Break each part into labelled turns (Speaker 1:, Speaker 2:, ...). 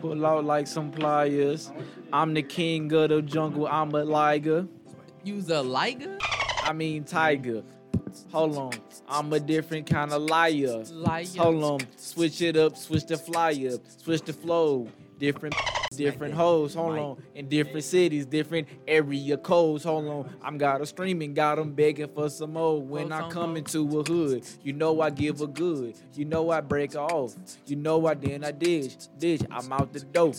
Speaker 1: Pull out like some pliers. I'm the king of the jungle. I'm a liger.
Speaker 2: Use a liger?
Speaker 1: I mean tiger. Hold on, I'm a different kind of liar.
Speaker 2: Liar.
Speaker 1: Hold on, switch it up, switch the flyer, switch the flow. Different, different hoes. Hold on, in different cities, different area codes. Hold on, I'm got a streaming, got 'em begging for some more. When I come into a hood, you know I give a good. You know I break off. You know I then I ditch, ditch. I'm out the dope.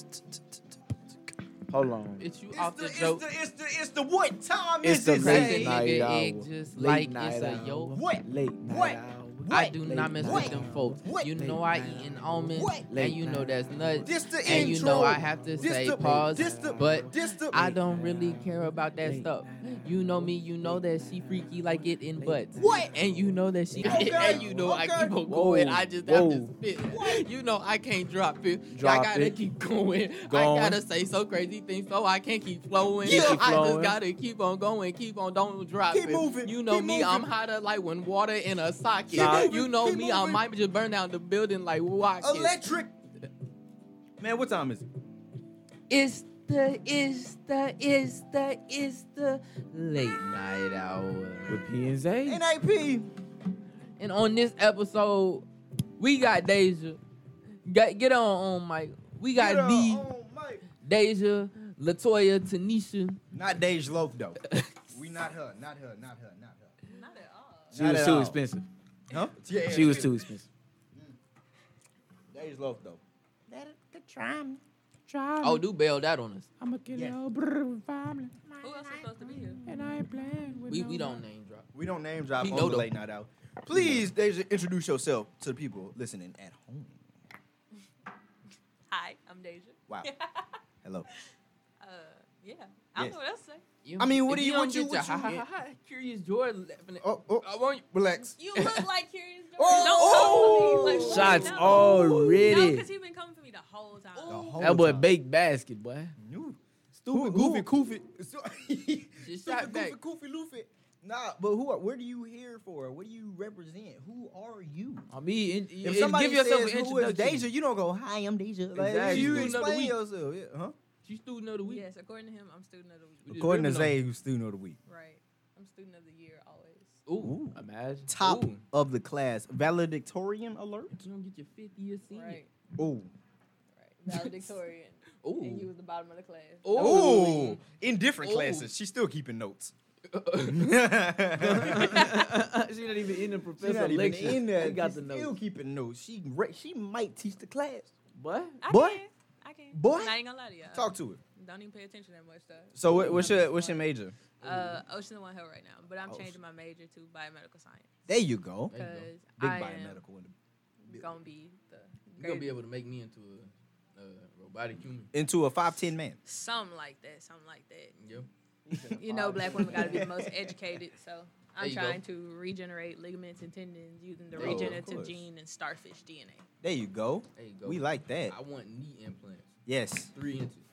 Speaker 1: Hold on.
Speaker 2: It's you off
Speaker 3: It's the,
Speaker 2: the
Speaker 3: it's,
Speaker 2: joke.
Speaker 3: the, it's, the, it's the what time
Speaker 1: It's
Speaker 3: is
Speaker 1: the
Speaker 3: it?
Speaker 1: late
Speaker 2: Crazy
Speaker 3: Zay?
Speaker 1: night
Speaker 2: nigga
Speaker 1: hour.
Speaker 2: egg just
Speaker 1: Late
Speaker 2: like
Speaker 1: night
Speaker 2: it's a
Speaker 1: hour.
Speaker 2: yoke.
Speaker 3: What?
Speaker 1: Late night
Speaker 3: What?
Speaker 1: hour.
Speaker 2: I
Speaker 3: What?
Speaker 2: do
Speaker 1: Late
Speaker 2: not mess
Speaker 1: night
Speaker 2: with them
Speaker 1: hour.
Speaker 2: folks.
Speaker 3: What?
Speaker 2: You
Speaker 1: Late
Speaker 2: know I
Speaker 1: night
Speaker 2: eating
Speaker 1: hour.
Speaker 2: almonds,
Speaker 3: What?
Speaker 1: Late
Speaker 2: and you know
Speaker 1: night
Speaker 2: that's nuts,
Speaker 3: This the
Speaker 2: and you
Speaker 3: intro.
Speaker 2: know I have to
Speaker 3: This
Speaker 2: say
Speaker 3: the-
Speaker 2: pause,
Speaker 3: this the-
Speaker 2: but
Speaker 3: this the-
Speaker 2: I don't really care about that
Speaker 1: Late
Speaker 2: stuff.
Speaker 1: night
Speaker 2: You know me, you know that she freaky like it in butts.
Speaker 3: What?
Speaker 2: And you know that she,
Speaker 3: Okay,
Speaker 2: and you know I
Speaker 3: okay.
Speaker 2: keep on
Speaker 1: Whoa,
Speaker 2: going. I just have to
Speaker 1: whoa.
Speaker 2: spit. You know I can't drop it. I
Speaker 1: Drop
Speaker 2: gotta
Speaker 1: it.
Speaker 2: keep going.
Speaker 1: Go on.
Speaker 2: I gotta say so crazy things so I can't keep flowing.
Speaker 3: Keep
Speaker 2: I
Speaker 1: flowing.
Speaker 2: just gotta keep on going, keep on, don't drop
Speaker 3: Keep
Speaker 2: it.
Speaker 3: moving,
Speaker 2: You know
Speaker 3: keep
Speaker 2: me,
Speaker 3: moving.
Speaker 2: I'm hotter like when water in a socket.
Speaker 1: Keep moving,
Speaker 2: you know me,
Speaker 3: keep
Speaker 2: I
Speaker 3: moving.
Speaker 2: might just burn down the building like rockets.
Speaker 3: Electric. Man, what time is it?
Speaker 2: It's the it's the it's the it's the late night hour.
Speaker 1: With P and Z.
Speaker 3: NAP.
Speaker 2: And on this episode, we got Deja. Get, get on on Mike. We
Speaker 3: Get Oh,
Speaker 2: got
Speaker 3: her
Speaker 2: D,
Speaker 3: on mic.
Speaker 2: Deja, Latoya, Tanisha.
Speaker 3: Not Dej Loaf though. we not her. Not her. Not her. Not her.
Speaker 1: She
Speaker 3: Not
Speaker 1: was
Speaker 3: at
Speaker 1: too
Speaker 3: all.
Speaker 1: expensive.
Speaker 3: Huh? Yeah,
Speaker 1: She was too expensive.
Speaker 3: Dej Loaf though.
Speaker 2: Oh, do bail that on us.
Speaker 1: I'm gonna kill
Speaker 3: Yes.
Speaker 1: all brrr family,
Speaker 4: Who else is supposed to be here?
Speaker 1: and I ain't playing with
Speaker 2: We
Speaker 1: no
Speaker 2: we
Speaker 1: one.
Speaker 2: don't name drop.
Speaker 3: We don't name drop
Speaker 2: He
Speaker 3: on
Speaker 2: know
Speaker 3: the
Speaker 2: though.
Speaker 3: late night out. Please, Deja, introduce yourself to the people listening at home.
Speaker 4: Hi, I'm Deja.
Speaker 3: Wow. Hello.
Speaker 4: Uh, yeah. I don't
Speaker 3: Yes.
Speaker 4: know what else to say.
Speaker 2: You-
Speaker 3: I mean, what
Speaker 2: if
Speaker 3: do you-
Speaker 2: don't
Speaker 3: what you-
Speaker 2: get your
Speaker 3: what you-
Speaker 2: ha, ha, ha, ha, Curious George. laughing at-
Speaker 3: Oh, oh,
Speaker 2: I want
Speaker 3: relax.
Speaker 4: You look like Curious George.
Speaker 3: Oh!
Speaker 4: don't come for me. Like, what?
Speaker 1: Shots
Speaker 4: no. No,
Speaker 1: already.
Speaker 4: because he's been coming for me the whole time.
Speaker 3: The whole
Speaker 1: That boy
Speaker 3: time.
Speaker 1: baked basket, boy.
Speaker 3: You
Speaker 1: Who-
Speaker 3: Stupid,
Speaker 1: who-
Speaker 3: goofy, koofy. Stu-
Speaker 2: Just
Speaker 3: Stupid,
Speaker 2: shot back.
Speaker 3: goofy, koofy, loofy. Nah, but who are, where do you here for? What do you represent? Who are you?
Speaker 1: I mean, and-
Speaker 3: If
Speaker 1: and
Speaker 3: somebody
Speaker 1: give yourself an
Speaker 3: says, who is
Speaker 1: introduction.
Speaker 3: Deja, you don't go, hi, I'm Deja. Like,
Speaker 2: Exactly.
Speaker 3: You
Speaker 2: Student of the
Speaker 3: explain
Speaker 2: week.
Speaker 3: yourself. Yeah, huh?
Speaker 2: She student of the week.
Speaker 4: Yes, according to him, I'm student of the
Speaker 2: We
Speaker 4: week.
Speaker 2: just
Speaker 3: According to
Speaker 2: ripping on
Speaker 3: Zay, who's student of the week.
Speaker 4: Right. I'm student of the year always.
Speaker 2: Ooh,
Speaker 3: Ooh.
Speaker 1: Imagine.
Speaker 3: Top
Speaker 2: Ooh.
Speaker 3: of the class. Valedictorian alert?
Speaker 2: you don't get your 50th senior.
Speaker 4: Right.
Speaker 3: Ooh.
Speaker 4: Right. Valedictorian.
Speaker 2: Ooh.
Speaker 4: and you was the bottom of the class.
Speaker 3: Oh, Ooh. In different
Speaker 2: Ooh.
Speaker 3: classes. She's still keeping notes.
Speaker 1: she not even in the
Speaker 3: She's
Speaker 1: professor
Speaker 3: not even
Speaker 1: lecture.
Speaker 3: in there.
Speaker 1: She got the
Speaker 3: She's Still
Speaker 1: notes.
Speaker 3: keeping notes. She re- she might teach the class.
Speaker 1: What?
Speaker 4: I
Speaker 3: Boy.
Speaker 4: can. I can.
Speaker 3: Boy.
Speaker 4: I ain't gonna lie to y'all.
Speaker 3: Talk to her.
Speaker 4: Don't even pay attention that much though.
Speaker 3: So what, what's your what's your major?
Speaker 4: Uh, Ocean and One Hill right now, but I'm
Speaker 3: Ocean.
Speaker 4: changing my major to biomedical science
Speaker 3: There you go.
Speaker 2: There you go.
Speaker 4: because
Speaker 3: Big
Speaker 4: I am
Speaker 3: biomedical. in the-
Speaker 4: gonna be the
Speaker 2: You're gonna be
Speaker 4: greatest-
Speaker 2: able to make me into a, a robotic human.
Speaker 3: Into a five ten man.
Speaker 4: something like that, something like that.
Speaker 2: Yep.
Speaker 4: You know, black women gotta be the most educated, so
Speaker 2: There
Speaker 4: I'm
Speaker 2: you go.
Speaker 4: trying to regenerate ligaments and tendons using the
Speaker 2: Oh, of
Speaker 4: regenerative
Speaker 3: course.
Speaker 4: gene and starfish DNA.
Speaker 3: There you go.
Speaker 2: There you go.
Speaker 3: We like that.
Speaker 2: I want knee implants,
Speaker 3: Yes.
Speaker 2: three inches.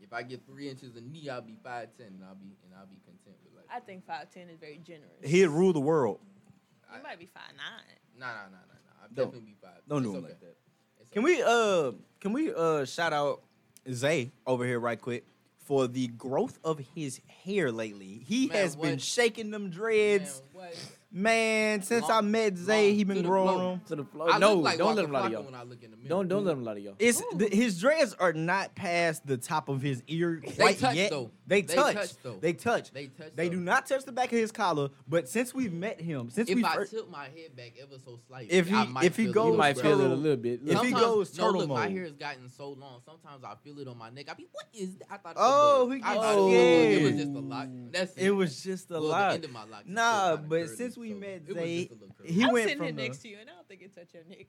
Speaker 2: If I get three inches of knee, I'll be five ten, and I'll be and I'll be content with like.
Speaker 4: I think five ten is very generous.
Speaker 3: He'd rule the world.
Speaker 4: you might be five nine.
Speaker 2: Nah, nah, nah, nah, nah. I'll
Speaker 3: Don't.
Speaker 2: definitely be five.
Speaker 3: Don't
Speaker 2: It's
Speaker 3: do him
Speaker 2: okay.
Speaker 3: like that.
Speaker 2: It's
Speaker 3: Can
Speaker 2: okay.
Speaker 3: we uh can we uh shout out Zay over here right quick for the growth of his hair lately. He
Speaker 2: Man,
Speaker 3: has been
Speaker 2: what?
Speaker 3: shaking them
Speaker 2: Man,
Speaker 3: dreads.
Speaker 2: what?
Speaker 3: Man, since I
Speaker 2: Long-
Speaker 3: met Zay,
Speaker 2: long to
Speaker 3: he been
Speaker 2: the
Speaker 3: growing
Speaker 2: floor.
Speaker 3: them.
Speaker 1: To the floor.
Speaker 2: I
Speaker 1: no,
Speaker 2: look like
Speaker 1: don't let
Speaker 2: Waka
Speaker 1: him lie to
Speaker 2: Flocka
Speaker 1: y'all.
Speaker 2: when I look in the mirror.
Speaker 1: Don't don't let him lie to y'all.
Speaker 3: It's th- his dreads are not past the top of his ear quite
Speaker 2: touch,
Speaker 3: yet.
Speaker 2: though.
Speaker 3: They,
Speaker 2: They
Speaker 3: touch.
Speaker 2: touch, though.
Speaker 3: They touch.
Speaker 2: They touch,
Speaker 3: They
Speaker 2: though.
Speaker 3: do not touch the back of his collar. But since we've met him, since we
Speaker 2: If I
Speaker 3: fir-
Speaker 2: tilt my head back ever so slightly,
Speaker 3: If he-
Speaker 2: I might
Speaker 3: if he
Speaker 2: feel it.
Speaker 3: goes
Speaker 1: You might
Speaker 2: bruh.
Speaker 1: feel it a
Speaker 3: turtle-
Speaker 1: little bit.
Speaker 3: If he
Speaker 2: Sometimes-
Speaker 3: goes
Speaker 2: no,
Speaker 3: turtle
Speaker 2: look, my
Speaker 3: mode.
Speaker 2: hair has gotten so long. Sometimes I feel it on my neck. I be, what is that? I thought. it was a
Speaker 3: Oh,
Speaker 2: bug.
Speaker 3: he
Speaker 2: I
Speaker 3: got
Speaker 2: thought it was a bug. It
Speaker 3: scared.
Speaker 2: was just a lock. That's
Speaker 3: it was just a
Speaker 2: well, The
Speaker 3: lot.
Speaker 2: end of my lock. is
Speaker 3: Nah,
Speaker 2: still kinda
Speaker 3: but
Speaker 2: curly,
Speaker 3: since we
Speaker 2: so
Speaker 3: met
Speaker 2: it was
Speaker 3: Zay,
Speaker 2: just a little curly.
Speaker 3: He
Speaker 4: I'm
Speaker 3: went
Speaker 4: sitting here
Speaker 3: from the-
Speaker 4: next to you, and I don't think it touched your neck.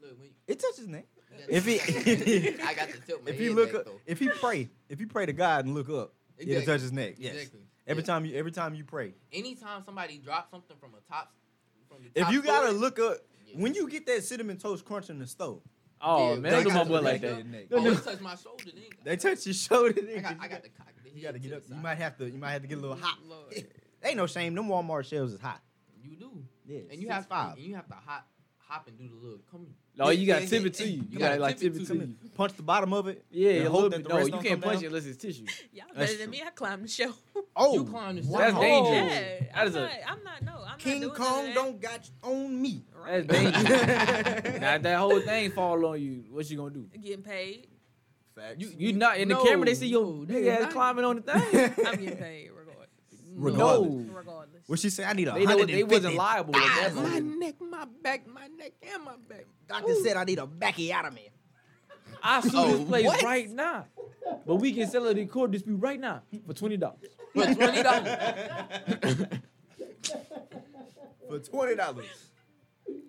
Speaker 2: Look, when you-
Speaker 3: It touches neck.
Speaker 2: you got
Speaker 3: If he-
Speaker 2: I got to tilt my
Speaker 3: If
Speaker 2: head
Speaker 3: he look
Speaker 2: back,
Speaker 3: up,
Speaker 2: though.
Speaker 3: if he pray, if he pray to God and look up, it'll
Speaker 2: Exactly.
Speaker 3: touch his neck. Yes.
Speaker 2: Exactly.
Speaker 3: Every
Speaker 2: Yeah.
Speaker 3: time you, every time you pray,
Speaker 2: anytime somebody drops something from a top, from the
Speaker 3: if
Speaker 2: top
Speaker 3: you gotta
Speaker 2: story,
Speaker 3: look up,
Speaker 2: Yeah.
Speaker 3: when you get that cinnamon toast crunch in the stove,
Speaker 1: Oh
Speaker 2: Yeah,
Speaker 1: man, don't
Speaker 3: they
Speaker 1: do my
Speaker 3: got
Speaker 1: boy
Speaker 3: to
Speaker 1: like
Speaker 3: let
Speaker 1: that.
Speaker 3: go. neck.
Speaker 2: Oh, it touched my shoulder. Then
Speaker 3: they touch your shoulder.
Speaker 2: I
Speaker 3: nigga,
Speaker 2: got, I
Speaker 3: you
Speaker 2: got
Speaker 3: got-
Speaker 2: the cock. The head
Speaker 3: you gotta
Speaker 2: to
Speaker 3: get
Speaker 2: the
Speaker 3: up. You
Speaker 2: side.
Speaker 3: might have to, you might have to get a little hot.
Speaker 4: Lord.
Speaker 3: Ain't no shame. Them Walmart shells is hot.
Speaker 2: You do,
Speaker 3: Yeah,
Speaker 2: and you
Speaker 3: six
Speaker 2: have
Speaker 3: five.
Speaker 2: and you have to hot hop and do the little come.
Speaker 1: No, you gotta
Speaker 2: Yeah,
Speaker 1: tip
Speaker 2: yeah,
Speaker 1: it to you.
Speaker 2: yeah,
Speaker 1: You gotta like tip it to you.
Speaker 3: Punch the bottom of it.
Speaker 1: Yeah,
Speaker 3: and
Speaker 1: a
Speaker 3: hope
Speaker 1: little
Speaker 3: that
Speaker 1: bit.
Speaker 3: the
Speaker 1: No,
Speaker 3: rest
Speaker 1: you
Speaker 3: don't
Speaker 1: can't
Speaker 3: come
Speaker 1: punch it
Speaker 3: down.
Speaker 1: unless it's tissue.
Speaker 4: Y'all better
Speaker 3: That's
Speaker 4: than
Speaker 3: true.
Speaker 4: me. I climbed the shelf.
Speaker 3: Oh,
Speaker 2: You climb the
Speaker 1: That's
Speaker 3: wow.
Speaker 1: dangerous.
Speaker 4: yeah,
Speaker 1: That is
Speaker 4: I'm
Speaker 1: a-
Speaker 4: not, I'm not. No, I'm
Speaker 3: King
Speaker 4: not doing none
Speaker 3: Kong
Speaker 4: of that.
Speaker 3: don't got you on me.
Speaker 1: That's
Speaker 4: Right.
Speaker 1: dangerous. now if that whole thing fall on you, what you gonna do?
Speaker 4: Getting paid.
Speaker 3: Facts.
Speaker 1: You you not in the camera? They see
Speaker 2: No,
Speaker 1: your
Speaker 2: they
Speaker 1: big ass
Speaker 2: not.
Speaker 1: climbing on the thing.
Speaker 4: I'm getting paid regardless.
Speaker 3: Regardless.
Speaker 1: No.
Speaker 4: Regardless.
Speaker 3: What she say? I need a
Speaker 1: They, know, they wasn't
Speaker 3: 150.
Speaker 1: liable. at that
Speaker 3: Ah,
Speaker 2: my
Speaker 1: moment.
Speaker 2: neck, my back, my neck, and my back.
Speaker 3: Doctor said I need a backy out of me.
Speaker 1: I sue
Speaker 2: Oh,
Speaker 1: this place
Speaker 2: what?
Speaker 1: right now. But we can settle the court dispute right now for twenty dollars.
Speaker 2: For twenty
Speaker 3: Um,
Speaker 2: dollars.
Speaker 3: For twenty dollars.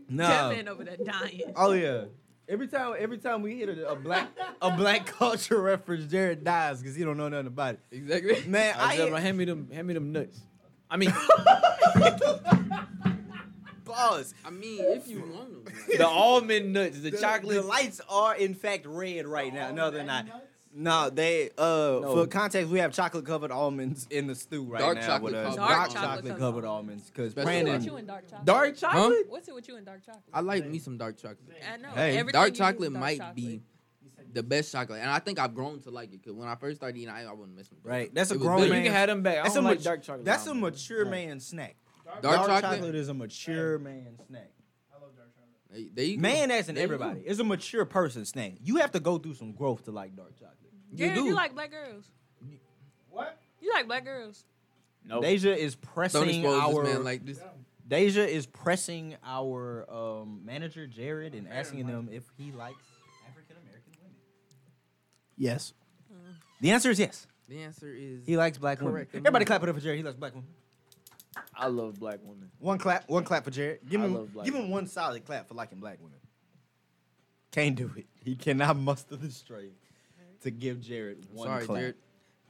Speaker 3: No.
Speaker 4: That man over there dying.
Speaker 3: Oh yeah. Every time, every time we hit a, a black a black culture reference, Jared dies because he don't know nothing about it.
Speaker 2: Exactly.
Speaker 3: Man, I,
Speaker 1: I said, hand me them, hand me them nuts. I mean,
Speaker 3: pause.
Speaker 2: I mean, if you want them.
Speaker 1: the almond nuts, the, chocolate.
Speaker 3: The lights are in fact red right now. No, they're not. No, they uh
Speaker 1: No.
Speaker 3: for context, we have chocolate covered almonds in the stew right
Speaker 2: Dark
Speaker 3: now
Speaker 2: chocolate
Speaker 3: with us.
Speaker 2: covered
Speaker 3: Dark,
Speaker 4: almonds.
Speaker 3: chocolate
Speaker 4: Dark
Speaker 3: covered
Speaker 4: chocolate
Speaker 3: almonds because
Speaker 2: Special
Speaker 4: What's it with you
Speaker 3: Brandon
Speaker 4: and dark chocolate?
Speaker 1: dark chocolate.
Speaker 4: What's it with you and dark chocolate?
Speaker 2: I like me some dark chocolate.
Speaker 4: I know.
Speaker 3: Hey.
Speaker 4: everything you
Speaker 2: Dark
Speaker 4: do is
Speaker 2: chocolate
Speaker 4: dark
Speaker 2: might
Speaker 4: chocolate.
Speaker 2: be the best chocolate, and I think I've grown to like it. Cause when I first started eating, I, I wouldn't miss them.
Speaker 3: right. That's a
Speaker 2: It was
Speaker 1: No,
Speaker 3: grown
Speaker 2: good.
Speaker 1: you
Speaker 3: man.
Speaker 1: can have them back. I
Speaker 3: That's
Speaker 1: don't
Speaker 3: a
Speaker 1: like
Speaker 3: much-
Speaker 1: dark chocolate.
Speaker 3: That's a
Speaker 1: almond.
Speaker 3: mature
Speaker 1: Right.
Speaker 3: man snack.
Speaker 2: Dark chocolate?
Speaker 3: is a mature man snack.
Speaker 2: They, they
Speaker 3: Man, as in
Speaker 2: There you go.
Speaker 3: everybody, it's a mature person snack. You have to go through some growth to like dark chocolate.
Speaker 2: you
Speaker 4: Jared,
Speaker 2: do.
Speaker 4: you like black girls?
Speaker 5: What?
Speaker 4: You like black girls?
Speaker 1: Nope.
Speaker 3: Deja is
Speaker 2: don't
Speaker 3: pressing
Speaker 2: expose
Speaker 3: our
Speaker 2: this man like this.
Speaker 3: Deja is pressing our um, manager Jared and asking him if he likes African American women. Yes. The answer is yes.
Speaker 2: The answer is
Speaker 3: He likes black women.
Speaker 2: Correct.
Speaker 3: Everybody clap it up for Jared. He likes black women.
Speaker 1: I love black women.
Speaker 3: One clap. One clap for Jared. Give
Speaker 1: I
Speaker 3: him.
Speaker 1: love black
Speaker 3: give him
Speaker 1: women.
Speaker 3: one solid clap for liking black women. Can't do it. He cannot muster the strength to give Jared
Speaker 2: I'm
Speaker 3: one
Speaker 2: sorry,
Speaker 3: clap.
Speaker 2: Jared.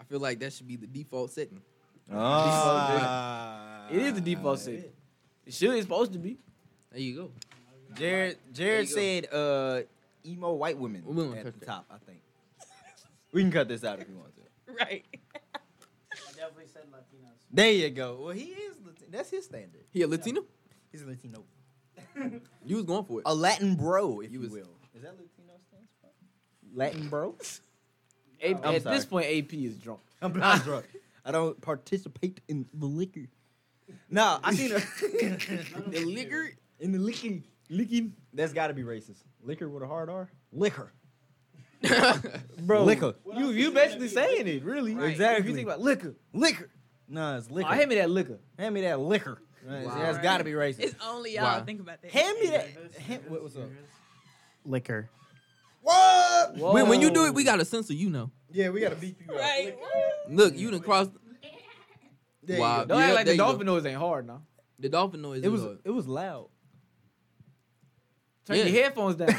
Speaker 2: I feel like that should be the default setting.
Speaker 3: Ah.
Speaker 1: It is the default setting. It should. It's supposed to be.
Speaker 2: There you go.
Speaker 3: Jared Jared
Speaker 2: There you
Speaker 3: said uh emo white women
Speaker 2: We won't
Speaker 3: at
Speaker 2: touch
Speaker 3: the
Speaker 2: that.
Speaker 3: top, I think. we can cut this out if you want to.
Speaker 4: Right.
Speaker 5: I definitely said Latinos.
Speaker 3: There you go. Well, he is Latino. That's his standard.
Speaker 2: He a Latino?
Speaker 3: He's a Latino.
Speaker 2: You was going for it.
Speaker 3: A Latin bro, if
Speaker 2: You
Speaker 3: you,
Speaker 2: was-
Speaker 3: will. Is that Latino stands for? Latin bro?
Speaker 1: A-
Speaker 3: I'm
Speaker 1: at this
Speaker 3: sorry.
Speaker 1: point, AP is drunk.
Speaker 3: I'm not drunk. I don't participate in the liquor. No, I seen a
Speaker 2: the liquor.
Speaker 3: in the liquor. Liquor. That's got to be racist. Liquor with a hard R. Liquor.
Speaker 1: Bro,
Speaker 3: Liquor.
Speaker 1: You you basically saying it, really?
Speaker 2: Right.
Speaker 1: If you think about liquor,
Speaker 3: Liquor. Nah, it's liquor.
Speaker 1: Oh, I hand me that liquor.
Speaker 3: Hand me that liquor. That's-
Speaker 2: Wow.
Speaker 3: That's got to be
Speaker 4: It's
Speaker 3: racist.
Speaker 4: only y'all
Speaker 2: Wow.
Speaker 4: think about that.
Speaker 3: Hand me that. hand- Eh, what, what's up?
Speaker 5: Liquor.
Speaker 3: What?
Speaker 2: When, when you do it, we gotta censor you know.
Speaker 3: Yeah, we got to beat you up.
Speaker 4: Right.
Speaker 2: Look, you done crossed
Speaker 3: There you
Speaker 2: Wow.
Speaker 3: go.
Speaker 1: Don't
Speaker 2: Yeah,
Speaker 1: act like
Speaker 2: there
Speaker 1: the
Speaker 2: you go.
Speaker 1: dolphin nose ain't hard now.
Speaker 2: the dolphin noise.
Speaker 3: It
Speaker 2: is
Speaker 3: was
Speaker 2: hard.
Speaker 3: it was loud.
Speaker 1: Turn
Speaker 2: Yeah.
Speaker 1: your headphones down.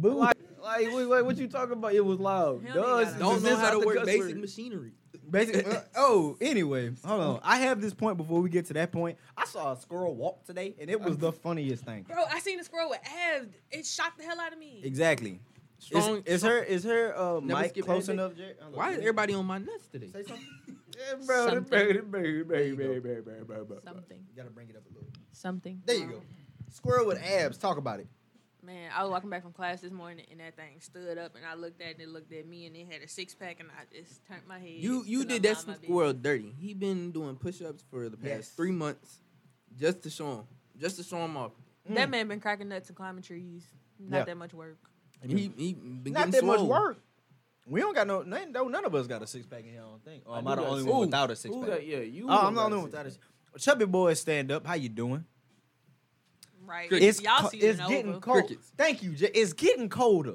Speaker 1: Like, like wait, wait, what you talking about? It was loud.
Speaker 4: Hell,
Speaker 1: Duh,
Speaker 4: they
Speaker 1: it's-
Speaker 4: got
Speaker 2: Don't
Speaker 1: it's
Speaker 2: know how
Speaker 1: inside
Speaker 2: to
Speaker 1: the
Speaker 2: work
Speaker 1: cuss
Speaker 2: basic
Speaker 1: word.
Speaker 2: machinery.
Speaker 3: Basically, uh, oh, anyway, hold on. I have this point before we get to that point. I saw a squirrel walk today, and it was the funniest thing.
Speaker 4: Bro, I seen a squirrel with abs. It shocked the hell out of me.
Speaker 3: Exactly. Is,
Speaker 2: Strong.
Speaker 3: is her is her uh,
Speaker 2: Never
Speaker 3: mic
Speaker 2: skip
Speaker 3: close
Speaker 2: anything.
Speaker 3: enough? Jer- hold on.
Speaker 2: Why is everybody on my nuts today?
Speaker 3: say something?
Speaker 1: Yeah, bro, that-
Speaker 4: Something.
Speaker 1: bro, that- bro, bro,
Speaker 3: you
Speaker 1: bro,
Speaker 3: go.
Speaker 1: bro, bro, bro, bro.
Speaker 4: Something.
Speaker 3: You gotta bring it up a little.
Speaker 4: Something.
Speaker 3: There you go. Squirrel with abs. Talk about it.
Speaker 4: Man, I was walking back from class this morning and that thing stood up and I looked at it, it looked at me and it had a six pack and I just turned my head.
Speaker 2: You you
Speaker 4: 'cause I
Speaker 2: did that
Speaker 4: mind my
Speaker 2: squirrel dirty. He been doing push-ups for the past
Speaker 3: Yes.
Speaker 2: three months, just to show him, just to show him off.
Speaker 4: business.
Speaker 2: Mm.
Speaker 4: That man been cracking nuts and climbing trees. Not
Speaker 3: Yeah.
Speaker 4: that much work.
Speaker 2: He, he been
Speaker 3: Not
Speaker 2: getting
Speaker 3: that much
Speaker 2: swole.
Speaker 3: work. We don't got no none, no- none of us got a six pack in here, I don't think. Or am I the
Speaker 1: Who got
Speaker 3: only
Speaker 1: six-
Speaker 3: one
Speaker 1: who-
Speaker 3: without a six
Speaker 1: who
Speaker 3: pack?
Speaker 1: got- Yeah, you.
Speaker 3: Oh,
Speaker 1: don't
Speaker 3: I'm the
Speaker 1: got
Speaker 3: only one without a six Chubby boy stand up. How you doing?
Speaker 4: Right.
Speaker 3: It's
Speaker 4: Y'all
Speaker 3: co-
Speaker 4: season
Speaker 3: it's getting
Speaker 4: over.
Speaker 3: cold.
Speaker 2: Crickets.
Speaker 3: Thank you. J- It's getting colder.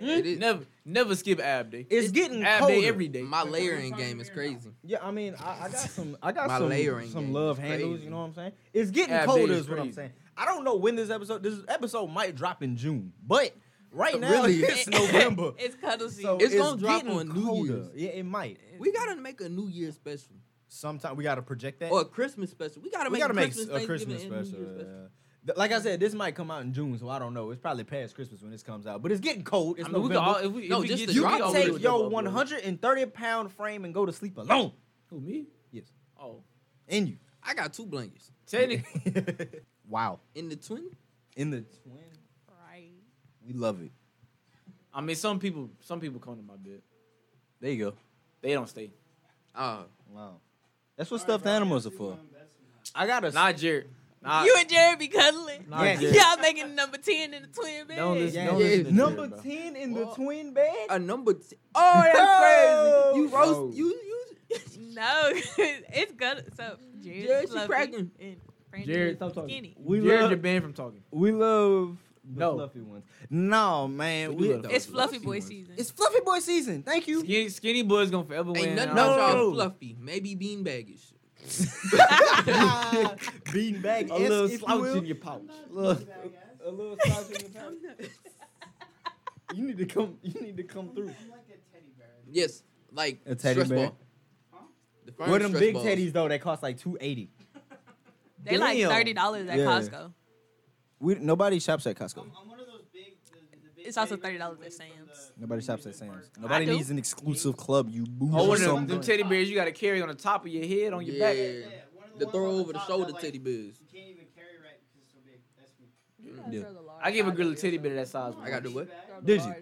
Speaker 4: Yeah.
Speaker 2: It is-
Speaker 1: Never, never skip ab day.
Speaker 3: It's getting
Speaker 1: Ab
Speaker 3: colder.
Speaker 1: day every day.
Speaker 2: My layering game is crazy.
Speaker 3: Yeah, I mean, I, I got some, I got
Speaker 2: My
Speaker 3: some,
Speaker 2: layering
Speaker 3: some
Speaker 2: game
Speaker 3: love
Speaker 2: is
Speaker 3: handles.
Speaker 2: crazy.
Speaker 3: You know what I'm saying? It's getting
Speaker 1: Yeah,
Speaker 3: colder,
Speaker 1: big is
Speaker 3: is what I'm
Speaker 1: crazy.
Speaker 3: saying. I don't know when this episode, this episode might drop in June, but right now
Speaker 2: Really?
Speaker 3: it's November.
Speaker 4: it's cuddle season.
Speaker 3: So
Speaker 2: It's gonna drop
Speaker 3: getting
Speaker 2: on New Year's.
Speaker 3: Yeah, it might.
Speaker 2: We gotta make a New Year special
Speaker 3: Sometime we gotta project that.
Speaker 2: or a Christmas special. We gotta
Speaker 3: we
Speaker 2: make
Speaker 3: gotta
Speaker 2: a
Speaker 3: make
Speaker 2: Christmas,
Speaker 3: s- a Christmas
Speaker 2: Thanksgiving, and
Speaker 3: special.
Speaker 2: New Year's
Speaker 3: yeah. Th- Like I said, this might come out in June, so I don't know. It's probably past Christmas when this comes out, but it's getting cold. It's
Speaker 1: I mean, we
Speaker 3: November.
Speaker 1: could all, if we,
Speaker 2: No,
Speaker 1: if we
Speaker 2: just
Speaker 1: get
Speaker 2: the
Speaker 1: you,
Speaker 2: drop
Speaker 1: we
Speaker 3: you
Speaker 1: could
Speaker 2: off.
Speaker 3: can
Speaker 1: always
Speaker 3: take
Speaker 1: do
Speaker 3: your
Speaker 1: double upload.
Speaker 3: 130 pound frame and go to sleep alone.
Speaker 1: Who me?
Speaker 3: Yes,
Speaker 1: Oh,
Speaker 3: in you.
Speaker 2: I got two blankets.
Speaker 1: technically,
Speaker 3: Wow.
Speaker 2: in the twin.
Speaker 3: In the twin,
Speaker 4: Right.
Speaker 3: we love it.
Speaker 1: I mean, some people, some people come to my bed.
Speaker 3: There you go.
Speaker 1: They don't stay.
Speaker 2: Oh,
Speaker 3: Wow. That's what stuffed animals are for. I got a
Speaker 1: Not Jared. Not,
Speaker 4: you and Jared be cuddling.
Speaker 1: not
Speaker 3: Yes.
Speaker 1: Jared.
Speaker 4: Y'all making number ten in the twin bed.
Speaker 1: Don't listen. Don't
Speaker 2: Yeah.
Speaker 1: listen to
Speaker 3: number
Speaker 1: Jared, bro.
Speaker 3: ten in the
Speaker 2: Whoa.
Speaker 3: twin bed.
Speaker 2: a number. T- oh, that's crazy. You
Speaker 1: Oh.
Speaker 2: roast.
Speaker 1: Oh.
Speaker 2: You you.
Speaker 4: No, it's good. So Jared's
Speaker 2: Jared, she
Speaker 4: fluffy
Speaker 2: cracking.
Speaker 4: and Brandon
Speaker 1: Jared,
Speaker 4: is
Speaker 1: stop talking.
Speaker 4: Skinny.
Speaker 3: We
Speaker 1: Jared,
Speaker 3: love
Speaker 1: you're banned from talking.
Speaker 3: we love the
Speaker 1: No.
Speaker 3: fluffy ones. No man,
Speaker 1: We do
Speaker 3: we-
Speaker 1: love the
Speaker 4: It's fluffy boy season.
Speaker 3: it's fluffy boy season. Thank you.
Speaker 1: Skinny, skinny boy's gonna forever win.
Speaker 2: Ain't nothing
Speaker 1: I
Speaker 2: about
Speaker 1: don't-
Speaker 2: y'all
Speaker 3: No.
Speaker 2: fluffy. Maybe beanbaggish.
Speaker 3: Bean bag,
Speaker 1: A little slouch in your pouch.
Speaker 3: Look, uh, a little slouch in your pants. You need to come. You need to come through.
Speaker 2: Yes, like
Speaker 3: A teddy
Speaker 2: stress
Speaker 3: bear.
Speaker 2: ball. The firm
Speaker 3: What them
Speaker 2: stress
Speaker 3: big
Speaker 2: balls.
Speaker 3: teddies though? That cost like two eighty.
Speaker 4: they like
Speaker 1: Damn.
Speaker 4: thirty dollars at
Speaker 3: Yeah.
Speaker 4: Costco.
Speaker 3: We nobody shops at Costco.
Speaker 5: I'm one of those big. The, the big
Speaker 4: It's also
Speaker 5: teddy bears you
Speaker 4: $30 at
Speaker 5: win from
Speaker 4: Sam's.
Speaker 5: the-
Speaker 3: Nobody
Speaker 5: you
Speaker 3: shops
Speaker 5: win
Speaker 3: at
Speaker 5: the
Speaker 3: Sam's.
Speaker 5: park.
Speaker 3: Nobody
Speaker 4: I do.
Speaker 3: needs an exclusive club. You bougie
Speaker 1: Oh, one of them,
Speaker 3: something.
Speaker 1: them teddy bears you gotta carry on the top of your head on your
Speaker 2: Yeah.
Speaker 1: back.
Speaker 5: Yeah, one of
Speaker 2: The
Speaker 5: ones
Speaker 2: throw
Speaker 5: on
Speaker 2: over the
Speaker 5: top
Speaker 2: shoulder
Speaker 5: that, like,
Speaker 2: teddy bears.
Speaker 5: You can't even carry right because it's so big. That's me.
Speaker 3: Yeah.
Speaker 1: I gave a girl a teddy bear that size.
Speaker 2: I got the what?
Speaker 3: Did you?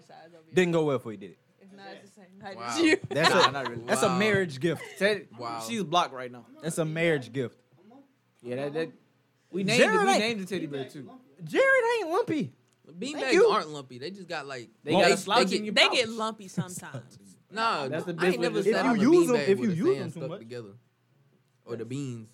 Speaker 3: Didn't go well for you, did it?
Speaker 4: It's not the same. Not
Speaker 2: Wow.
Speaker 4: as you.
Speaker 3: That's
Speaker 2: Nah,
Speaker 3: a
Speaker 2: not really.
Speaker 3: that's
Speaker 2: Wow.
Speaker 3: a marriage gift.
Speaker 1: Teddy,
Speaker 2: Wow.
Speaker 1: She's blocked right now.
Speaker 3: That's a marriage gift.
Speaker 1: Yeah, that, that we named it,
Speaker 3: Jared
Speaker 1: we
Speaker 3: ain't-
Speaker 1: named the teddy bear too.
Speaker 3: Jared ain't lumpy.
Speaker 2: Beanbags
Speaker 3: you.
Speaker 2: aren't lumpy. They just got like
Speaker 1: They
Speaker 2: Well,
Speaker 1: got
Speaker 2: they-
Speaker 1: a slouch
Speaker 2: they
Speaker 1: in your
Speaker 4: They
Speaker 1: pouch.
Speaker 4: get lumpy sometimes.
Speaker 2: Nah,
Speaker 1: That's the
Speaker 2: I
Speaker 1: best
Speaker 2: ain't
Speaker 1: way
Speaker 2: never
Speaker 1: to-
Speaker 2: sat
Speaker 1: If
Speaker 2: on
Speaker 3: you use
Speaker 2: a
Speaker 3: 'em-
Speaker 2: beanbag
Speaker 3: if
Speaker 2: with
Speaker 3: you
Speaker 2: a
Speaker 3: use
Speaker 2: sand
Speaker 3: 'em too
Speaker 2: stuck
Speaker 3: much.
Speaker 2: together, or the beans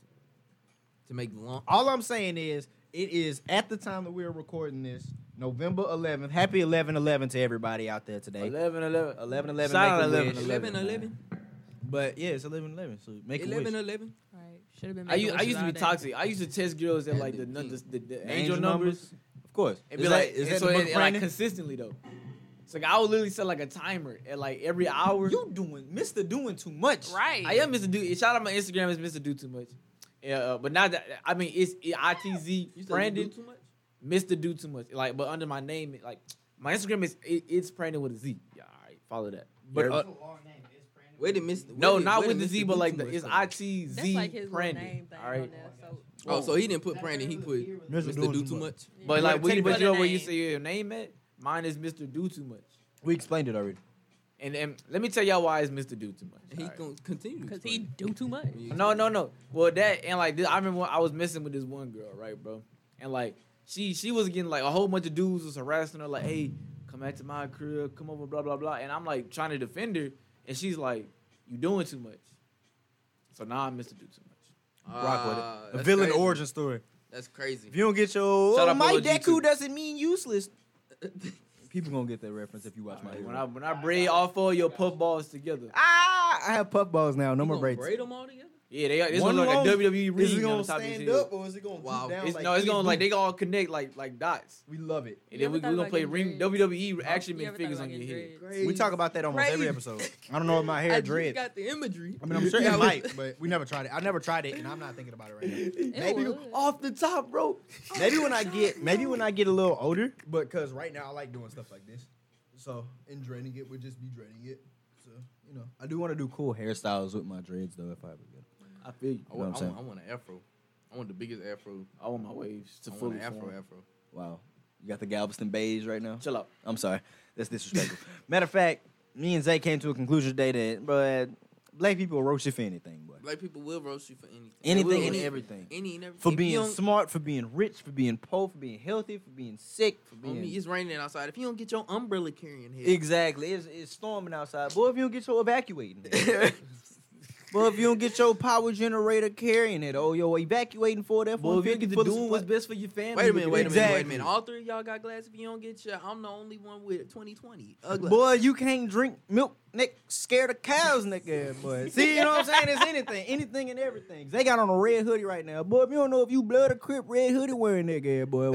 Speaker 2: to make lump.
Speaker 3: All I'm saying is, it is at the time that we're recording this, November 11th. Happy 11 11 to everybody out there today.
Speaker 1: 11, 11.
Speaker 3: 11 11.
Speaker 1: Shout out
Speaker 3: 11
Speaker 1: 11.
Speaker 2: 11, 11,
Speaker 3: But yeah, it's 11 11. So make
Speaker 2: 11,
Speaker 3: a wish.
Speaker 2: 11.
Speaker 4: right. Should have been.
Speaker 1: I
Speaker 4: making
Speaker 1: used, I
Speaker 4: wishes
Speaker 1: used to be
Speaker 4: all day.
Speaker 1: toxic. I used to test girls that
Speaker 2: And
Speaker 1: like the,
Speaker 2: the
Speaker 1: nu-
Speaker 2: king.
Speaker 1: the, the, the angel, numbers
Speaker 3: Of course.
Speaker 1: and be like, and so it, it, like consistently though. So like, I would literally set like a timer at like every hour.
Speaker 3: you doing, Mr. doing too much.
Speaker 4: Right.
Speaker 1: I am Mr. Do. Shout out my Instagram is Mr. Do Too Much. Yeah, uh, but not that. I mean, it's it,
Speaker 2: You
Speaker 1: ITZ
Speaker 2: said you do
Speaker 1: Brandon
Speaker 2: too much.
Speaker 1: Mr. Do Too Much. Like, but under my name, it, like my Instagram is it, it's Brandon with a Z. Yeah, all right, follow that. But
Speaker 3: Yeah.
Speaker 1: uh,
Speaker 5: It's a long name. It's brand new.
Speaker 2: Wait a minute.
Speaker 1: no,
Speaker 2: wait a-
Speaker 1: not
Speaker 2: wait a
Speaker 1: with the
Speaker 2: minute,
Speaker 1: Z,
Speaker 2: Mr.
Speaker 1: but like the,
Speaker 2: Booty
Speaker 1: it's
Speaker 2: Much coming.
Speaker 1: ITZ
Speaker 4: That's like his little
Speaker 1: Brandon.
Speaker 4: name thing.
Speaker 1: All right.
Speaker 4: On there, so
Speaker 2: Oh, so he didn't put
Speaker 5: That
Speaker 2: Brandon. He
Speaker 5: was
Speaker 2: put
Speaker 5: hero.
Speaker 3: Mr.
Speaker 2: Mr.
Speaker 3: Doing
Speaker 2: Do
Speaker 3: Too
Speaker 2: Too
Speaker 3: Much.
Speaker 2: much.
Speaker 1: But
Speaker 3: Yeah,
Speaker 1: like, we,
Speaker 3: teddy
Speaker 1: but
Speaker 4: bear.
Speaker 1: you know where you
Speaker 4: Name.
Speaker 1: say your name at? Mine is Mr. Do Too Much.
Speaker 3: We explained it already.
Speaker 1: And, and let me tell y'all why it's Mr. Do Too Much.
Speaker 2: And He
Speaker 1: all right?
Speaker 2: gonna continue.
Speaker 4: because he do too much.
Speaker 1: No, no, no. Well, that and like this, I remember when I was messing with this one girl, right, bro? And like she she was getting like a whole bunch of dudes was harassing her, like, hey, come back to my crib, come over, blah blah blah. And I'm like trying to defend her, and she's like, you doing too much. So now I'm Mr. Do Too Much.
Speaker 3: Rock with it. A villain origin story.
Speaker 2: Ah, That's crazy.
Speaker 3: If you don't get your
Speaker 1: Shout
Speaker 3: oh,
Speaker 1: out
Speaker 3: my
Speaker 1: Polo G too.
Speaker 3: Deku doesn't mean useless. People gonna get that reference if you watch my.
Speaker 1: When
Speaker 3: Hero.
Speaker 1: I when I braid all four of your puff balls together,
Speaker 3: ah, I have puff balls now. No
Speaker 2: You
Speaker 3: more
Speaker 2: gonna
Speaker 3: braids.
Speaker 2: Braid them all together.
Speaker 1: yeah, they this
Speaker 3: One
Speaker 1: was like a
Speaker 3: long-
Speaker 1: WWE
Speaker 3: Is
Speaker 1: ring
Speaker 3: it
Speaker 1: on
Speaker 3: gonna
Speaker 1: the top of his
Speaker 3: stand
Speaker 1: head.
Speaker 3: up or is it gonna
Speaker 2: Wow.
Speaker 3: wow. down?
Speaker 1: It's,
Speaker 3: like
Speaker 1: no, it's
Speaker 3: Kitty
Speaker 1: gonna like
Speaker 3: Boo?
Speaker 1: they gonna all connect like like dots,
Speaker 3: We love it.
Speaker 1: and
Speaker 4: You
Speaker 1: then
Speaker 4: ever
Speaker 1: we we
Speaker 4: thought
Speaker 1: gonna
Speaker 4: about
Speaker 1: play
Speaker 4: getting
Speaker 1: ring
Speaker 4: braids?
Speaker 1: WWE action
Speaker 4: You
Speaker 1: man
Speaker 4: ever thought
Speaker 1: figures
Speaker 4: about
Speaker 1: on your
Speaker 4: getting
Speaker 1: head.
Speaker 4: dreads?
Speaker 3: We talk about that almost every
Speaker 2: Braids.
Speaker 3: episode. I don't know if my hair
Speaker 2: I just
Speaker 3: dread.
Speaker 2: got the imagery.
Speaker 3: I mean, I'm sure
Speaker 2: Yeah,
Speaker 3: it
Speaker 2: we-
Speaker 3: might, but we never tried it. I never tried it, and I'm not thinking about it right now. Maybe,
Speaker 4: would.
Speaker 3: off the top, bro. Maybe when I get, maybe when I get a little older. But cause right now I like doing stuff like this, so and dreading it would just be dreading it. So you know, I do want to do cool hairstyles with my dreads though, if I ever get.
Speaker 1: I feel you.
Speaker 2: I
Speaker 3: know what I'm
Speaker 2: want, I,
Speaker 3: saying?
Speaker 2: want, I want an afro. I want the biggest afro.
Speaker 1: I want my waves to
Speaker 2: I
Speaker 1: fully
Speaker 2: want an afro.
Speaker 1: form.
Speaker 2: Afro.
Speaker 3: Wow, you got the Galveston beige right now.
Speaker 1: Chill out.
Speaker 3: I'm sorry, that's disrespectful. Matter of fact, me and Zay came to a conclusion today that, but black people roast you for anything, boy.
Speaker 2: Black people will roast you for anything.
Speaker 3: Anything
Speaker 2: They will
Speaker 3: and
Speaker 2: roast-
Speaker 3: everything.
Speaker 2: Any and everything.
Speaker 3: For
Speaker 2: If you
Speaker 3: being
Speaker 2: don't-
Speaker 3: smart, for being rich, for being poor, for being healthy, for being sick, for being
Speaker 2: Homie, it's raining outside. If you don't get your umbrella carrying here,
Speaker 3: Exactly. It's, it's storming outside. Boy, if you don't get your evacuating. Boy, if you don't get your power generator carrying it, oh, yo, evacuating for that.
Speaker 1: Boy, if you
Speaker 3: 450
Speaker 1: get to
Speaker 3: for the
Speaker 1: doing
Speaker 3: spot-
Speaker 1: what's best for your family.
Speaker 2: wait a minute, wait a minute, wait
Speaker 3: Exactly.
Speaker 2: a minute. All three of y'all got glasses. If you don't get your, I'm the only one with 2020. Ugly.
Speaker 3: Boy, you can't drink milk, Nick. Scared of cows, nigga. Boy, see, you know what I'm saying? It's anything, anything, and everything. They got on a red hoodie right now. Boy, if you don't know if you blood or crip, red hoodie wearing nigga, boy.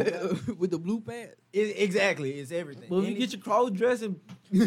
Speaker 2: with the blue pad.
Speaker 3: It- exactly, it's everything.
Speaker 1: Well, if you
Speaker 3: Any-
Speaker 1: get your crow dress and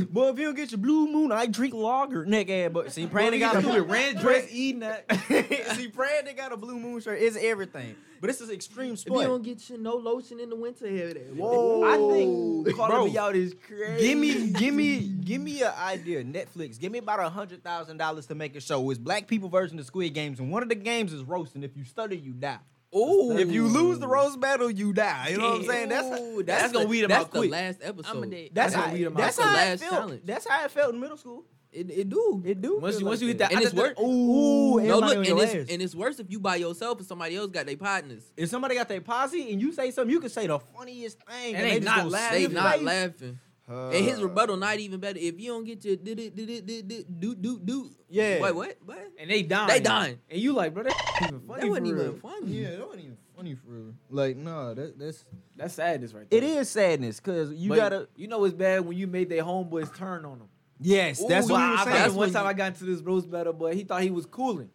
Speaker 3: Boy, if you don't get your blue moon, I drink lager, nigga. But see, Brandon got a
Speaker 1: do it, ran dress eating that.
Speaker 3: see, Brandon got a blue moon shirt. It's everything. But this is extreme
Speaker 2: If you
Speaker 3: sport.
Speaker 2: don't get your no lotion in the winter, here that.
Speaker 3: I think,
Speaker 1: Calling me
Speaker 3: bro,
Speaker 1: out is crazy.
Speaker 3: give me, give me, give me an idea. Netflix, give me about a hundred thousand dollars to make a show. It's black people version of Squid Games, and one of the games is roasting. If you stutter, you die.
Speaker 2: Ooh.
Speaker 3: If you lose the roast battle, you die. You know what I'm
Speaker 2: Ooh,
Speaker 3: saying? That's
Speaker 2: that's,
Speaker 3: that's
Speaker 2: the,
Speaker 3: gonna weed 'em
Speaker 2: that's
Speaker 3: out
Speaker 2: the
Speaker 3: quick.
Speaker 2: last episode.
Speaker 4: I'm a dick.
Speaker 3: that's
Speaker 2: That's
Speaker 3: how
Speaker 2: weed 'em out
Speaker 3: that's
Speaker 2: the
Speaker 3: how I
Speaker 2: last
Speaker 3: felt.
Speaker 2: challenge.
Speaker 3: That's how I felt in middle school.
Speaker 2: It, it do.
Speaker 3: It do.
Speaker 1: Once
Speaker 3: feel
Speaker 1: you once
Speaker 3: like
Speaker 1: you hit
Speaker 3: that.
Speaker 1: that,
Speaker 2: And it's worth.
Speaker 3: Ooh,
Speaker 2: no,
Speaker 3: everybody
Speaker 2: look,
Speaker 3: on
Speaker 2: and
Speaker 3: your
Speaker 2: it's,
Speaker 3: ass.
Speaker 2: and it's worse if you by yourself and somebody else got their partners.
Speaker 3: If somebody got their posse and you say something, you can say the funniest thing,
Speaker 1: And they
Speaker 3: just
Speaker 1: not
Speaker 3: gonna
Speaker 1: laugh.
Speaker 3: say
Speaker 2: They
Speaker 3: it.
Speaker 2: not
Speaker 3: Like,
Speaker 2: laughing. and
Speaker 3: Uh,
Speaker 2: his rebuttal not even better. If you don't get your do do do do do do do do
Speaker 3: Yeah.
Speaker 2: wait what what
Speaker 1: and they dying.
Speaker 2: They dying.
Speaker 1: And you like, bro, that's even funny.
Speaker 2: that wasn't
Speaker 1: for
Speaker 2: even
Speaker 1: real.
Speaker 2: funny.
Speaker 3: Yeah, that wasn't even funny for real. Like, no, that, that's
Speaker 1: That's sadness right there.
Speaker 3: it is sadness because you
Speaker 1: But
Speaker 3: gotta.
Speaker 1: You know it's bad when you made their homeboys turn on them.
Speaker 3: Yes, that's
Speaker 1: Ooh,
Speaker 3: what
Speaker 1: I,
Speaker 3: we were
Speaker 1: I
Speaker 3: saying.
Speaker 1: remember
Speaker 2: That's
Speaker 1: one
Speaker 2: when
Speaker 1: time
Speaker 2: you-
Speaker 1: I got into this roast battle, but he thought he was cooling.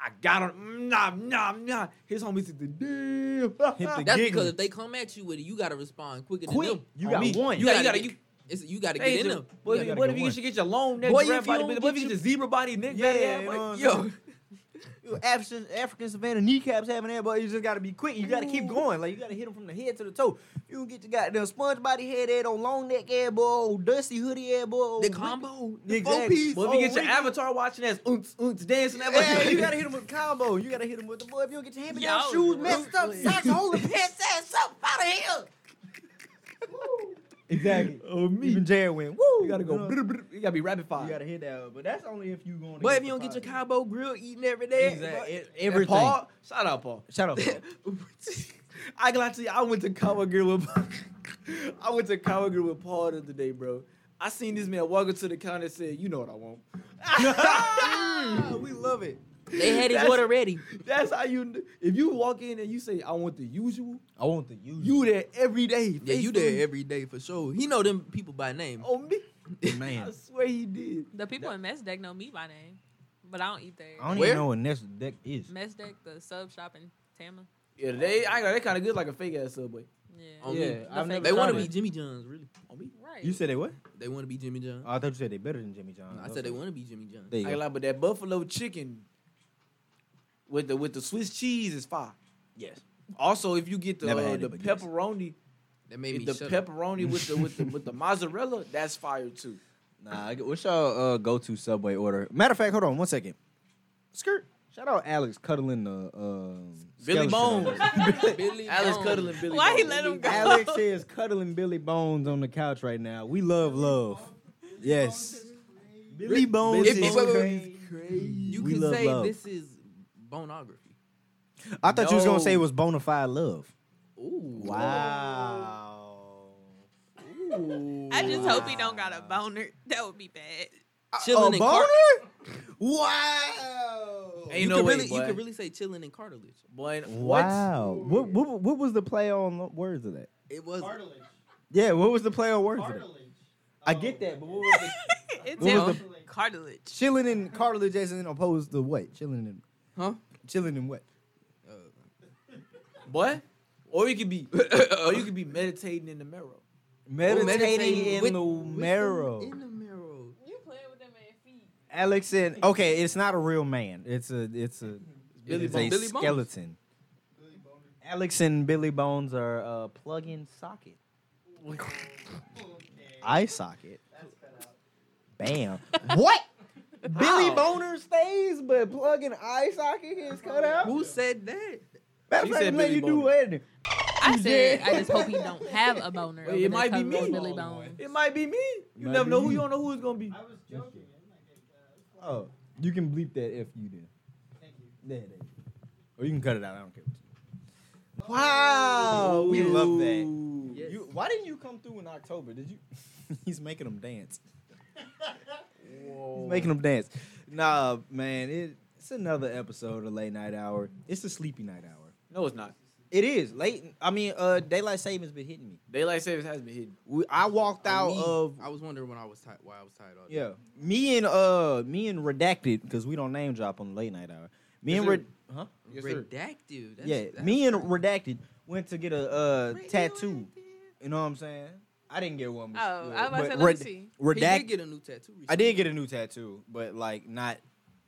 Speaker 1: I got him. Nah, nah, nah. His homies said, "Damn."
Speaker 2: That's
Speaker 3: Giggling.
Speaker 2: because if they come at you with it, you gotta respond quicker
Speaker 3: Quick.
Speaker 2: than them.
Speaker 3: You
Speaker 1: On
Speaker 3: got
Speaker 1: me.
Speaker 3: one.
Speaker 1: You
Speaker 2: gotta,
Speaker 1: gotta- you
Speaker 2: get,
Speaker 1: gotta-
Speaker 2: it's, you gotta
Speaker 1: Hey,
Speaker 2: get in
Speaker 1: just-
Speaker 2: them.
Speaker 1: Boy,
Speaker 3: You gotta
Speaker 1: boy,
Speaker 3: get
Speaker 1: if you
Speaker 3: one.
Speaker 1: should get your long neck,
Speaker 2: Boy,
Speaker 1: rat
Speaker 2: if you
Speaker 1: body,
Speaker 2: don't
Speaker 1: but boy, if you
Speaker 2: get
Speaker 1: get
Speaker 2: your-
Speaker 1: your zebra body neck,
Speaker 3: Yeah,
Speaker 1: yeah,
Speaker 3: you
Speaker 1: boy,
Speaker 3: know what I'm
Speaker 1: yo.
Speaker 3: saying? African, African Savannah kneecaps having that, but you just gotta be quick. You gotta keep going. Like you gotta hit them from the head to the toe. You can get your goddamn sponge body head head on long neck head boy, old dusty hoodie head boy. old
Speaker 2: The
Speaker 3: Rick-
Speaker 2: combo,
Speaker 3: Yeah,
Speaker 2: the four
Speaker 3: exactly.
Speaker 2: piece.
Speaker 1: But if you get your avatar watching as oonts, oonts dancing, that
Speaker 3: Yeah,
Speaker 1: way,
Speaker 3: you gotta hit him with combo. You gotta hit him with the boy. If you don't get your hand down
Speaker 2: Yo,
Speaker 3: shoes messed up, socks holding pants ass up out of here. Exactly.
Speaker 1: Oh, me.
Speaker 3: Even
Speaker 1: You
Speaker 3: Jared went. Woo.
Speaker 1: gotta go.
Speaker 3: You, know,
Speaker 1: brr, brr, You gotta be rapid fire.
Speaker 3: you gotta hit that, but that's only if you going.
Speaker 2: But if you don't get your combo grill eating every day,
Speaker 3: exactly. It-
Speaker 1: And
Speaker 3: everything.
Speaker 1: Paul, shout out, Paul.
Speaker 3: Shut up.
Speaker 1: I got to you, I went to Cowboy Grill with I went to Cowboy Grill with Paul the other day, bro. I seen this man walk up to the counter and said, "You know what I want."
Speaker 3: we love it.
Speaker 2: they had his
Speaker 1: That's-
Speaker 2: order ready.
Speaker 1: That's how you. kn- If you walk in and you say, "I want the usual,"
Speaker 3: I want the usual.
Speaker 1: you there every day.
Speaker 2: Yeah, you
Speaker 1: faithfully.
Speaker 2: there every day for sure. He know them people by name.
Speaker 1: Oh me, I
Speaker 3: man.
Speaker 1: swear he did.
Speaker 4: The people in Mess Deck know me by name, but I don't eat there.
Speaker 3: I don't
Speaker 2: Where?
Speaker 3: even know what next deck is.
Speaker 4: Mess Deck, the sub shop in Tama.
Speaker 1: Yeah, they. I got. They kind of good like a fake ass subway.
Speaker 4: Yeah.
Speaker 2: On me.
Speaker 1: Yeah, I've never
Speaker 2: They want to
Speaker 1: tried
Speaker 2: be
Speaker 1: it.
Speaker 2: Jimmy John's, really.
Speaker 3: Oh,
Speaker 4: Right.
Speaker 3: You said they what?
Speaker 2: They want to be Jimmy John's.
Speaker 3: Oh, I thought you said they better than Jimmy John.
Speaker 2: I said they want to be Jimmy John's.
Speaker 3: Oh, They
Speaker 1: I ain't lie, but that buffalo chicken with the with the Swiss cheese is fire.
Speaker 3: Yes.
Speaker 1: Also, if you get the
Speaker 3: Never
Speaker 1: uh,
Speaker 3: had it,
Speaker 1: the
Speaker 3: but yes.
Speaker 1: pepperoni,
Speaker 2: That made me
Speaker 1: the
Speaker 2: shut up.
Speaker 1: pepperoni with the with the with the mozzarella, that's fire too.
Speaker 3: Nah, I get- what's y'all uh, go-to Subway order? Matter of fact, hold on one second. Skirt. Shout out Alex cuddling the um,
Speaker 1: Billy
Speaker 3: skeleton
Speaker 1: Bones.
Speaker 3: on there.
Speaker 2: Billy
Speaker 1: Alice
Speaker 2: Jones.
Speaker 1: cuddling Billy.
Speaker 4: Why he
Speaker 1: Bones.
Speaker 4: let him go?
Speaker 3: Alex is cuddling Billy Bones on the couch right now. We love love. Yes. Billy Bones
Speaker 2: If-
Speaker 3: is
Speaker 2: if- wait, wait, wait.
Speaker 3: crazy.
Speaker 2: You
Speaker 3: We
Speaker 2: can
Speaker 3: love
Speaker 2: say
Speaker 3: love.
Speaker 2: this is bonography.
Speaker 3: I thought you was gonna say it
Speaker 1: No.
Speaker 3: was bona fide love.
Speaker 2: Ooh.
Speaker 3: Wow.
Speaker 4: I just hope he don't got a boner. That would be bad.
Speaker 2: Chilling
Speaker 3: a
Speaker 2: in
Speaker 3: boner?
Speaker 2: car-
Speaker 3: Wow.
Speaker 1: Ain't
Speaker 2: you
Speaker 1: no
Speaker 2: could
Speaker 1: way,
Speaker 2: really, you
Speaker 1: boy.
Speaker 2: could really say chilling in cartilage.
Speaker 1: Boy, what?
Speaker 3: Wow. What, what what was the play on lo- words of that?
Speaker 2: It was
Speaker 5: Cartilage.
Speaker 3: Yeah, what was the play on words of that?
Speaker 5: Cartilage.
Speaker 3: I
Speaker 5: Oh.
Speaker 3: get that, but what was the
Speaker 4: it's
Speaker 3: What
Speaker 2: was
Speaker 4: in cartilage.
Speaker 3: chilling in cartilage as in opposed to what? Chilling in
Speaker 2: huh? Oh,
Speaker 3: chilling in what?
Speaker 1: Boy? Or you could be or you could be meditating in the mirror.
Speaker 3: Meditating, in
Speaker 2: with-
Speaker 3: the
Speaker 2: with the-
Speaker 3: marrow.
Speaker 2: In the marrow.
Speaker 4: You playing with them man feet.
Speaker 3: Alex said, "Okay, it's not a real man. It's a it's a
Speaker 1: Billy
Speaker 3: it's
Speaker 1: Bones.
Speaker 3: a
Speaker 2: Billy Bones.
Speaker 3: skeleton." Alex and Billy Bones are uh, plug-in socket, eye socket. Bam. what? Billy Boner stays, but plug-in eye socket is cut out.
Speaker 2: Who said that?
Speaker 3: Matter
Speaker 1: She
Speaker 3: of fact,
Speaker 1: said
Speaker 3: let
Speaker 1: Billy
Speaker 3: you do
Speaker 1: Boner.
Speaker 3: it.
Speaker 4: I said I just hope he don't have a boner.
Speaker 1: Well, it
Speaker 4: over
Speaker 1: might
Speaker 4: there
Speaker 1: be
Speaker 4: coming from
Speaker 1: me.
Speaker 4: Billy Bone.
Speaker 1: It might be me. You
Speaker 3: Might
Speaker 1: never
Speaker 3: be
Speaker 1: know who
Speaker 3: you.
Speaker 1: you don't know who it's gonna be.
Speaker 5: I was joking. I'm like, uh,
Speaker 3: Oh, you can bleep that if you do.
Speaker 5: Thank you.
Speaker 3: There, there. Or you can cut it out. I don't care. Wow, Oh, we love that.
Speaker 1: Ooh.
Speaker 2: Yes.
Speaker 3: You, why didn't you come through in October? Did you? He's making them dance.
Speaker 1: Oh.
Speaker 3: He's making them dance. Nah, man, it, it's another episode of Late Night Hour. It's a sleepy night hour.
Speaker 1: No, it's not.
Speaker 3: It is late. I mean, uh, daylight savings been hitting me.
Speaker 1: Daylight savings has been hidden.
Speaker 3: We, I walked
Speaker 2: Oh,
Speaker 3: out
Speaker 2: Me,
Speaker 3: of
Speaker 2: I was wondering when I was tired. Why I was tired all day.
Speaker 3: yeah. Me and uh, me and redacted because we don't name drop on the late night hour. Me
Speaker 1: Yes,
Speaker 3: and
Speaker 1: sir.
Speaker 3: red, huh?
Speaker 1: Yes, sir.
Speaker 2: Redactive. That's,
Speaker 3: yeah,
Speaker 2: that's
Speaker 3: me and redacted went to get a uh
Speaker 2: Radioactive.
Speaker 3: tattoo. You know what I'm saying? I didn't get one.
Speaker 4: Oh,
Speaker 3: but-
Speaker 4: I was about to
Speaker 3: but
Speaker 4: say, let
Speaker 3: red-
Speaker 4: me see.
Speaker 2: He did
Speaker 3: Redact.
Speaker 2: get a new tattoo. Recently.
Speaker 3: I did get a new tattoo, but like not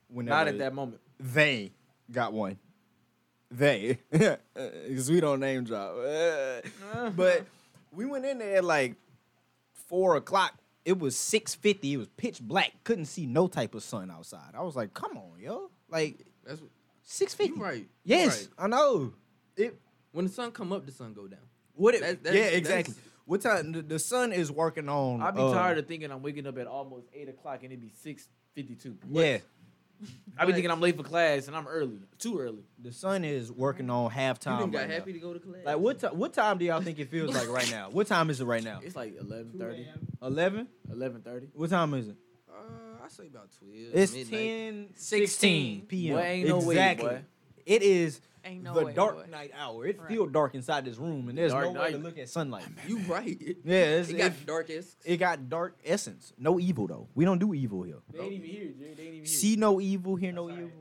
Speaker 3: whenever.
Speaker 1: Not at that moment.
Speaker 3: They got one. They, because we don't name drop. Uh,
Speaker 2: Uh-huh.
Speaker 3: but we went in there at like four o'clock. It was six fifty. It was pitch black. Couldn't see no type of sun outside. I was like, "Come on, yo!" Like
Speaker 2: That's
Speaker 3: six
Speaker 2: you
Speaker 3: fifty.
Speaker 2: right. you
Speaker 3: Yes,
Speaker 2: right.
Speaker 3: I know. it
Speaker 2: When the sun come up, the sun go down.
Speaker 3: what it
Speaker 2: That's- that's-
Speaker 3: yeah
Speaker 2: that's-
Speaker 3: exactly. What time the, the sun is working on?
Speaker 1: I be
Speaker 3: uh,
Speaker 1: tired of thinking I'm waking up at almost eight o'clock and it be six fifty two.
Speaker 3: yeah.
Speaker 1: I be
Speaker 2: What?
Speaker 1: thinking I'm late for class and I'm early, too early.
Speaker 3: The sun is working on
Speaker 2: You
Speaker 3: halftime.
Speaker 2: done got
Speaker 3: Right now.
Speaker 2: happy to go to class.
Speaker 3: Like what? T- what time do y'all think it feels like right now? What time is it right now?
Speaker 1: It's like 11.30,
Speaker 3: 11?
Speaker 1: 11.30.
Speaker 3: What time is it?
Speaker 2: Uh, I say about twelve.
Speaker 3: It's
Speaker 2: midnight.
Speaker 3: 10
Speaker 4: 16.
Speaker 3: p.m.
Speaker 1: Boy, ain't no way,
Speaker 3: exactly.
Speaker 1: boy.
Speaker 3: It is
Speaker 4: Ain't no
Speaker 3: the
Speaker 4: way.
Speaker 3: dark
Speaker 4: boy.
Speaker 3: night hour. It
Speaker 4: Right.
Speaker 3: feel dark inside this room, and there's
Speaker 1: Dark
Speaker 3: no way to
Speaker 1: night.
Speaker 3: look at sunlight.
Speaker 2: You right. It,
Speaker 3: Yeah, it's,
Speaker 2: it
Speaker 3: it,
Speaker 2: got darkest.
Speaker 3: it got dark essence. No evil though. We don't do evil here.
Speaker 1: They ain't even here, Jerry. They ain't even here.
Speaker 3: See no evil, hear no evil.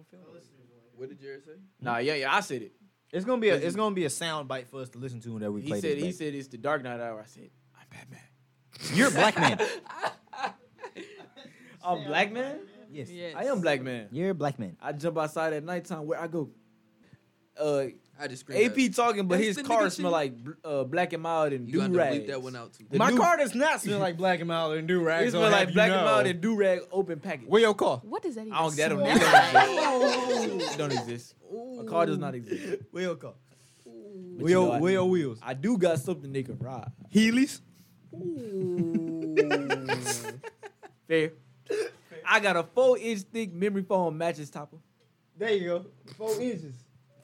Speaker 2: What did Jared say?
Speaker 1: Nah, yeah, yeah, I said it.
Speaker 3: It's gonna be a it's gonna be a sound bite for us to listen to whenever we
Speaker 1: He
Speaker 3: play
Speaker 1: said
Speaker 3: this.
Speaker 1: he
Speaker 3: back.
Speaker 1: said it's the dark night hour. I said, I'm Batman.
Speaker 3: You're a black man.
Speaker 1: I'm black man?
Speaker 3: yes.
Speaker 4: Yes.
Speaker 1: I am black man.
Speaker 3: You're a black man.
Speaker 1: I jump outside at nighttime where I go. Uh,
Speaker 2: I just screamed.
Speaker 1: AP talking, but
Speaker 2: That's
Speaker 1: his
Speaker 2: the
Speaker 1: car
Speaker 2: nigga
Speaker 1: smell
Speaker 2: shit.
Speaker 1: like bl- uh, black and mild and
Speaker 2: You got
Speaker 1: do
Speaker 2: to
Speaker 1: rag.
Speaker 2: bleep that one out too.
Speaker 1: The
Speaker 3: My
Speaker 1: new-
Speaker 3: car does not smell like black and mild and do rags.
Speaker 1: It smell like black and mild and do rag open package.
Speaker 3: Where your car?
Speaker 4: What does that even
Speaker 1: I don't. That don't,
Speaker 4: smell
Speaker 1: that don't exist. It don't exist. A car does not exist.
Speaker 3: Where your car?
Speaker 1: But
Speaker 3: Where
Speaker 1: you
Speaker 3: your,
Speaker 1: know I
Speaker 3: where
Speaker 1: do.
Speaker 3: your wheels?
Speaker 1: I do got something they can ride.
Speaker 3: Heelys. Mm.
Speaker 1: Fair. I got a four inch thick memory foam mattress topper.
Speaker 3: There you go. Four inches.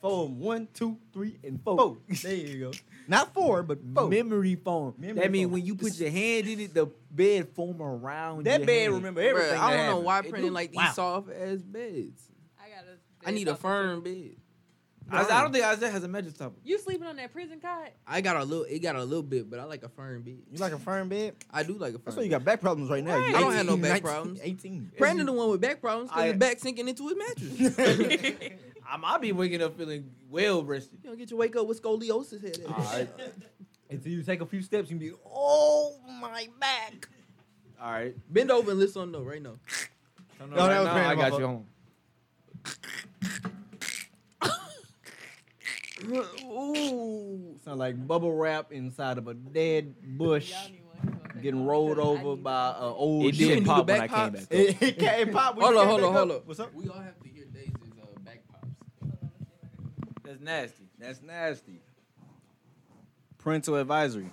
Speaker 3: Four. One, two, three, and four.
Speaker 1: Four.
Speaker 3: There you go. Not four, but four.
Speaker 1: Memory foam.
Speaker 3: Memory
Speaker 1: that mean
Speaker 3: foam.
Speaker 1: when you put your hand in it, the bed foam around
Speaker 3: that
Speaker 1: your
Speaker 3: bed
Speaker 1: hand.
Speaker 3: remember
Speaker 2: Bruh,
Speaker 3: everything.
Speaker 2: I don't know why
Speaker 1: It
Speaker 2: printing
Speaker 1: do-
Speaker 2: like these
Speaker 1: wow.
Speaker 2: soft ass beds.
Speaker 4: I got a.
Speaker 2: I need a firm bed.
Speaker 1: I, I don't think Isaiah has a mattress topper.
Speaker 4: You sleeping on that prison cot?
Speaker 2: I got a little. It got a little bit, but I like a firm bed.
Speaker 3: You like a firm bed?
Speaker 2: I do like a firm.
Speaker 3: That's why you
Speaker 2: bed.
Speaker 3: got back problems right now.
Speaker 4: Right.
Speaker 3: You
Speaker 4: I don't
Speaker 2: have no
Speaker 3: 18,
Speaker 2: back
Speaker 3: 19,
Speaker 2: problems.
Speaker 3: Eighteen.
Speaker 2: Brandon, the one with back problems, cause
Speaker 1: I-
Speaker 2: his back sinking into his mattress. you
Speaker 1: I might be waking up feeling well rested.
Speaker 2: don't get your wake up with scoliosis head.
Speaker 1: All right,
Speaker 3: Until you take a few steps, you be, oh my back.
Speaker 1: all right.
Speaker 2: Bend over and listen though right now.
Speaker 1: No,
Speaker 3: No, that was
Speaker 1: I
Speaker 3: Brandon, my
Speaker 1: got
Speaker 3: fault.
Speaker 1: you home.
Speaker 2: Ooh.
Speaker 3: Sound like bubble wrap inside of a dead bush,
Speaker 4: Y'all need one.
Speaker 3: getting rolled
Speaker 4: I
Speaker 3: over
Speaker 4: need
Speaker 3: by uh,
Speaker 4: one.
Speaker 3: an old.
Speaker 1: It
Speaker 2: You
Speaker 1: did
Speaker 2: can do
Speaker 1: pop
Speaker 2: the
Speaker 1: when
Speaker 2: back
Speaker 1: I came
Speaker 2: pops.
Speaker 1: back.
Speaker 3: It, it, ca- it popped. when
Speaker 2: Hold
Speaker 3: you
Speaker 2: on,
Speaker 3: came
Speaker 2: hold on,
Speaker 3: back
Speaker 2: hold
Speaker 3: up.
Speaker 2: on.
Speaker 3: What's up?
Speaker 2: We all have to hear Daisy's uh, back pops.
Speaker 1: That's nasty.
Speaker 3: That's nasty. Parental advisory.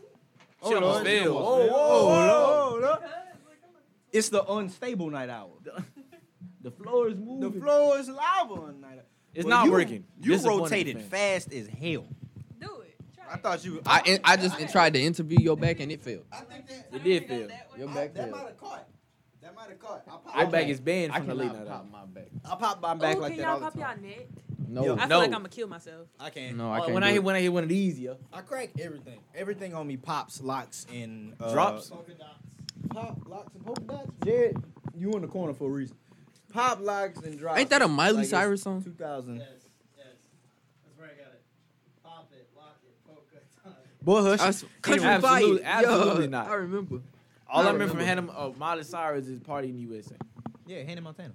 Speaker 1: She almost fell. Whoa,
Speaker 3: whoa, whoa. It's the unstable night hour.
Speaker 1: The floor is moving.
Speaker 3: floor is lava on night hour.
Speaker 1: it's
Speaker 3: Well,
Speaker 1: not
Speaker 3: you-
Speaker 1: working.
Speaker 3: You
Speaker 1: Disappointing
Speaker 3: rotated
Speaker 1: fan.
Speaker 3: fast as hell.
Speaker 4: Do it. Try
Speaker 3: I
Speaker 4: it.
Speaker 3: thought you.
Speaker 2: I in- I just in- tried to interview your back and it failed.
Speaker 3: I think that.
Speaker 1: It did fail.
Speaker 2: Your back failed.
Speaker 3: have caught. That might have caught. I popped
Speaker 1: Your back is banned
Speaker 2: I
Speaker 1: from the late
Speaker 2: cannot
Speaker 1: night.
Speaker 2: pop
Speaker 1: out.
Speaker 2: my back.
Speaker 3: I pop my
Speaker 4: Ooh,
Speaker 3: back
Speaker 4: Oh, can
Speaker 3: like that all
Speaker 4: y'all
Speaker 3: the
Speaker 4: pop y'all
Speaker 3: time.
Speaker 4: neck?
Speaker 2: No,
Speaker 3: Yo.
Speaker 4: I feel
Speaker 1: No.
Speaker 4: like I'm gonna kill myself.
Speaker 3: I can't.
Speaker 2: no, I
Speaker 1: Uh,
Speaker 2: can't.
Speaker 1: when
Speaker 2: do
Speaker 1: I
Speaker 2: it.
Speaker 1: hit when I hit one of these, yeah.
Speaker 3: I crack everything. Everything on me pops, locks, and uh,
Speaker 1: Drops.
Speaker 5: Polka dots.
Speaker 3: Pop locks and polka dots. Jared, you in the corner for a reason. Pop locks and drops.
Speaker 2: Ain't that a Miley
Speaker 3: Like it's
Speaker 2: Cyrus song?
Speaker 3: 2000.
Speaker 5: Yes, yes. That's where I got it. Pop it, lock it, polka dot.
Speaker 3: Boy,
Speaker 2: I
Speaker 3: hush.
Speaker 2: s- country
Speaker 1: absolutely-
Speaker 2: fight.
Speaker 1: absolutely
Speaker 2: Yo,
Speaker 1: not.
Speaker 2: I remember.
Speaker 1: All
Speaker 2: I
Speaker 1: I remember from Hannah,
Speaker 2: remember.
Speaker 1: uh, Miley Cyrus is party in the USA.
Speaker 3: Yeah, Hannah Montana.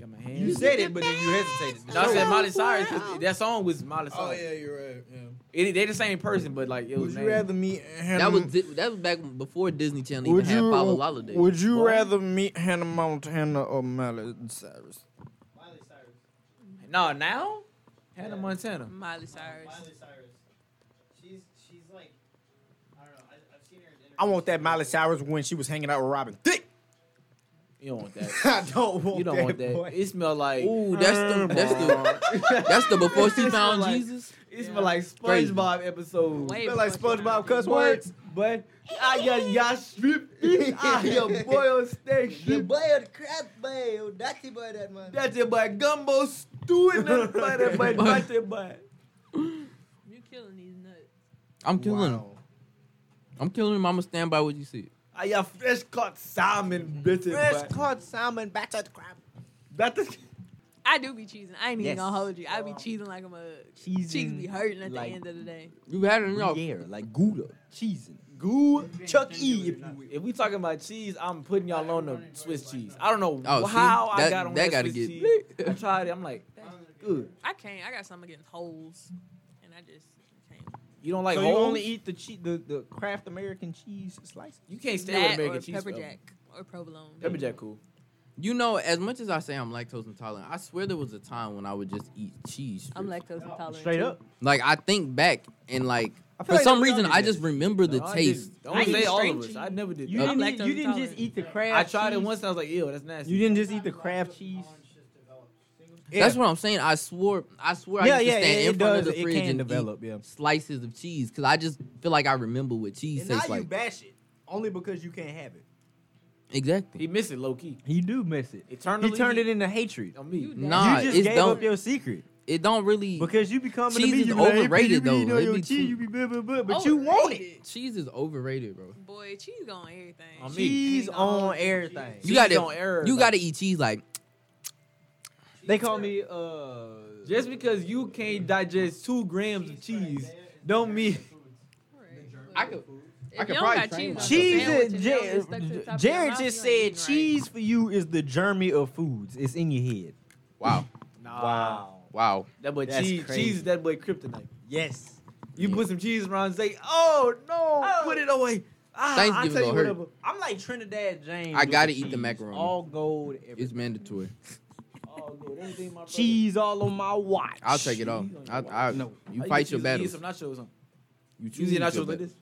Speaker 1: Got my
Speaker 3: You
Speaker 1: hands.
Speaker 3: said it, but then you hesitated.
Speaker 1: No, I said
Speaker 4: Oh,
Speaker 1: Miley Cyrus. 'cause
Speaker 4: wow.
Speaker 1: That song was Miley Cyrus.
Speaker 3: you're right. Oh, Yeah.
Speaker 1: It, they the same person, but like it was
Speaker 3: Would you
Speaker 1: named.
Speaker 3: rather meet Hannah?
Speaker 2: That was di- that was back before Disney Channel
Speaker 3: Would
Speaker 2: even had
Speaker 3: you- uh,
Speaker 2: Paula Holiday.
Speaker 3: Would you
Speaker 1: What?
Speaker 3: rather meet Hannah Montana or Miley Cyrus?
Speaker 5: Miley Cyrus.
Speaker 1: No, now Hannah Montana.
Speaker 4: Miley Cyrus.
Speaker 5: Miley Cyrus. She's she's like I don't know. I, I've seen her. In
Speaker 3: I want that Miley
Speaker 5: interviews.
Speaker 3: Cyrus when she was hanging out with Robin Thicke.
Speaker 1: You don't want that.
Speaker 3: I don't want
Speaker 1: You don't
Speaker 3: that.
Speaker 1: want that.
Speaker 3: boy.
Speaker 1: It smell like
Speaker 2: Ooh, that's the that's the that's the before she
Speaker 1: It's
Speaker 2: found
Speaker 1: like-
Speaker 2: Jesus.
Speaker 1: it
Speaker 5: Yeah.
Speaker 1: smell like
Speaker 2: Crazy.
Speaker 1: SpongeBob episode.
Speaker 4: Way
Speaker 3: Feel like
Speaker 4: before she
Speaker 3: SpongeBob
Speaker 4: found
Speaker 3: cuss
Speaker 4: you.
Speaker 3: words.
Speaker 1: But I got y'all stripped this out here boiled steak
Speaker 3: The
Speaker 1: shit.
Speaker 3: boy, the crap boy, oh, dirty boy, that man.
Speaker 1: That's it, boy. Gumbo stew and nothing but that, boy. That's it, boy.
Speaker 4: You killing these nuts.
Speaker 2: I'm killing him. I'm killing him. I'ma stand by what you said.
Speaker 1: I got fresh caught salmon, bitch.
Speaker 3: Fresh
Speaker 1: Fresh
Speaker 3: caught salmon, battered crab.
Speaker 1: That's it.
Speaker 4: I do be cheesing. I ain't even
Speaker 3: Yes.
Speaker 4: gonna hold you. I be cheesing like I'm a
Speaker 3: Cheesing
Speaker 4: cheeks be hurting at
Speaker 3: like-
Speaker 4: the end of the day.
Speaker 2: You had it enough.
Speaker 3: Yeah, like Gouda, cheesing.
Speaker 1: Goo.
Speaker 3: Chuck E, if you will.
Speaker 1: If we talking about cheese, I'm putting y'all on the Swiss cheese. I don't know
Speaker 2: Oh, see?
Speaker 1: how I
Speaker 2: That-
Speaker 1: got on
Speaker 2: that
Speaker 1: that,
Speaker 2: gotta
Speaker 1: Swiss
Speaker 2: get-
Speaker 1: cheese. I tried it. I'm like,
Speaker 5: I don't know.
Speaker 1: good.
Speaker 4: I can't. I got something against holes, and I just can't.
Speaker 1: You don't like
Speaker 3: so
Speaker 1: holes?
Speaker 3: you only eat the che- the the Kraft American cheese slices?
Speaker 1: You can't stand with
Speaker 4: That
Speaker 1: American
Speaker 4: or
Speaker 1: cheese.
Speaker 4: pepper
Speaker 1: though.
Speaker 4: jack or provolone.
Speaker 1: Pepper jack cool.
Speaker 2: You know, as much as I say I'm lactose intolerant, I swear there was a time when I would just eat cheese. Strips.
Speaker 4: I'm lactose intolerant.
Speaker 5: Straight
Speaker 4: too.
Speaker 5: up.
Speaker 2: Like I think back and like
Speaker 3: I feel
Speaker 2: for
Speaker 3: like
Speaker 2: some
Speaker 3: nobody
Speaker 2: reason
Speaker 3: did
Speaker 2: I
Speaker 3: that.
Speaker 2: just remember the
Speaker 1: No, I
Speaker 2: taste.
Speaker 1: didn't- Don't
Speaker 5: I eat
Speaker 1: say all of us.
Speaker 5: straight
Speaker 1: I never did
Speaker 5: You
Speaker 1: that.
Speaker 5: didn't, eat,
Speaker 4: lactose
Speaker 5: you didn't just
Speaker 4: intolerant.
Speaker 5: eat the crab.
Speaker 1: I tried it
Speaker 5: cheese?
Speaker 1: once. I was like, ew, that's nasty.
Speaker 5: You didn't just eat the crab cheese.
Speaker 2: That's what I'm saying. I swore. I swear. I
Speaker 3: Yeah,
Speaker 2: used
Speaker 3: yeah,
Speaker 2: to stand in
Speaker 3: it,
Speaker 2: front
Speaker 3: it does.
Speaker 2: of the
Speaker 3: It
Speaker 2: fridge
Speaker 3: can
Speaker 2: and
Speaker 3: develop, yeah.
Speaker 2: eat slices of cheese because I just feel like I remember what cheese
Speaker 3: And now
Speaker 2: tastes
Speaker 3: you
Speaker 2: like.
Speaker 3: bash it only because you can't have it.
Speaker 2: Exactly.
Speaker 1: He missed it low key.
Speaker 3: He do miss it.
Speaker 1: Eternally.
Speaker 3: he turned it into hatred.
Speaker 1: on me.
Speaker 4: You
Speaker 2: Nah,
Speaker 3: you just
Speaker 2: it's
Speaker 3: gave
Speaker 2: don't-
Speaker 3: up your secret
Speaker 2: It don't really.
Speaker 3: because you become
Speaker 2: Cheese
Speaker 3: me,
Speaker 2: is
Speaker 3: you be like, hey, P,
Speaker 2: overrated,
Speaker 3: you be eating
Speaker 2: though.
Speaker 3: all
Speaker 2: It
Speaker 3: your
Speaker 2: be
Speaker 3: cheese,
Speaker 2: too-
Speaker 3: you be blah, blah, blah, but you want it.
Speaker 2: cheese is overrated, bro.
Speaker 4: Oh, Boy, cheese on everything.
Speaker 1: On me.
Speaker 3: Cheese
Speaker 4: Ain't
Speaker 3: on
Speaker 4: all-
Speaker 3: everything.
Speaker 2: You got
Speaker 1: Cheese on
Speaker 2: to.
Speaker 1: error,
Speaker 2: You
Speaker 1: though.
Speaker 2: got to eat cheese like.
Speaker 3: They call me uh
Speaker 1: Just because you can't digest two grams of cheese, don't mean
Speaker 4: Right.
Speaker 2: I could.
Speaker 4: If
Speaker 2: I could
Speaker 4: you don't
Speaker 2: probably
Speaker 4: got
Speaker 2: train
Speaker 4: cheese,
Speaker 2: myself.
Speaker 4: on your
Speaker 3: Cheese,
Speaker 4: sandwich
Speaker 3: is,
Speaker 4: and
Speaker 3: Jared,
Speaker 4: you don't just stuck to the top of your
Speaker 3: Jared
Speaker 4: mouth,
Speaker 3: just
Speaker 4: you ain't
Speaker 3: said
Speaker 4: eating
Speaker 3: cheese for you is the germy of foods. It's in your head.
Speaker 2: Wow.
Speaker 1: Nah.
Speaker 2: Wow.
Speaker 1: That boy
Speaker 3: That's
Speaker 1: cheese,
Speaker 3: crazy.
Speaker 1: cheese is that boy kryptonite.
Speaker 3: Yes.
Speaker 1: You
Speaker 2: Yeah.
Speaker 1: put some cheese around and say, oh no, put it away. Ah,
Speaker 2: Thanksgiving
Speaker 1: I'll tell you
Speaker 2: gonna hurt.
Speaker 1: whatever.
Speaker 3: I'm like Trinidad James.
Speaker 2: I
Speaker 3: with
Speaker 2: gotta eat the
Speaker 3: cheese.
Speaker 2: macaroni.
Speaker 3: All gold,
Speaker 2: It's
Speaker 3: everything.
Speaker 2: mandatory.
Speaker 1: Oh, Lord, everything my brother-
Speaker 3: cheese all on my watch.
Speaker 2: I'll take it off.
Speaker 1: Cheese on your
Speaker 2: I,
Speaker 1: watch.
Speaker 2: I,
Speaker 3: No.
Speaker 2: You
Speaker 1: Oh,
Speaker 2: fight
Speaker 1: choose
Speaker 2: your
Speaker 1: to eat
Speaker 2: battles.
Speaker 1: Some nachos. on.
Speaker 2: You
Speaker 1: You
Speaker 2: choose
Speaker 1: see
Speaker 2: your
Speaker 1: nachos like
Speaker 2: battles.
Speaker 1: this?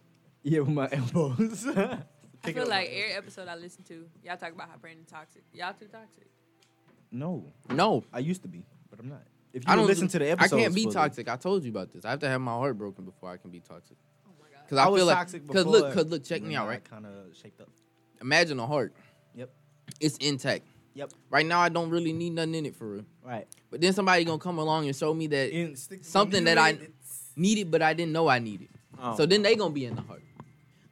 Speaker 3: Yeah, with my elbows.
Speaker 4: I feel like every episode I listen to, y'all talk about how Brandon toxic. Y'all too toxic.
Speaker 3: no,
Speaker 2: No,
Speaker 3: I used to be, but I'm not. If you
Speaker 2: I don't
Speaker 3: listen to the episode,
Speaker 2: I can't be toxic. I told you about this. I have to have my heart broken before I can be toxic.
Speaker 4: Oh my god.
Speaker 2: Cause I,
Speaker 3: I
Speaker 2: feel
Speaker 3: was
Speaker 2: like,
Speaker 3: toxic
Speaker 2: cause look,
Speaker 3: before,
Speaker 2: cause look, check me out, right?
Speaker 3: Kind of shaped up.
Speaker 2: Imagine a heart.
Speaker 3: Yep.
Speaker 2: It's intact.
Speaker 3: Yep.
Speaker 2: Right now, I don't really need nothing in it for real.
Speaker 3: Right.
Speaker 2: But then somebody gonna come along and show me that Something that I- need it, but I didn't know I needed.
Speaker 1: Oh.
Speaker 2: So then they gonna be in the heart.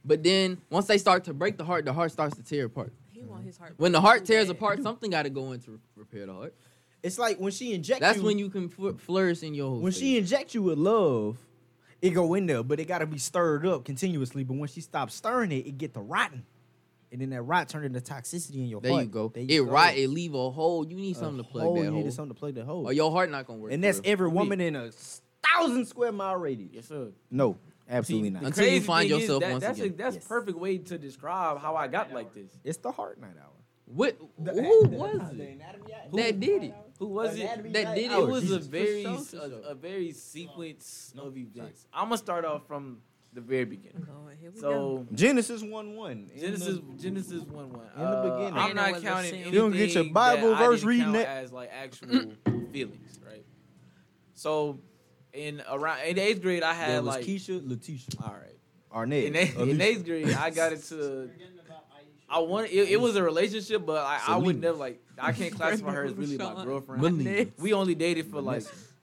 Speaker 2: But then once they start to break the heart, the heart starts to tear apart.
Speaker 4: He want his heart.
Speaker 2: When the
Speaker 4: broken
Speaker 2: heart
Speaker 4: too
Speaker 2: tears
Speaker 4: bad.
Speaker 2: apart, something gotta go in to re- repair the heart.
Speaker 3: It's like when she injects.
Speaker 2: That's when you can fl- flourish in your whole.
Speaker 3: When she
Speaker 2: state.
Speaker 3: inject you with love, it go in there, but it gotta be stirred up continuously. But when she stops stirring it, it get to rotten, and then that rot turn into toxicity in your
Speaker 2: there
Speaker 3: heart.
Speaker 2: you go.
Speaker 3: There
Speaker 2: it
Speaker 3: you go.
Speaker 2: rot. It leave a hole. You need
Speaker 3: A
Speaker 2: something to plug
Speaker 3: hole,
Speaker 2: that
Speaker 3: you
Speaker 2: hole.
Speaker 3: needed something to plug that hole.
Speaker 2: Or your heart not gonna work.
Speaker 3: and
Speaker 2: for
Speaker 3: that's
Speaker 2: real.
Speaker 3: every woman in a s- thousand square mile radius.
Speaker 1: Yes, sir.
Speaker 3: No, absolutely
Speaker 1: The
Speaker 3: not.
Speaker 2: Until you
Speaker 1: crazy
Speaker 2: find
Speaker 1: thing is
Speaker 2: yourself
Speaker 1: that-
Speaker 2: once
Speaker 1: that's
Speaker 2: again.
Speaker 1: A, that's
Speaker 3: Yes.
Speaker 1: perfect way to describe how I got like this.
Speaker 3: It's the heart night hour.
Speaker 2: What? Who was it?
Speaker 3: it?
Speaker 2: That did it.
Speaker 1: Who was
Speaker 3: Anatomy
Speaker 1: it?
Speaker 3: Night
Speaker 1: That did it.
Speaker 3: Owl.
Speaker 1: It was
Speaker 3: Jesus.
Speaker 1: a very
Speaker 2: For
Speaker 1: s-
Speaker 2: sure,
Speaker 1: a,
Speaker 2: for sure.
Speaker 1: a very sequence of events. I'm gonna start off from the very beginning.
Speaker 4: Lord, here we go.
Speaker 1: So
Speaker 3: Genesis one one.
Speaker 1: Genesis Genesis one one. Uh,
Speaker 3: in the beginning.
Speaker 1: I'm
Speaker 4: Man, I
Speaker 1: not
Speaker 4: wasn't
Speaker 1: counting.
Speaker 4: saying-
Speaker 1: Anything
Speaker 4: You
Speaker 3: don't get your Bible
Speaker 1: that I
Speaker 3: verse
Speaker 1: didn't
Speaker 3: reading
Speaker 1: count
Speaker 3: it.
Speaker 1: as like actual feelings, right? So in around in eighth grade, I
Speaker 3: There
Speaker 1: had
Speaker 3: was
Speaker 1: like
Speaker 3: Keisha, oh, Letitia,
Speaker 1: all right.
Speaker 3: Arnett.
Speaker 1: In, eighth, in
Speaker 3: Alicia.
Speaker 1: eighth grade, I got into. I
Speaker 5: I
Speaker 1: wanted it, it was a relationship, but I, I would
Speaker 3: Selena.
Speaker 1: never like I can't classify her as really my
Speaker 4: Sean.
Speaker 1: girlfriend.
Speaker 2: Really?
Speaker 1: We only dated for like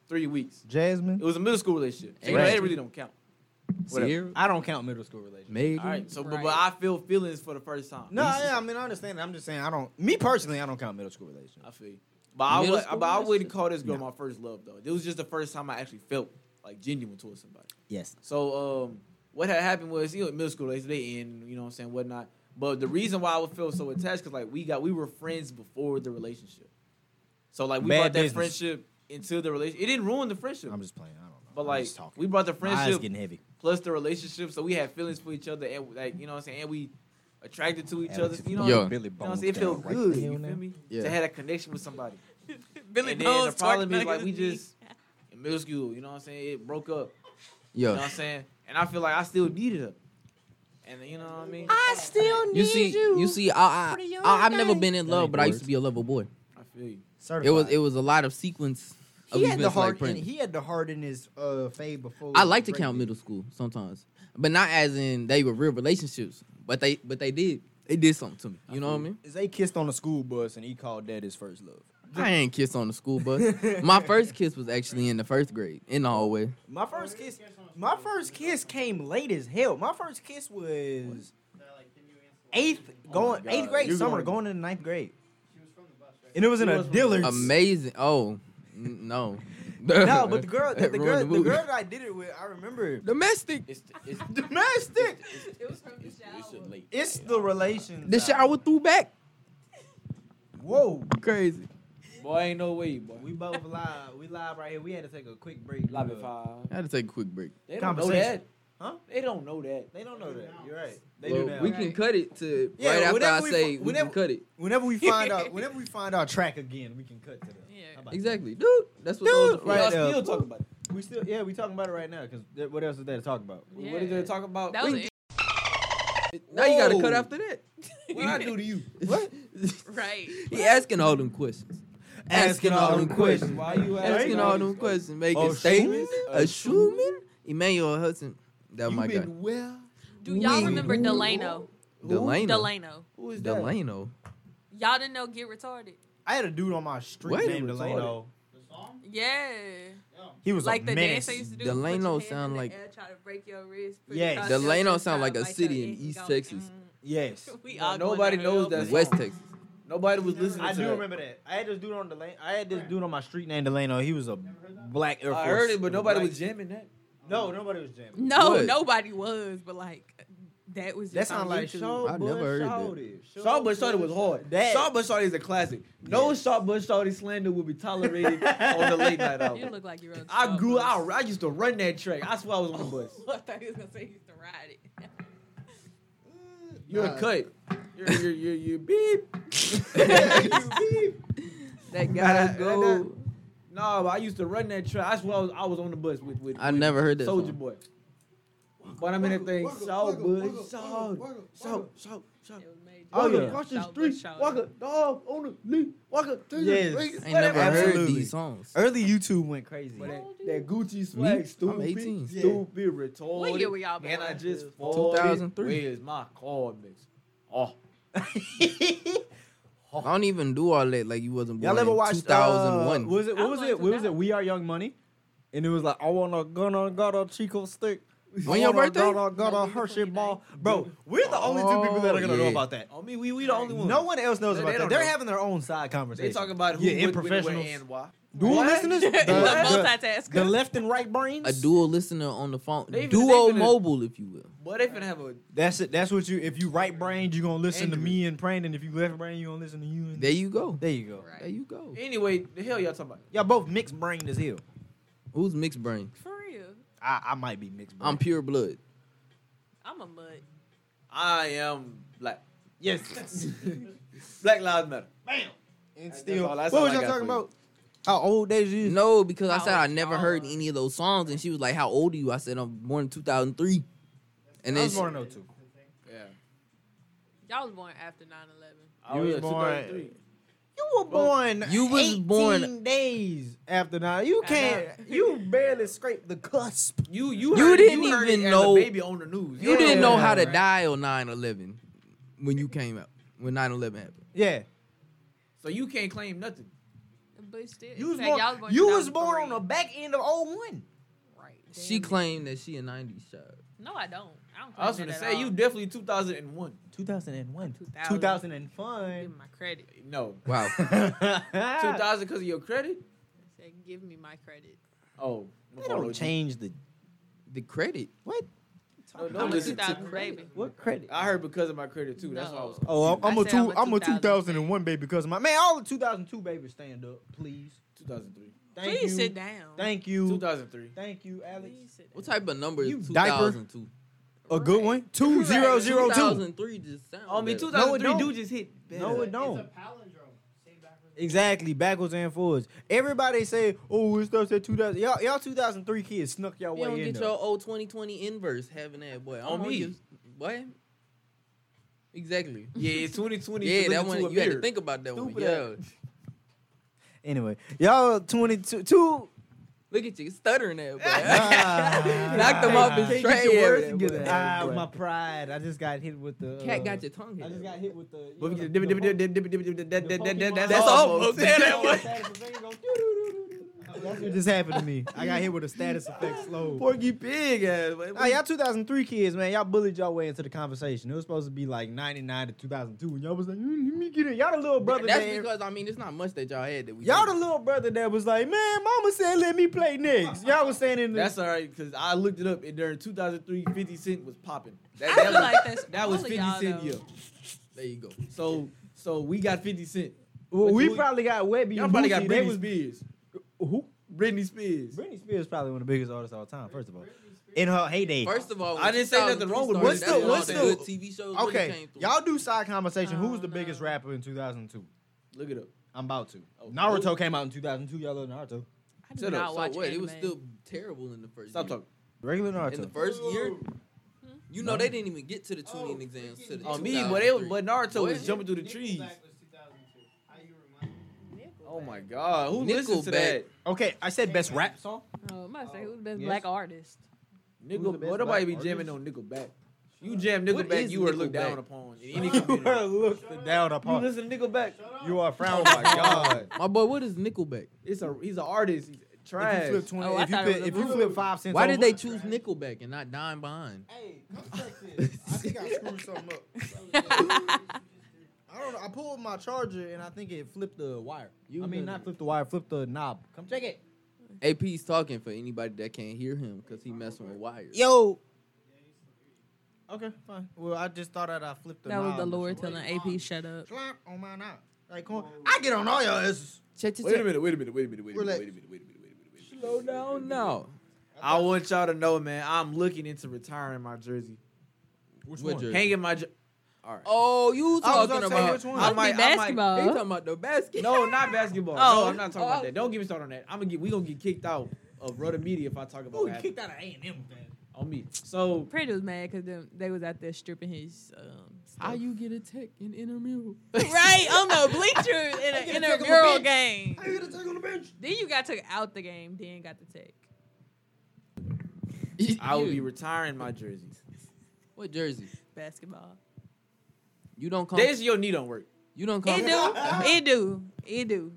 Speaker 1: three weeks. It
Speaker 3: Jasmine.
Speaker 1: was a middle school relationship. So, you know,
Speaker 2: Right.
Speaker 1: they really don't count. Whatever.
Speaker 2: Sierra,
Speaker 3: I don't count middle school relationships.
Speaker 2: Megan.
Speaker 1: All right. So, but, but I
Speaker 4: Right.
Speaker 1: feel feelings for the first time.
Speaker 3: No, yeah, I mean I understand. that. I'm just saying I don't. Me personally, I don't count middle school relationships.
Speaker 1: I feel. You. But I
Speaker 2: Middle
Speaker 1: would,
Speaker 2: school
Speaker 1: but I wouldn't
Speaker 2: relationship?
Speaker 1: call this girl my first love though. It was just the first time I actually felt like genuine towards somebody.
Speaker 3: Yes.
Speaker 1: So um, what had happened was, you know, middle school days they end, you know what I'm saying, whatnot. But the reason why I would feel so attached because like we got we were friends before the relationship. So like we
Speaker 3: Bad
Speaker 1: brought that
Speaker 3: business.
Speaker 1: friendship into the relationship. It didn't ruin the friendship.
Speaker 3: I'm just playing. I don't know.
Speaker 1: but
Speaker 3: I'm
Speaker 1: like
Speaker 3: just
Speaker 1: we
Speaker 3: talking.
Speaker 1: brought the
Speaker 3: My eyes
Speaker 1: friendship
Speaker 3: getting heavy.
Speaker 1: plus the relationship. So we had feelings for each other and like you know what I'm saying, and we attracted to each other.
Speaker 3: Alex,
Speaker 1: You know,
Speaker 2: Yo.
Speaker 1: you know
Speaker 3: Billy
Speaker 1: what I'm
Speaker 3: Bones
Speaker 1: saying? It felt
Speaker 3: down right
Speaker 1: good.
Speaker 3: there
Speaker 1: You
Speaker 3: now.
Speaker 1: feel me?
Speaker 2: Yeah.
Speaker 1: To have a connection with somebody.
Speaker 4: Billy
Speaker 1: and then the
Speaker 4: Bones
Speaker 1: problem
Speaker 4: twerking
Speaker 1: is like we
Speaker 4: his knee.
Speaker 1: just in middle school, you know what I'm saying? It broke up. You know
Speaker 2: yo,
Speaker 1: what I'm saying? And I feel like I still needed her. And you know what I mean?
Speaker 6: I still need
Speaker 2: you see, you see, I,
Speaker 6: for
Speaker 2: I,
Speaker 6: your
Speaker 2: I, I've never
Speaker 6: thing.
Speaker 2: been in
Speaker 3: That
Speaker 2: love,
Speaker 3: ain't
Speaker 2: but I used
Speaker 3: words.
Speaker 2: to be a lover boy.
Speaker 1: I feel you.
Speaker 3: Certified.
Speaker 2: It was, it was a lot of sequence. Of
Speaker 3: He had the
Speaker 2: events like
Speaker 3: heart. in,
Speaker 2: Brandon.
Speaker 3: he had the heart in his uh fade before.
Speaker 2: I like to
Speaker 3: Drake
Speaker 2: count
Speaker 3: did.
Speaker 2: middle school sometimes, but not as in they were real relationships. But they, but they did, they did something to me. You know what I mean?
Speaker 3: Is they kissed on a school bus and he called that his first love.
Speaker 2: I ain't kissed on the school bus. My first kiss was actually in the first grade in the hallway.
Speaker 3: My first kiss. My first kiss came late as hell. My first kiss was eighth going
Speaker 1: God.
Speaker 3: eighth grade
Speaker 1: You're
Speaker 3: summer
Speaker 1: going-
Speaker 3: going into ninth grade,
Speaker 5: She was from the bus, right?
Speaker 3: and it was in
Speaker 1: She
Speaker 3: a
Speaker 1: was-
Speaker 3: Dillard's.
Speaker 2: Amazing. Oh n- no.
Speaker 3: No, but the girl, the,
Speaker 2: That
Speaker 3: the
Speaker 2: ruined
Speaker 3: girl, the,
Speaker 2: mood.
Speaker 3: girl that I did it with, I remember.
Speaker 2: domestic.
Speaker 1: It's the, it's,
Speaker 3: Domestic.
Speaker 4: It was from the
Speaker 1: it's, it's
Speaker 4: shower.
Speaker 1: a late.
Speaker 3: It's the relation.
Speaker 2: The shower threw back.
Speaker 3: Whoa.
Speaker 2: Crazy.
Speaker 1: Boy, ain't no way, boy.
Speaker 3: We both live. We live right here. We had to take a quick break.
Speaker 1: Live at
Speaker 3: Uh,
Speaker 1: five.
Speaker 2: I had to take a quick break.
Speaker 1: They don't know
Speaker 3: Conversation.
Speaker 1: that.
Speaker 3: Huh?
Speaker 1: They don't know that.
Speaker 3: They don't know that. You're right. They
Speaker 2: Well,
Speaker 3: do now.
Speaker 2: we can
Speaker 4: Right.
Speaker 2: cut it to
Speaker 3: Yeah,
Speaker 2: right after
Speaker 3: whenever
Speaker 2: I
Speaker 3: we
Speaker 2: say
Speaker 3: fi-
Speaker 2: we
Speaker 3: whenever-
Speaker 2: can cut it.
Speaker 3: whenever we find out, whenever we find our track again, we can cut to them.
Speaker 4: Yeah.
Speaker 3: How about that?
Speaker 2: Exactly, dude. That's what those
Speaker 3: Dude,
Speaker 2: are
Speaker 3: right
Speaker 1: Y'all
Speaker 2: for.
Speaker 3: there.
Speaker 1: still talking about it.
Speaker 3: We still, yeah, we talking about it right now because what else is there to talk about?
Speaker 1: What are they
Speaker 4: Yeah.
Speaker 1: gonna talk about?
Speaker 4: That was
Speaker 1: What
Speaker 4: it.
Speaker 2: Now you gotta
Speaker 1: Whoa.
Speaker 2: cut after that.
Speaker 1: what I do to you?
Speaker 2: What?
Speaker 4: Right.
Speaker 2: he asking all them questions. Asking all them questions.
Speaker 1: Why you
Speaker 2: Asking all them questions, making
Speaker 3: Assuming?
Speaker 2: statements, assuming. Emmanuel Hudson, that
Speaker 3: You
Speaker 2: Oh my guy.
Speaker 3: been well?
Speaker 4: Do y'all
Speaker 2: We-
Speaker 4: remember Delano?
Speaker 2: Delano.
Speaker 4: Delano.
Speaker 1: Who is that?
Speaker 2: Delano.
Speaker 4: Y'all didn't know Get Retarded?
Speaker 3: I had a dude on my street
Speaker 2: What?
Speaker 3: named
Speaker 1: Retarded.
Speaker 3: Delano.
Speaker 5: The song?
Speaker 4: Yeah.
Speaker 5: Yeah.
Speaker 3: He was
Speaker 4: like
Speaker 3: a
Speaker 4: the
Speaker 3: menace.
Speaker 4: dance they used to do.
Speaker 2: Delano
Speaker 4: put your hand
Speaker 2: sound
Speaker 4: in the
Speaker 2: like-
Speaker 4: air, try to break your wrist.
Speaker 3: Yes.
Speaker 2: Delano sound like a city in East Texas.
Speaker 3: Yes,
Speaker 4: We
Speaker 1: No,
Speaker 4: all going
Speaker 1: nobody
Speaker 4: down
Speaker 1: knows
Speaker 4: the hill.
Speaker 1: that
Speaker 2: West
Speaker 1: song.
Speaker 2: Texas.
Speaker 1: Nobody was listening
Speaker 3: I
Speaker 1: to
Speaker 3: do
Speaker 1: that.
Speaker 3: remember that. I had this dude on Delano. I had this dude on my street named Delano. He was a black Air Force.
Speaker 1: I heard it, but nobody
Speaker 3: black-
Speaker 1: was jamming that.
Speaker 3: No, nobody was jamming.
Speaker 4: No,
Speaker 2: What?
Speaker 4: nobody was, but like that was.
Speaker 3: That
Speaker 4: Just
Speaker 3: sound
Speaker 4: on
Speaker 3: like
Speaker 4: YouTube.
Speaker 3: show.
Speaker 2: I never heard that.
Speaker 3: that.
Speaker 1: Salt but Shorty was hard.
Speaker 3: That-
Speaker 1: Salt but Shorty is a classic. No salt but Shorty slander will be tolerated on the late night
Speaker 4: You
Speaker 1: album.
Speaker 4: look like you're. on
Speaker 1: I
Speaker 4: Star
Speaker 1: grew
Speaker 4: Bus.
Speaker 1: out. I used to run that track. I swear I was on the bus.
Speaker 4: I thought he was gonna say he used to ride it.
Speaker 1: You're a cut. You're you're you're, you're beep. gotta
Speaker 2: That gotta
Speaker 1: go.
Speaker 2: go.
Speaker 1: No, but I used to run that track. That's why I was, I was on the bus with with.
Speaker 2: I
Speaker 1: with
Speaker 2: never heard that
Speaker 1: Soldier
Speaker 2: song.
Speaker 1: Boy. But I'm in that thing. Salt but salt salt salt salt.
Speaker 4: It was major.
Speaker 1: Oh,
Speaker 3: Walker,
Speaker 1: yeah. Across the
Speaker 4: Shout,
Speaker 1: street.
Speaker 4: shout.
Speaker 1: Walker, dog, on the lead. Walker, to the
Speaker 3: Yes.
Speaker 1: street.
Speaker 3: Ain't
Speaker 2: I ain't never heard
Speaker 3: Absolutely.
Speaker 2: these songs.
Speaker 3: Early YouTube went crazy.
Speaker 1: But that,
Speaker 4: old are
Speaker 1: that Gucci swag, stupid,
Speaker 2: I'm 18.
Speaker 1: stupid, retarded.
Speaker 4: What year were y'all born?
Speaker 1: And I just
Speaker 2: 2003.
Speaker 1: 2003. Where's my car mix? Oh,
Speaker 2: I don't even do all that like you wasn't born
Speaker 3: Y'all ever
Speaker 2: in
Speaker 3: watched uh,
Speaker 2: 2001.
Speaker 3: 2001? was it?
Speaker 4: I
Speaker 3: What was
Speaker 4: was
Speaker 3: it? What was
Speaker 4: 2000.
Speaker 3: it? We Are Young Money, and it was like I wanna gonna gotta Chico stick.
Speaker 2: When your birthday?
Speaker 3: Gotta gotta
Speaker 4: November
Speaker 3: Hershey
Speaker 4: 29th.
Speaker 3: ball, bro. We're the only two people that are gonna
Speaker 2: Oh,
Speaker 3: know
Speaker 2: yeah.
Speaker 3: about that.
Speaker 1: on me, we we the only one.
Speaker 3: No one else knows
Speaker 1: They-
Speaker 3: about
Speaker 1: they
Speaker 3: that.
Speaker 1: don't
Speaker 3: They're
Speaker 1: know.
Speaker 3: having their own side conversation.
Speaker 1: They talking about who
Speaker 3: yeah,
Speaker 1: yeah, with, with,
Speaker 3: professionals.
Speaker 1: with and why.
Speaker 3: Dual
Speaker 1: What?
Speaker 3: listeners,
Speaker 1: Yeah.
Speaker 4: The
Speaker 3: the,
Speaker 4: multitasker.
Speaker 3: the, the left and right brains.
Speaker 2: a dual listener on the phone,
Speaker 1: They even- they
Speaker 2: duo
Speaker 1: even-
Speaker 2: mobile, if you will.
Speaker 1: Boy, they finna have a
Speaker 3: That's it. That's what you. If you right brained, you gonna listen to
Speaker 1: Andrew.
Speaker 3: me and Brandon. If you left brained, you gonna listen to you. And
Speaker 2: There you go.
Speaker 3: There you go.
Speaker 2: There you go.
Speaker 1: anyway. The hell y'all talking about?
Speaker 3: Y'all both mixed brained as hell.
Speaker 2: Who's mixed brain?
Speaker 4: For real,
Speaker 3: I, I might be mixed brained.
Speaker 2: I'm pure blood.
Speaker 4: I'm a mud.
Speaker 1: I am black.
Speaker 3: yes.
Speaker 1: Black lives matter. still-
Speaker 3: and still,
Speaker 1: all-
Speaker 3: what
Speaker 1: that's
Speaker 3: was
Speaker 1: all I
Speaker 3: y'all
Speaker 1: got
Speaker 3: talking
Speaker 1: for you.
Speaker 3: about? How old they is?
Speaker 2: No, because I said
Speaker 4: How
Speaker 2: I
Speaker 4: old
Speaker 2: never
Speaker 4: y'all
Speaker 2: heard
Speaker 4: are?
Speaker 2: any of those songs, and she was like, "How old are you?" I said, "I'm born in 2003." And
Speaker 3: I
Speaker 2: then
Speaker 3: was
Speaker 2: she,
Speaker 3: born in 02.
Speaker 1: Yeah.
Speaker 4: Y'all was born after 9/11.
Speaker 1: I
Speaker 3: You was born-
Speaker 1: 2003.
Speaker 3: You were born.
Speaker 2: You was
Speaker 3: 18
Speaker 2: born-
Speaker 3: days after now. You
Speaker 4: I
Speaker 3: can't. You barely scraped the cusp.
Speaker 1: You you
Speaker 2: You
Speaker 1: heard it-
Speaker 2: didn't
Speaker 1: you heard
Speaker 2: even
Speaker 1: it as a
Speaker 2: know-
Speaker 1: baby on the news.
Speaker 2: you
Speaker 1: Yeah.
Speaker 2: didn't know how to
Speaker 1: Right.
Speaker 2: dial 9/11 when you came out when 9/11 happened.
Speaker 3: Yeah.
Speaker 1: So you can't claim nothing.
Speaker 4: But still,
Speaker 3: You was
Speaker 4: in fact,
Speaker 3: born.
Speaker 4: y'all was born.
Speaker 3: you was born on the
Speaker 4: 2003.
Speaker 3: back end of 01.
Speaker 4: Right.
Speaker 2: She
Speaker 4: damn it.
Speaker 2: claimed that she a 90s child.
Speaker 4: No, I don't. I don't.
Speaker 1: I was
Speaker 4: claim
Speaker 1: gonna
Speaker 4: that
Speaker 1: say
Speaker 4: at
Speaker 1: you
Speaker 4: all.
Speaker 1: definitely 2001.
Speaker 3: 2001.
Speaker 4: 2000.
Speaker 3: 2005.
Speaker 4: Give me my credit.
Speaker 1: No,
Speaker 2: Wow.
Speaker 3: Ah.
Speaker 1: 2000 because of your credit.
Speaker 4: I said, give me my credit.
Speaker 1: Oh,
Speaker 3: They don't change the
Speaker 2: the credit.
Speaker 3: what?
Speaker 1: No, no,
Speaker 4: I'm a
Speaker 1: listen to
Speaker 4: 2000 baby.
Speaker 3: What credit?
Speaker 1: I heard because of my credit too. That's why I was.
Speaker 4: No.
Speaker 3: Oh, I'm,
Speaker 4: I
Speaker 3: I'm a
Speaker 4: said
Speaker 3: two.
Speaker 4: I'm a
Speaker 3: I'm a
Speaker 4: 2000
Speaker 3: 2001 baby because my man. All the 2002 babies stand up, please.
Speaker 1: 2003.
Speaker 3: Thank
Speaker 4: Please
Speaker 3: you.
Speaker 4: sit down.
Speaker 3: Thank you.
Speaker 1: 2003.
Speaker 3: Thank you, Alex.
Speaker 4: Please sit down.
Speaker 2: What type of number
Speaker 3: You
Speaker 2: is
Speaker 3: diaper.
Speaker 2: 2002?
Speaker 3: A good one. Two zero zero two.
Speaker 2: 2003 just sounds.
Speaker 1: Oh, I mean,
Speaker 2: better.
Speaker 1: 2003
Speaker 3: don't.
Speaker 1: dude just hit. Better.
Speaker 3: No, it
Speaker 5: It's
Speaker 3: don't.
Speaker 5: a palindrome. Say backwards.
Speaker 3: Exactly, backwards and forwards. Everybody say, "Oh, it starts at 2000." Y'all, y'all 2003 kids snuck y'all
Speaker 2: You don't
Speaker 3: way in.
Speaker 2: get
Speaker 3: there.
Speaker 2: your old 2020 inverse having that boy. I'm
Speaker 1: On
Speaker 2: on,
Speaker 1: me.
Speaker 2: you. What? Exactly.
Speaker 1: Yeah, it's 2020.
Speaker 2: Yeah, that one.
Speaker 1: You
Speaker 2: You had to think about that one.
Speaker 1: Stupid
Speaker 2: Yeah.
Speaker 3: Anyway, y'all 22. Two.
Speaker 2: Look at you stuttering that boy.
Speaker 3: Ah.
Speaker 2: Knocked him off his
Speaker 3: Can't
Speaker 2: tray.
Speaker 3: get your words
Speaker 2: Yeah,
Speaker 3: together.
Speaker 2: boy.
Speaker 3: Ah, my pride. I just got hit with the.
Speaker 2: Cat
Speaker 3: uh,
Speaker 2: got your tongue hit.
Speaker 3: I just got hit with the. you know, the- the Pokemon-
Speaker 1: That's
Speaker 3: That's
Speaker 1: all. That
Speaker 3: Pokemon
Speaker 1: one.
Speaker 3: status effect go doo-doo-doo-doo-doo. That's what just happened to me. I got hit with a status effect slow.
Speaker 1: Porky Pig ass. man.
Speaker 3: Nah, y'all 2003 kids, man, y'all bullied y'all way into the conversation. It was supposed to be like 99 to 2002, and y'all was like, "Mm, "Let me get in." Y'all the little brother.
Speaker 2: That's
Speaker 3: that,
Speaker 2: because I mean, it's not much that y'all had that we.
Speaker 3: y'all the
Speaker 2: didn't.
Speaker 3: little brother that was like, "Man, Mama said let me play next." Y'all was standing. in the-
Speaker 1: That's all right because I looked it up and during 2003, 50 Cent was popping.
Speaker 4: I
Speaker 1: That,
Speaker 4: feel
Speaker 1: that was,
Speaker 4: like that's
Speaker 1: that was
Speaker 4: all of
Speaker 1: 50
Speaker 4: y'all,
Speaker 1: Cent
Speaker 4: though.
Speaker 1: year.
Speaker 2: There you go.
Speaker 1: So so we got 50 Cent.
Speaker 3: well, we
Speaker 1: But you-
Speaker 3: probably got Webby.
Speaker 1: Y'all
Speaker 3: and
Speaker 1: probably got
Speaker 3: Boosie. They
Speaker 1: Britney
Speaker 3: was
Speaker 1: Spears.
Speaker 3: who?
Speaker 1: Britney Spears.
Speaker 3: Britney Spears probably one of the biggest artists of all time. First of all, in her heyday.
Speaker 2: First of all,
Speaker 3: I didn't say nothing wrong with
Speaker 7: What's
Speaker 2: That's
Speaker 7: the-
Speaker 2: when
Speaker 7: what's
Speaker 2: all
Speaker 7: the-
Speaker 2: good TV shows really
Speaker 3: okay,
Speaker 2: came through.
Speaker 3: y'all do side conversation. Who was
Speaker 4: Oh,
Speaker 3: the biggest
Speaker 4: no.
Speaker 3: rapper in 2002?
Speaker 1: Look it up.
Speaker 3: I'm about to.
Speaker 1: Oh,
Speaker 3: Naruto
Speaker 1: who?
Speaker 3: came out in 2002. Y'all love Naruto.
Speaker 4: I do
Speaker 1: Shut up.
Speaker 4: not
Speaker 2: so
Speaker 4: watch
Speaker 2: what? It was
Speaker 4: anime.
Speaker 2: still terrible in the first.
Speaker 1: Stop
Speaker 2: year.
Speaker 1: talking.
Speaker 3: Regular Naruto.
Speaker 2: In the first year, you know
Speaker 3: No.
Speaker 2: they didn't even get to the tuning
Speaker 5: Oh,
Speaker 2: exams.
Speaker 5: freaking
Speaker 2: To the
Speaker 1: On Oh, me, but it,
Speaker 2: 2003.
Speaker 1: but Naruto was
Speaker 2: What?
Speaker 1: jumping through the
Speaker 5: Nickelback
Speaker 1: trees.
Speaker 5: was 2002. How you remind me?
Speaker 1: Oh my god, who listens to
Speaker 2: Nickelback.
Speaker 1: that?
Speaker 3: Okay, I said best rap song.
Speaker 4: Oh, I'm about to say who's the best
Speaker 3: Yes.
Speaker 4: black artist.
Speaker 1: Nickel,
Speaker 3: the best
Speaker 1: well, nobody be
Speaker 3: black
Speaker 1: jamming on Nickelback. You jam
Speaker 2: What
Speaker 1: Nickelback,
Speaker 2: is
Speaker 1: you are looked
Speaker 2: Nickelback?
Speaker 1: down upon in any
Speaker 3: you
Speaker 1: community.
Speaker 3: are looked down
Speaker 1: You
Speaker 3: upon.
Speaker 1: listen to Nickelback?
Speaker 3: You are frowned. Oh my god.
Speaker 2: my boy, what is Nickelback?
Speaker 1: It's a he's an artist. He's trash.
Speaker 3: If you flip, 20,
Speaker 4: Oh, I
Speaker 3: if you
Speaker 4: thought it
Speaker 3: flip,
Speaker 4: was
Speaker 3: if
Speaker 4: a
Speaker 3: you
Speaker 4: blue.
Speaker 3: flip five cents,
Speaker 2: Why did
Speaker 3: over-
Speaker 2: they choose Nickelback and not Dime Behind?
Speaker 5: Hey, come check this. I think I screwed something up.
Speaker 3: I don't know. I pulled my charger and I think it flipped the wire.
Speaker 2: You
Speaker 3: I mean,
Speaker 2: done
Speaker 3: not
Speaker 2: it.
Speaker 3: flip the wire, flip the knob. Come check it.
Speaker 2: AP's talking for anybody that can't hear him because he messing with wires.
Speaker 3: Yo. Okay, fine. Well, I just thought that I flipped the
Speaker 4: That
Speaker 3: knob.
Speaker 4: was the
Speaker 3: or
Speaker 4: Lord
Speaker 3: something.
Speaker 4: telling AP shut up.
Speaker 3: Slap on my knob. Like, come on. I get on all y'all asses.
Speaker 2: Check this
Speaker 1: Wait a
Speaker 2: out.
Speaker 1: minute, wait a minute, wait a minute, wait a minute,
Speaker 3: Relax.
Speaker 1: wait a minute, wait a minute, wait a minute, wait a minute.
Speaker 2: Slow down now.
Speaker 1: I want y'all to know, man. I'm looking into retiring my jersey,
Speaker 3: Which
Speaker 2: What jer-
Speaker 1: hanging my. Jer- All right.
Speaker 2: Oh, you
Speaker 3: I was
Speaker 2: talking
Speaker 3: gonna say
Speaker 2: about?
Speaker 3: which one.
Speaker 1: I
Speaker 4: Must
Speaker 1: might- I might-
Speaker 4: be
Speaker 2: He
Speaker 4: basketball.
Speaker 2: talking about the basket.
Speaker 1: No, not basketball.
Speaker 4: Oh.
Speaker 1: No, I'm not talking about
Speaker 2: Oh.
Speaker 1: that. Don't get me started on that. I'm gonna get. We gonna get kicked out of Rudder Media if I talk about
Speaker 3: Ooh,
Speaker 1: that
Speaker 3: kicked out of A&M, man.
Speaker 1: on me. So
Speaker 4: Pretty was mad because they was out there stripping his. Um,
Speaker 2: How
Speaker 4: stuff.
Speaker 2: you get a tech in intramural?
Speaker 4: right on the bleachers in
Speaker 3: I get to
Speaker 4: an
Speaker 3: take on the
Speaker 4: intramural
Speaker 3: bench.
Speaker 4: game?
Speaker 3: I get to take on the bench.
Speaker 4: Then you got took out the game. Then got the tech.
Speaker 1: I will
Speaker 2: You-
Speaker 1: be retiring my jersey.
Speaker 2: What jersey?
Speaker 4: Basketball.
Speaker 2: You don't come.
Speaker 1: Daisy, your knee don't work.
Speaker 2: You don't
Speaker 4: It
Speaker 2: come.
Speaker 4: do. It do. It do.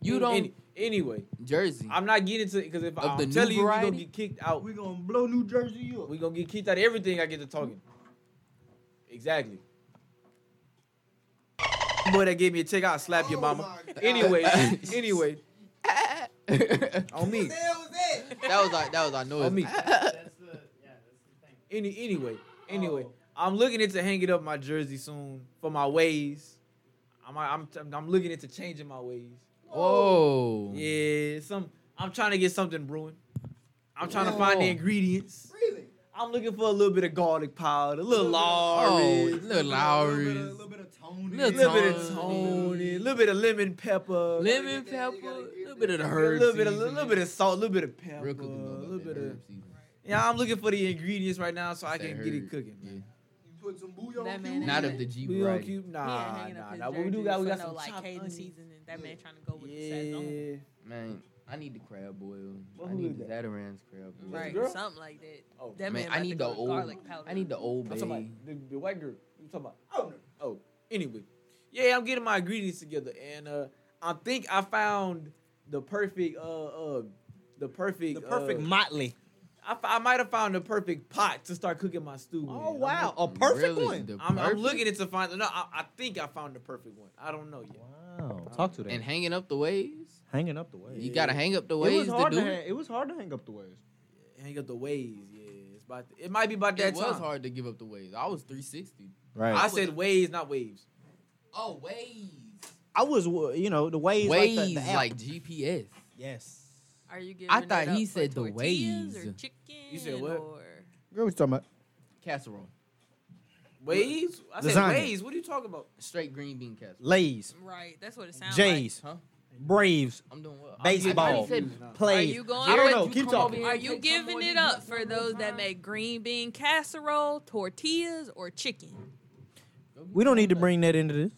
Speaker 2: You don't
Speaker 1: Any- anyway,
Speaker 2: jersey.
Speaker 1: I'm not getting to because if
Speaker 2: Of the
Speaker 1: I'm
Speaker 2: new
Speaker 1: telling you, we gonna
Speaker 2: variety?
Speaker 1: get kicked out.
Speaker 3: We gonna blow New Jersey up.
Speaker 1: We gonna get kicked out of everything I get to talking. Exactly. Boy, that gave me a check. I'll slap your mama. Oh Anyway, anyway,
Speaker 2: that
Speaker 1: on me.
Speaker 2: was our that was our noise.
Speaker 1: On me.
Speaker 5: That's the, yeah, that's the thing.
Speaker 1: Any anyway, anyway, I'm looking into hanging up my jersey soon for my ways. I'm I'm I'm looking into changing my ways.
Speaker 2: Whoa.
Speaker 1: Yeah, some I'm trying to get something brewing. I'm trying to find the
Speaker 2: Oh.
Speaker 1: ingredients.
Speaker 5: Really?
Speaker 1: I'm looking for a little bit of garlic powder, a little
Speaker 2: Oh,
Speaker 1: lorry,
Speaker 2: little
Speaker 3: A
Speaker 2: Lowry's.
Speaker 3: little bit of Tony.
Speaker 1: a little bit of
Speaker 2: Tony.
Speaker 1: Tony, a little bit of lemon pepper,
Speaker 2: Lemon
Speaker 5: You
Speaker 2: pepper,
Speaker 5: gotta get that- you gotta
Speaker 2: a little
Speaker 5: get
Speaker 2: bit of the
Speaker 1: a
Speaker 2: herb
Speaker 1: little bit of a
Speaker 2: seasoning.
Speaker 1: little bit of salt, a little bit of pepper,
Speaker 2: Real
Speaker 1: a
Speaker 2: cooking know about
Speaker 1: little
Speaker 2: that
Speaker 1: bit of.
Speaker 2: herb seasoning.
Speaker 1: Yeah, I'm looking for the ingredients right now so I
Speaker 2: That
Speaker 1: can get
Speaker 2: herb,
Speaker 1: it cooking.
Speaker 2: yeah.
Speaker 1: Man.
Speaker 5: You put some bouillon
Speaker 4: That
Speaker 5: cubes
Speaker 4: man
Speaker 5: in
Speaker 2: Not
Speaker 5: it?
Speaker 2: of the G
Speaker 1: We on
Speaker 2: variety.
Speaker 1: cube, nah,
Speaker 4: hanging
Speaker 1: nah,
Speaker 4: up
Speaker 1: nah.
Speaker 4: his
Speaker 1: But we do
Speaker 4: jersey
Speaker 1: got we
Speaker 4: for
Speaker 1: got
Speaker 4: no,
Speaker 1: some
Speaker 4: like
Speaker 1: chopped
Speaker 4: Cajun
Speaker 1: onions.
Speaker 4: seasoning. That man trying to go with the sazon.
Speaker 1: Yeah.
Speaker 2: Man, I need the crab boil.
Speaker 1: What
Speaker 2: I
Speaker 1: who
Speaker 2: need
Speaker 1: is
Speaker 2: the Zataran's crab boil.
Speaker 4: Right,
Speaker 1: girl?
Speaker 4: something like that.
Speaker 1: Oh,
Speaker 4: That
Speaker 2: Man,
Speaker 4: man,
Speaker 2: I
Speaker 4: about to
Speaker 2: need the
Speaker 4: go with
Speaker 2: old.
Speaker 4: garlic powder.
Speaker 2: I need the old
Speaker 1: I'm talking about
Speaker 2: baby.
Speaker 1: the, the white girl. You talking about? Oh no. Oh, anyway, yeah, I'm getting my ingredients together, and uh, I think I found the perfect uh uh the perfect
Speaker 3: The perfect
Speaker 1: Uh,
Speaker 3: motley.
Speaker 1: I, f- I might have found the perfect pot to start cooking my stew. in.
Speaker 3: Oh
Speaker 1: I'm
Speaker 3: wow,
Speaker 1: look-
Speaker 3: a perfect
Speaker 2: Really,
Speaker 3: one.
Speaker 2: the
Speaker 1: I'm, I'm
Speaker 2: perfect-
Speaker 1: looking into finding. No, I, I think I found the perfect one. I don't know yet.
Speaker 3: Wow, talk to that.
Speaker 2: And hanging up the waves.
Speaker 3: hanging up the waves.
Speaker 2: You gotta hang up the
Speaker 3: it
Speaker 2: waves
Speaker 3: was
Speaker 2: to
Speaker 3: hard
Speaker 2: do
Speaker 3: to
Speaker 2: it.
Speaker 3: hang, it was hard to hang up the waves.
Speaker 1: Hang up the waves. Yeah, it's about. it might be about that
Speaker 2: It was
Speaker 1: time.
Speaker 2: hard to give up the waves. I was 360.
Speaker 3: Right.
Speaker 1: I
Speaker 3: I,
Speaker 1: said waves, not waves.
Speaker 2: Oh, waves.
Speaker 3: I was, uh, you know, the waves.
Speaker 2: Waves
Speaker 3: like, the, the app.
Speaker 2: like GPS.
Speaker 3: yes.
Speaker 4: Are you giving
Speaker 2: I
Speaker 4: it
Speaker 2: thought
Speaker 4: up
Speaker 2: he
Speaker 4: for
Speaker 2: said the
Speaker 4: tortillas
Speaker 2: ways.
Speaker 4: Or chicken
Speaker 1: You said what?
Speaker 4: Or
Speaker 3: Girl, what you talking about?
Speaker 2: Casserole.
Speaker 1: Waves. I said
Speaker 3: Lasagna.
Speaker 1: waves. What are you talking about?
Speaker 2: Straight green bean casserole.
Speaker 3: Lays,
Speaker 4: right, that's what it sounds
Speaker 3: Jays,
Speaker 2: Huh?
Speaker 3: Braves,
Speaker 2: I'm doing well. I
Speaker 3: Baseball.
Speaker 2: thought he said
Speaker 4: like. Are
Speaker 3: plays.
Speaker 4: you going?
Speaker 3: I don't
Speaker 4: with-
Speaker 3: know.
Speaker 2: you
Speaker 3: Keep
Speaker 2: come over
Speaker 3: talking.
Speaker 2: here
Speaker 4: Are
Speaker 2: and
Speaker 4: you
Speaker 2: take some
Speaker 4: giving
Speaker 2: more
Speaker 4: it
Speaker 2: than
Speaker 4: up
Speaker 2: you
Speaker 4: for
Speaker 2: got
Speaker 4: those
Speaker 2: one
Speaker 4: that
Speaker 2: time?
Speaker 4: make green bean casserole, tortillas, or chicken?
Speaker 3: We don't need to bring that into this.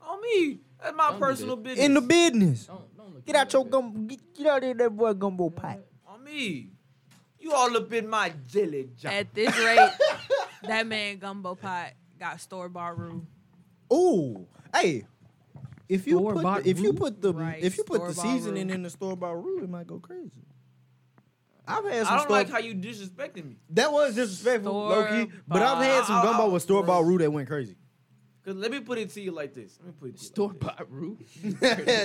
Speaker 1: On me. That's my
Speaker 2: Don't do
Speaker 1: personal
Speaker 2: that.
Speaker 1: business.
Speaker 3: In the business.
Speaker 2: Don't, don't look
Speaker 3: Get out
Speaker 2: at
Speaker 3: your
Speaker 2: me like
Speaker 3: gum. Get, get out of that boy gumbo pot.
Speaker 1: On me. You all up in my jelly jar.
Speaker 4: At this rate, that man gumbo pot got store bought roux.
Speaker 3: Ooh, hey. If you put
Speaker 2: Store-bought
Speaker 3: the, if you
Speaker 2: roux?
Speaker 3: put the
Speaker 4: Right,
Speaker 3: if you put the
Speaker 4: store-bought
Speaker 3: seasoning
Speaker 4: roux.
Speaker 3: in the store bought roux, it might go crazy. I've had
Speaker 1: I
Speaker 3: some
Speaker 1: don't
Speaker 3: store
Speaker 1: like how you disrespecting me.
Speaker 3: that was disrespectful, Loki. But I've had some
Speaker 1: Store-bought
Speaker 3: gumbo with store bought
Speaker 1: roux.
Speaker 3: roux that went crazy.
Speaker 1: Cause let me put it to you like this. Let me put it
Speaker 2: that.
Speaker 1: to you
Speaker 2: Store
Speaker 1: like this.
Speaker 2: bought roux.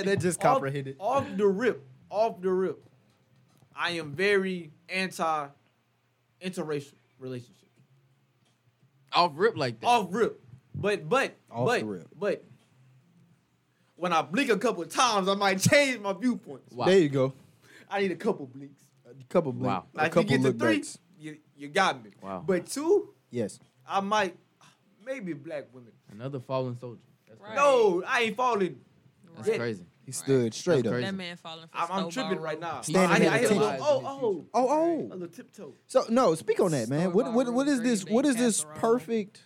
Speaker 3: that just
Speaker 1: Off-
Speaker 3: comprehended.
Speaker 1: Off, the rip. Off the rip. I am very anti interracial relationship.
Speaker 2: Off rip like that.
Speaker 1: Off rip. But but
Speaker 3: Off
Speaker 1: but
Speaker 3: the rip.
Speaker 1: but when I blink a couple of times, I might change my viewpoints.
Speaker 2: Wow.
Speaker 3: There you go.
Speaker 1: I need a couple blinks.
Speaker 3: a couple blink,
Speaker 2: Wow.
Speaker 3: a
Speaker 1: Like, you
Speaker 3: couple
Speaker 1: get to
Speaker 3: look
Speaker 1: three,
Speaker 3: backs.
Speaker 1: you, you got me.
Speaker 2: Wow.
Speaker 1: But two,
Speaker 3: Yes.
Speaker 1: I might, maybe black women.
Speaker 2: Another fallen soldier. That's
Speaker 4: Right.
Speaker 1: No, I ain't falling.
Speaker 2: That's
Speaker 1: Yeah.
Speaker 2: crazy.
Speaker 3: He stood straight up.
Speaker 2: That's
Speaker 4: That
Speaker 2: crazy.
Speaker 4: man falling for
Speaker 1: I'm, I'm
Speaker 4: Snowball
Speaker 1: tripping right
Speaker 4: Road.
Speaker 1: now.
Speaker 3: Standing
Speaker 1: I, I,
Speaker 3: at
Speaker 1: hit a little,
Speaker 2: attention.
Speaker 1: oh, oh,
Speaker 3: Oh,
Speaker 1: a
Speaker 3: oh.
Speaker 1: little tiptoe.
Speaker 3: So no, speak on that, man. What
Speaker 4: Snowball
Speaker 3: what what is
Speaker 4: Road,
Speaker 3: this?
Speaker 4: Green
Speaker 3: What
Speaker 4: Bay
Speaker 3: is this
Speaker 4: Casserole.
Speaker 3: perfect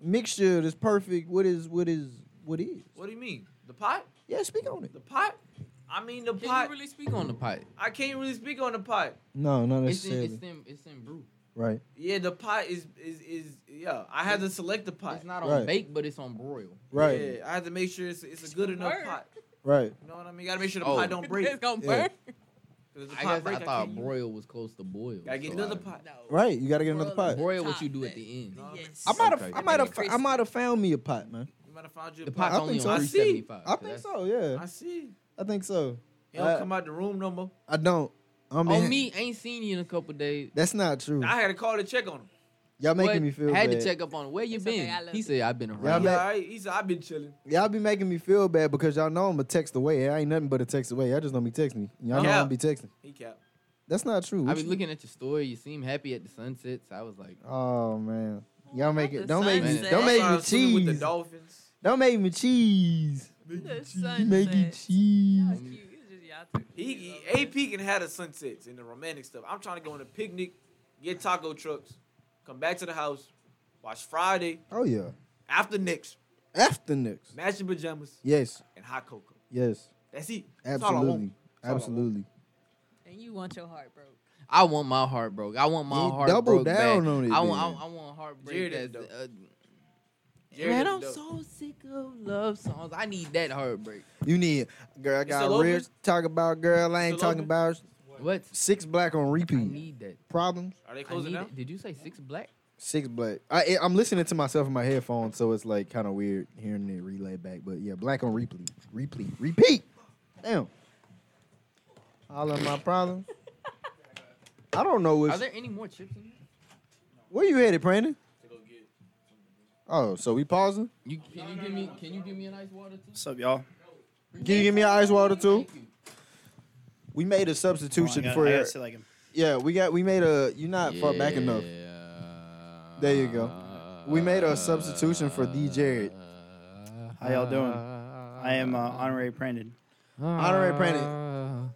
Speaker 3: mixture? This perfect. What is what is what is?
Speaker 1: What do you mean? The pot?
Speaker 3: Yeah, speak on it.
Speaker 1: The pot? I mean the
Speaker 2: Can
Speaker 1: pot.
Speaker 2: you really speak on the pot?
Speaker 1: I can't really speak on the pot.
Speaker 3: No, not
Speaker 2: It's in,
Speaker 3: necessarily.
Speaker 2: it's in, it's in brew.
Speaker 3: right.
Speaker 1: Yeah, the pot is is is yeah. I had to select the pot.
Speaker 2: It's not on
Speaker 3: Right.
Speaker 2: bake, but it's on broil.
Speaker 3: Right.
Speaker 1: Yeah, I had to make sure it's it's a good enough
Speaker 4: Word.
Speaker 1: pot.
Speaker 3: Right.
Speaker 1: You know what I mean? You gotta make sure the
Speaker 2: Oh.
Speaker 1: pot don't break.
Speaker 4: It's gonna
Speaker 3: Yeah.
Speaker 4: burn.
Speaker 1: Cause if the
Speaker 2: I
Speaker 1: pot
Speaker 2: guess
Speaker 1: break,
Speaker 2: I thought
Speaker 1: can't use it.
Speaker 2: broil was close to boil.
Speaker 1: Gotta get
Speaker 2: so
Speaker 1: another
Speaker 2: I-
Speaker 1: pot.
Speaker 3: Right. You got to get another pot.
Speaker 2: Broil what
Speaker 4: Top
Speaker 2: you do at
Speaker 4: that-
Speaker 2: the end.
Speaker 4: Yes.
Speaker 3: I might have
Speaker 2: Okay.
Speaker 3: I might have I might have found me a pot, man.
Speaker 1: You might have found you a
Speaker 2: The
Speaker 1: pot.
Speaker 2: pot's
Speaker 3: I
Speaker 2: only
Speaker 3: think
Speaker 2: on
Speaker 1: so. I
Speaker 2: three
Speaker 1: see.
Speaker 2: seventy five.
Speaker 3: I think so. Yeah.
Speaker 1: I see.
Speaker 3: I think so.
Speaker 1: You don't
Speaker 3: Uh,
Speaker 1: come out the room no more.
Speaker 3: I don't. I mean,
Speaker 2: On me, ain't seen you in a couple days.
Speaker 3: that's not true.
Speaker 1: I had to call to check on him.
Speaker 3: Y'all making
Speaker 2: What?
Speaker 3: me feel
Speaker 2: Had
Speaker 3: bad.
Speaker 2: to check up on where you
Speaker 4: It's
Speaker 2: been.
Speaker 4: okay, I love
Speaker 2: he
Speaker 4: you.
Speaker 2: said I've been
Speaker 3: Yeah,
Speaker 1: Yeah,
Speaker 2: around.
Speaker 3: man.
Speaker 1: all right. he said I've been chilling.
Speaker 3: Y'all be making me feel bad because y'all know I'm a text away. It ain't nothing but a text away. Y'all just don't be texting me. Y'all know
Speaker 1: Yeah.
Speaker 3: I'm be texting.
Speaker 1: He capped.
Speaker 3: That's not true.
Speaker 2: I
Speaker 3: What
Speaker 2: be
Speaker 3: you-
Speaker 2: looking at your story. You seem happy at the sunsets. I was like,
Speaker 3: Oh man. Y'all make
Speaker 4: the
Speaker 3: it don't make me
Speaker 2: sunset.
Speaker 3: don't make me
Speaker 1: Sometimes swimming with the
Speaker 3: cheese.
Speaker 1: dolphins.
Speaker 3: Don't make me cheese.
Speaker 4: The
Speaker 3: Make it
Speaker 4: sunset. Y'all
Speaker 3: cheese.
Speaker 4: was cute. It was just y'all two.
Speaker 1: He, he AP can have the sunsets and the romantic stuff. I'm trying to go on a picnic, get taco trucks, come back to the house, watch Friday
Speaker 3: Oh yeah.
Speaker 1: after next,
Speaker 3: After next.
Speaker 1: matching pajamas
Speaker 3: Yes.
Speaker 1: and hot cocoa.
Speaker 3: Yes.
Speaker 1: That's it. That's all I want.
Speaker 3: Absolutely.
Speaker 1: all I want.
Speaker 3: Absolutely.
Speaker 4: And you want your heart broke.
Speaker 2: I want my heart broke. I want my
Speaker 3: Then
Speaker 2: heart
Speaker 3: double
Speaker 2: broke
Speaker 3: down
Speaker 2: back.
Speaker 3: on it
Speaker 2: I want.
Speaker 3: then.
Speaker 2: I, I want heartbreak.
Speaker 1: Jared is
Speaker 2: That's, uh,
Speaker 1: Jared
Speaker 2: man,
Speaker 1: is
Speaker 2: I'm
Speaker 1: dope.
Speaker 2: so sick of love songs. I need that heartbreak.
Speaker 3: You need girl. I
Speaker 1: still
Speaker 3: got
Speaker 1: open?
Speaker 3: rich. Talk about girl. I ain't
Speaker 1: Still
Speaker 3: talking
Speaker 1: open?
Speaker 3: about
Speaker 2: What?
Speaker 3: six black on
Speaker 2: I
Speaker 3: repeat.
Speaker 2: need that.
Speaker 3: Problems.
Speaker 1: Are they
Speaker 2: I
Speaker 1: closing
Speaker 2: need
Speaker 1: down?
Speaker 2: it. Did you say six black?
Speaker 3: Six black. I, I'm listening to myself in my headphones, so it's like kind of weird hearing it relay back. But yeah, black on repeat. Repeat. Repeat. Damn. All of my problems. I don't know
Speaker 2: Are
Speaker 3: which.
Speaker 2: there any more chips in here?
Speaker 3: Where you headed, Brandon? Oh, so we pausing?
Speaker 2: You can you give me can you give me an ice water too?
Speaker 5: What's up, y'all?
Speaker 3: Can you give me an ice water too?
Speaker 2: Thank you.
Speaker 3: We made a substitution for
Speaker 5: Oh, I gotta sit like him.
Speaker 3: yeah. We got we made a. You're not far back enough. There you go. We made a substitution for D. Jared.
Speaker 5: How y'all doing? I am uh, honorary Brandon.
Speaker 3: Honorary Brandon.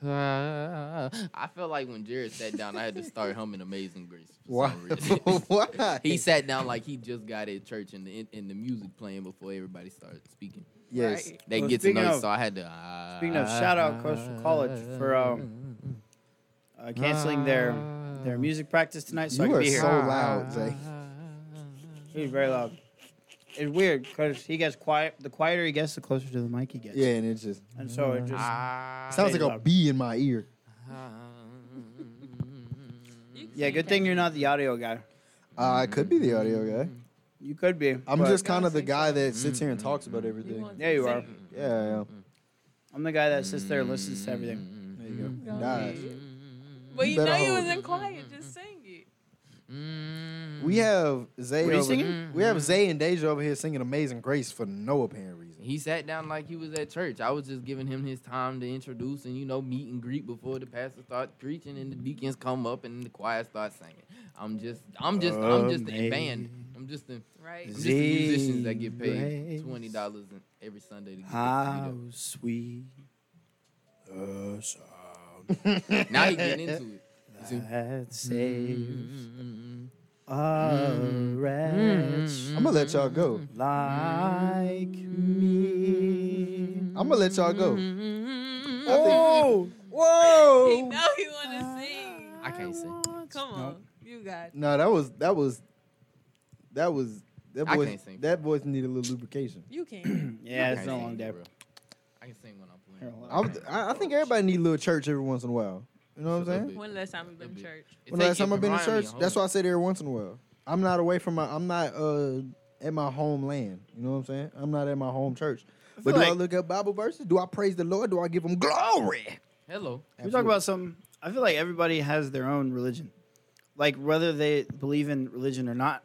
Speaker 2: I felt like when Jared sat down, I had to start humming "Amazing Grace." for
Speaker 3: Why?
Speaker 2: some reason.
Speaker 3: Why?
Speaker 2: he sat down like he just got at church and the and the music playing before everybody started speaking.
Speaker 3: yes.
Speaker 2: They
Speaker 5: Well,
Speaker 2: get to
Speaker 5: speaking
Speaker 2: know,
Speaker 5: of-
Speaker 2: so I had to. Uh,
Speaker 5: Speaking of, shout out Coastal College for um, uh, canceling their their music practice tonight, so I
Speaker 3: you
Speaker 5: could
Speaker 3: are
Speaker 5: be here.
Speaker 3: so loud, Zay.
Speaker 5: he was very loud. It's weird because he gets quiet. The quieter he gets, the closer to the mic he gets.
Speaker 3: Yeah, and it's just
Speaker 5: And so it just
Speaker 2: Ah.
Speaker 3: sounds
Speaker 5: Say
Speaker 3: like a
Speaker 5: loud.
Speaker 3: bee in my ear.
Speaker 4: You
Speaker 5: yeah.
Speaker 4: can-
Speaker 5: Good thing you're not the audio guy.
Speaker 3: Uh, I could be the audio guy.
Speaker 5: You could be.
Speaker 3: I'm
Speaker 5: but
Speaker 3: just kind of the guy that sits here and talks about everything.
Speaker 4: want
Speaker 5: There you are.
Speaker 3: Yeah,
Speaker 5: I'm the guy that sits there and listens to everything.
Speaker 3: yeah. There you go.
Speaker 4: Go
Speaker 3: Nice.
Speaker 4: Well,
Speaker 3: You
Speaker 4: you know
Speaker 3: better
Speaker 4: you
Speaker 3: hold
Speaker 4: was in quiet. Just sing it.
Speaker 2: Mm-hmm.
Speaker 3: We have Zay.
Speaker 5: What are you
Speaker 3: over-
Speaker 5: singing?
Speaker 3: We have Zay and Deja over here singing "Amazing Grace" for no apparent reason.
Speaker 2: He sat down like he was at church. I was just giving him his time to introduce and you know meet and greet before the pastor starts preaching and the deacons come up and the choir starts singing. I'm just, I'm just, I'm just a band. I'm just, a, I'm
Speaker 4: Right.
Speaker 2: just the musicians that get
Speaker 5: Grace.
Speaker 2: paid twenty dollars every Sunday
Speaker 5: Mm.
Speaker 2: to get
Speaker 5: How
Speaker 2: paid.
Speaker 5: sweet. the
Speaker 2: Now he getting into it.
Speaker 5: sound
Speaker 3: Mm-hmm.
Speaker 5: that saves
Speaker 2: Mm,
Speaker 5: a wretch
Speaker 3: I'm gonna let y'all go.
Speaker 5: Mm-hmm. like me.
Speaker 3: I'm gonna let y'all
Speaker 4: Mm-hmm.
Speaker 3: go.
Speaker 2: mm,
Speaker 3: I think-
Speaker 5: Oh.
Speaker 4: He know he want to sing.
Speaker 2: I can't sing.
Speaker 4: Come on, you got.
Speaker 3: No, that was that was that was that
Speaker 2: I
Speaker 3: voice.
Speaker 2: can't sing.
Speaker 3: That voice needed a little lubrication.
Speaker 4: You can.
Speaker 5: Yeah,
Speaker 2: I
Speaker 5: it's
Speaker 2: can't
Speaker 5: been a
Speaker 2: sing,
Speaker 5: long day.
Speaker 2: bro. I can sing when I'm
Speaker 5: Here,
Speaker 2: playing.
Speaker 5: hold
Speaker 3: I,
Speaker 5: on.
Speaker 3: was- I, I think everybody need a little church every once in a while. You know what I'm
Speaker 2: Just a little
Speaker 3: saying?
Speaker 2: bit.
Speaker 4: When last time you been to church?
Speaker 2: It
Speaker 3: When
Speaker 2: take
Speaker 3: last
Speaker 2: you
Speaker 3: time I've
Speaker 2: from
Speaker 3: been to
Speaker 2: Ryan
Speaker 3: church,
Speaker 2: home.
Speaker 3: that's why I said every once in a while. I'm not away from my. I'm not uh at my homeland. You know what I'm saying? I'm not at my home church. But do
Speaker 5: feel
Speaker 3: I
Speaker 5: like-
Speaker 3: look up Bible verses? Do I praise the Lord? Do I give Him glory?
Speaker 2: Hello.
Speaker 5: We talk about some. I feel like everybody has their own religion, like whether they believe in religion or not.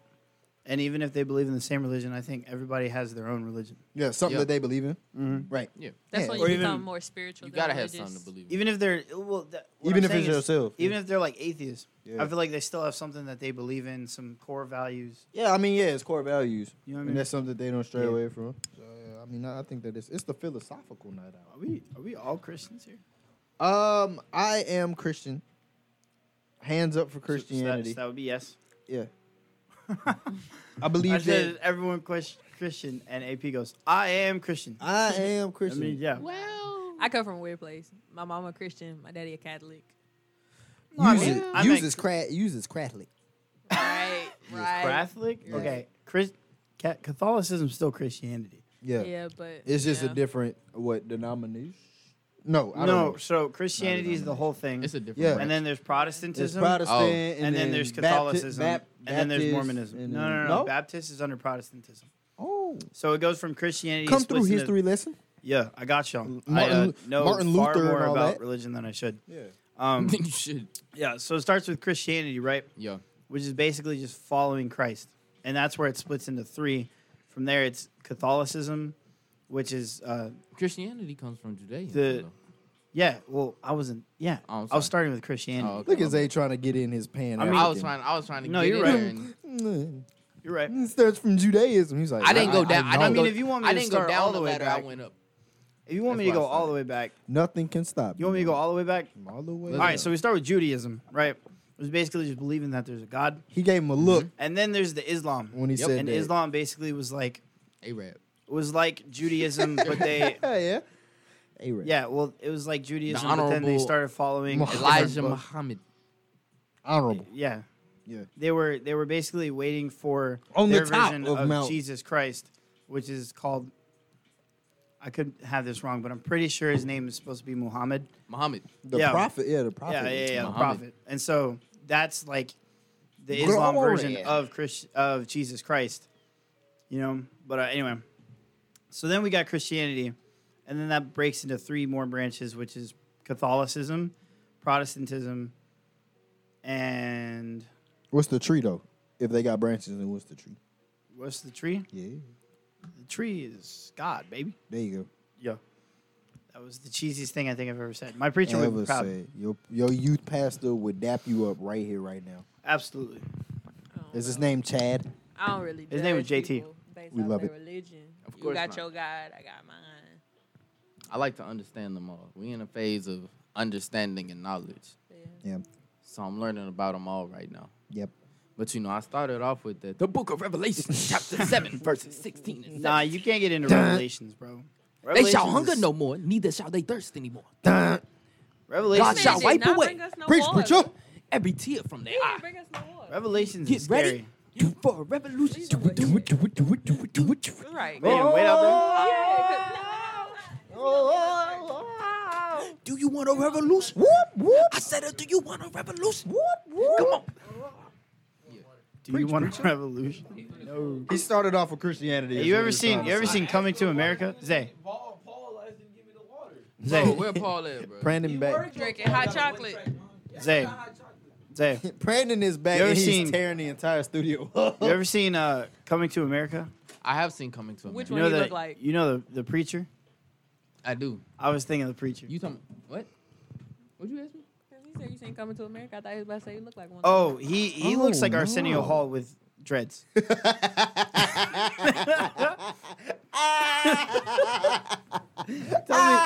Speaker 5: And even if they believe in the same religion, I think everybody has their own religion.
Speaker 3: Yeah, something
Speaker 2: Yeah.
Speaker 3: that they believe in. Mm-hmm.
Speaker 5: Mhm.
Speaker 3: Right.
Speaker 2: Yeah,
Speaker 4: That's
Speaker 3: Yeah,
Speaker 4: when
Speaker 5: or
Speaker 4: you
Speaker 5: even-
Speaker 4: become more spiritual.
Speaker 2: you
Speaker 4: than
Speaker 2: gotta have
Speaker 4: religious.
Speaker 2: something to believe. in.
Speaker 5: Even if they're well, that, what
Speaker 3: Even
Speaker 5: I'm
Speaker 3: if it's
Speaker 5: saying is,
Speaker 3: yourself.
Speaker 5: even if they're like atheists,
Speaker 3: Yeah.
Speaker 5: I feel like they still have something that they believe in, some core values.
Speaker 3: yeah, I mean, yeah, it's core values.
Speaker 5: You know what I
Speaker 3: And
Speaker 5: mean?
Speaker 3: that's something that they don't stray
Speaker 5: Yeah.
Speaker 3: away from. So, yeah, I mean, I I think that it's, it's the philosophical night
Speaker 5: Are we are we all Christians here?
Speaker 3: out. Um, I am Christian. Hands up for
Speaker 5: So- so that-
Speaker 3: Christianity.
Speaker 5: so that would be yes.
Speaker 3: I
Speaker 5: I
Speaker 3: believe
Speaker 5: said
Speaker 3: that
Speaker 5: everyone ques- Christian, and AP goes, I am Christian. I
Speaker 3: I am Christian.
Speaker 5: mean, yeah.
Speaker 4: Well, I come from a weird place. My mama a Christian, my daddy a Catholic.
Speaker 5: No, I
Speaker 3: Use
Speaker 5: mean,
Speaker 3: it-
Speaker 5: I
Speaker 3: use
Speaker 5: meant-
Speaker 3: this cra- use this Catholic.
Speaker 4: Right, right.
Speaker 5: Catholic.
Speaker 4: Yeah.
Speaker 5: Okay, Chris, Ca- Catholicism still Christianity.
Speaker 3: Yeah.
Speaker 4: Yeah, but
Speaker 3: It's just
Speaker 4: yeah.
Speaker 3: a different what denomination? No, I don't
Speaker 5: No,
Speaker 3: know.
Speaker 5: so Christianity is the whole thing,
Speaker 2: It's a different.
Speaker 3: Yeah.
Speaker 2: branch.
Speaker 5: and then there's
Speaker 3: It's
Speaker 5: Protestantism,
Speaker 3: Protestant,
Speaker 2: Oh.
Speaker 3: and,
Speaker 5: and, then, there's
Speaker 3: Bapti-
Speaker 5: Catholicism,
Speaker 3: Bap-
Speaker 5: and then there's
Speaker 3: Baptist,
Speaker 5: Mormonism.
Speaker 3: and
Speaker 5: no,
Speaker 3: then-
Speaker 5: no, no, no. Baptist is under Protestantism.
Speaker 3: oh,
Speaker 5: So it goes from Christianity.
Speaker 3: come
Speaker 5: it
Speaker 3: through
Speaker 5: splits into-
Speaker 3: history lesson.
Speaker 5: Yeah, I got y'all. I uh,
Speaker 3: Martin-
Speaker 5: know
Speaker 3: Martin
Speaker 5: far
Speaker 3: Luther and
Speaker 5: more
Speaker 3: all
Speaker 5: about
Speaker 3: that.
Speaker 5: religion than I should.
Speaker 3: Yeah,
Speaker 5: Um,
Speaker 2: you should.
Speaker 5: yeah, so it starts with Christianity, right?
Speaker 2: Yeah.
Speaker 5: Which is basically just following Christ, and that's where it splits into three. From there, it's Catholicism, which is uh,
Speaker 2: Christianity comes from Judaism.
Speaker 5: The-
Speaker 2: though.
Speaker 5: yeah. Well, I wasn't. Yeah,
Speaker 2: Oh, I'm
Speaker 5: I was
Speaker 2: sorry.
Speaker 5: starting with Christianity.
Speaker 2: Oh, okay.
Speaker 3: look at Zay trying to get in his pan.
Speaker 5: I mean-
Speaker 2: I was trying. I was trying to.
Speaker 5: No,
Speaker 2: get
Speaker 5: you're
Speaker 2: in
Speaker 5: right.
Speaker 2: there and-
Speaker 5: You're right.
Speaker 3: It starts from Judaism. He's like,
Speaker 2: I didn't go down. I, didn't
Speaker 3: know.
Speaker 5: mean,
Speaker 2: go,
Speaker 5: if you want me
Speaker 2: I
Speaker 5: to
Speaker 2: didn't go
Speaker 5: start all
Speaker 2: down
Speaker 5: the
Speaker 2: the
Speaker 5: way
Speaker 2: ladder. I
Speaker 5: back-
Speaker 2: went up.
Speaker 5: If you want me to
Speaker 2: That's
Speaker 5: go
Speaker 2: what I
Speaker 5: all the
Speaker 2: thought.
Speaker 5: way back,
Speaker 3: Nothing can stop.
Speaker 5: you want me to go all the way back?
Speaker 3: all the way?
Speaker 5: All right. So we start with Judaism, right? It was basically just believing that there's a God,
Speaker 3: he gave him a look
Speaker 5: and then there's the Islam.
Speaker 3: when he
Speaker 2: Yep.
Speaker 3: said
Speaker 5: and
Speaker 3: that.
Speaker 5: Islam basically was like
Speaker 2: Arab.
Speaker 5: was like Judaism, but they
Speaker 3: yeah, yeah. Arab.
Speaker 5: yeah, well, it was like Judaism, but then they
Speaker 2: Honorable
Speaker 5: started following a different
Speaker 2: Elijah
Speaker 5: book.
Speaker 2: Muhammad.
Speaker 3: honorable.
Speaker 5: Yeah.
Speaker 3: Yeah.
Speaker 5: They were they were basically waiting for
Speaker 3: On the
Speaker 5: their
Speaker 3: top
Speaker 5: version
Speaker 3: of
Speaker 5: of,
Speaker 3: Mount-
Speaker 5: Jesus Christ, which is called I could have this wrong, but I'm pretty sure his name is supposed to be Muhammad.
Speaker 2: Muhammad.
Speaker 3: The
Speaker 5: Yeah.
Speaker 3: prophet. Yeah, the prophet.
Speaker 5: yeah, yeah, yeah, the
Speaker 2: Muhammad.
Speaker 5: prophet. And so that's like the Islam version
Speaker 3: Glory.
Speaker 5: of Chris of Jesus Christ, you know. But uh, anyway, so then we got Christianity, and then that breaks into three more branches, which is Catholicism, Protestantism, and
Speaker 3: What's the tree though? If they got branches, then what's the tree?
Speaker 5: what's the tree?
Speaker 3: Yeah,
Speaker 5: The tree is God, baby.
Speaker 3: there you go.
Speaker 5: Yeah. That was the cheesiest thing I think I've ever said. My preacher would
Speaker 3: Ever
Speaker 5: be proud.
Speaker 3: said your your youth pastor would dap you up right here, right now.
Speaker 5: Absolutely.
Speaker 4: I don't
Speaker 3: Is his
Speaker 4: know.
Speaker 3: name Chad?
Speaker 4: I don't really.
Speaker 5: His name
Speaker 4: judge
Speaker 5: is JT.
Speaker 4: people Based
Speaker 3: We
Speaker 4: off
Speaker 3: love
Speaker 4: their
Speaker 3: it.
Speaker 4: Religion.
Speaker 2: Of
Speaker 4: you
Speaker 2: course
Speaker 4: got
Speaker 2: not.
Speaker 4: your God. I got mine.
Speaker 2: I like to understand them all. We in a phase of understanding and knowledge,
Speaker 4: Yeah.
Speaker 2: so I'm learning about them all right now.
Speaker 3: Yep.
Speaker 2: But you know, I started off with the, the Book of Revelation, chapter seven, verses sixteen and
Speaker 5: Nah, you can't get into Revelations, bro.
Speaker 2: They shall
Speaker 5: Revelations
Speaker 2: hunger
Speaker 5: is-
Speaker 2: no more, neither shall they thirst anymore.
Speaker 5: Revelations.
Speaker 2: God shall
Speaker 4: did
Speaker 2: wipe
Speaker 4: not
Speaker 2: away
Speaker 4: bring us no
Speaker 2: preach,
Speaker 4: water.
Speaker 3: oh.
Speaker 2: preacher, every tear from their
Speaker 4: He didn't
Speaker 2: eye.
Speaker 4: bring us no water.
Speaker 5: Revelations
Speaker 2: Get
Speaker 5: is
Speaker 2: ready.
Speaker 5: scary.
Speaker 2: Do for a revolution. Do it, do it, do it, do it, do it, do it, do it.
Speaker 4: Right. Oh.
Speaker 5: They didn't wait out there.
Speaker 4: Yeah, 'cause-
Speaker 5: oh.
Speaker 2: Do you want a revolution? Whoop, whoop. I
Speaker 8: uh,
Speaker 2: said, do you want a revolution? Whoop, whoop. Come on.
Speaker 5: Do you want a revolution?
Speaker 3: He started off with Christianity.
Speaker 5: Hey, you ever seen? You ever seen Coming to America? Zay.
Speaker 1: Paul, Paul asked him to give me the water.
Speaker 5: Zay.
Speaker 2: where Paul at, bro?
Speaker 3: Brandon back?
Speaker 4: Drinking hot chocolate.
Speaker 5: Zay. Zay. You
Speaker 3: Brandon is back.
Speaker 5: You
Speaker 3: and
Speaker 5: ever
Speaker 3: he's
Speaker 5: seen-
Speaker 3: tearing the entire studio up.
Speaker 5: ever seen uh, Coming to America?
Speaker 2: I have seen Coming to America.
Speaker 4: Which
Speaker 5: You
Speaker 4: one
Speaker 5: know
Speaker 4: he
Speaker 5: the
Speaker 4: look like?
Speaker 5: you know the, the preacher.
Speaker 2: I do.
Speaker 5: I was thinking of the preacher.
Speaker 2: You talking what? What'd you ask me?
Speaker 4: He said you seen coming to America. I thought he was about to say you look like one.
Speaker 5: Oh, he he looks
Speaker 3: Oh,
Speaker 5: like Arsenio
Speaker 3: no.
Speaker 5: Hall with dreads. tell me,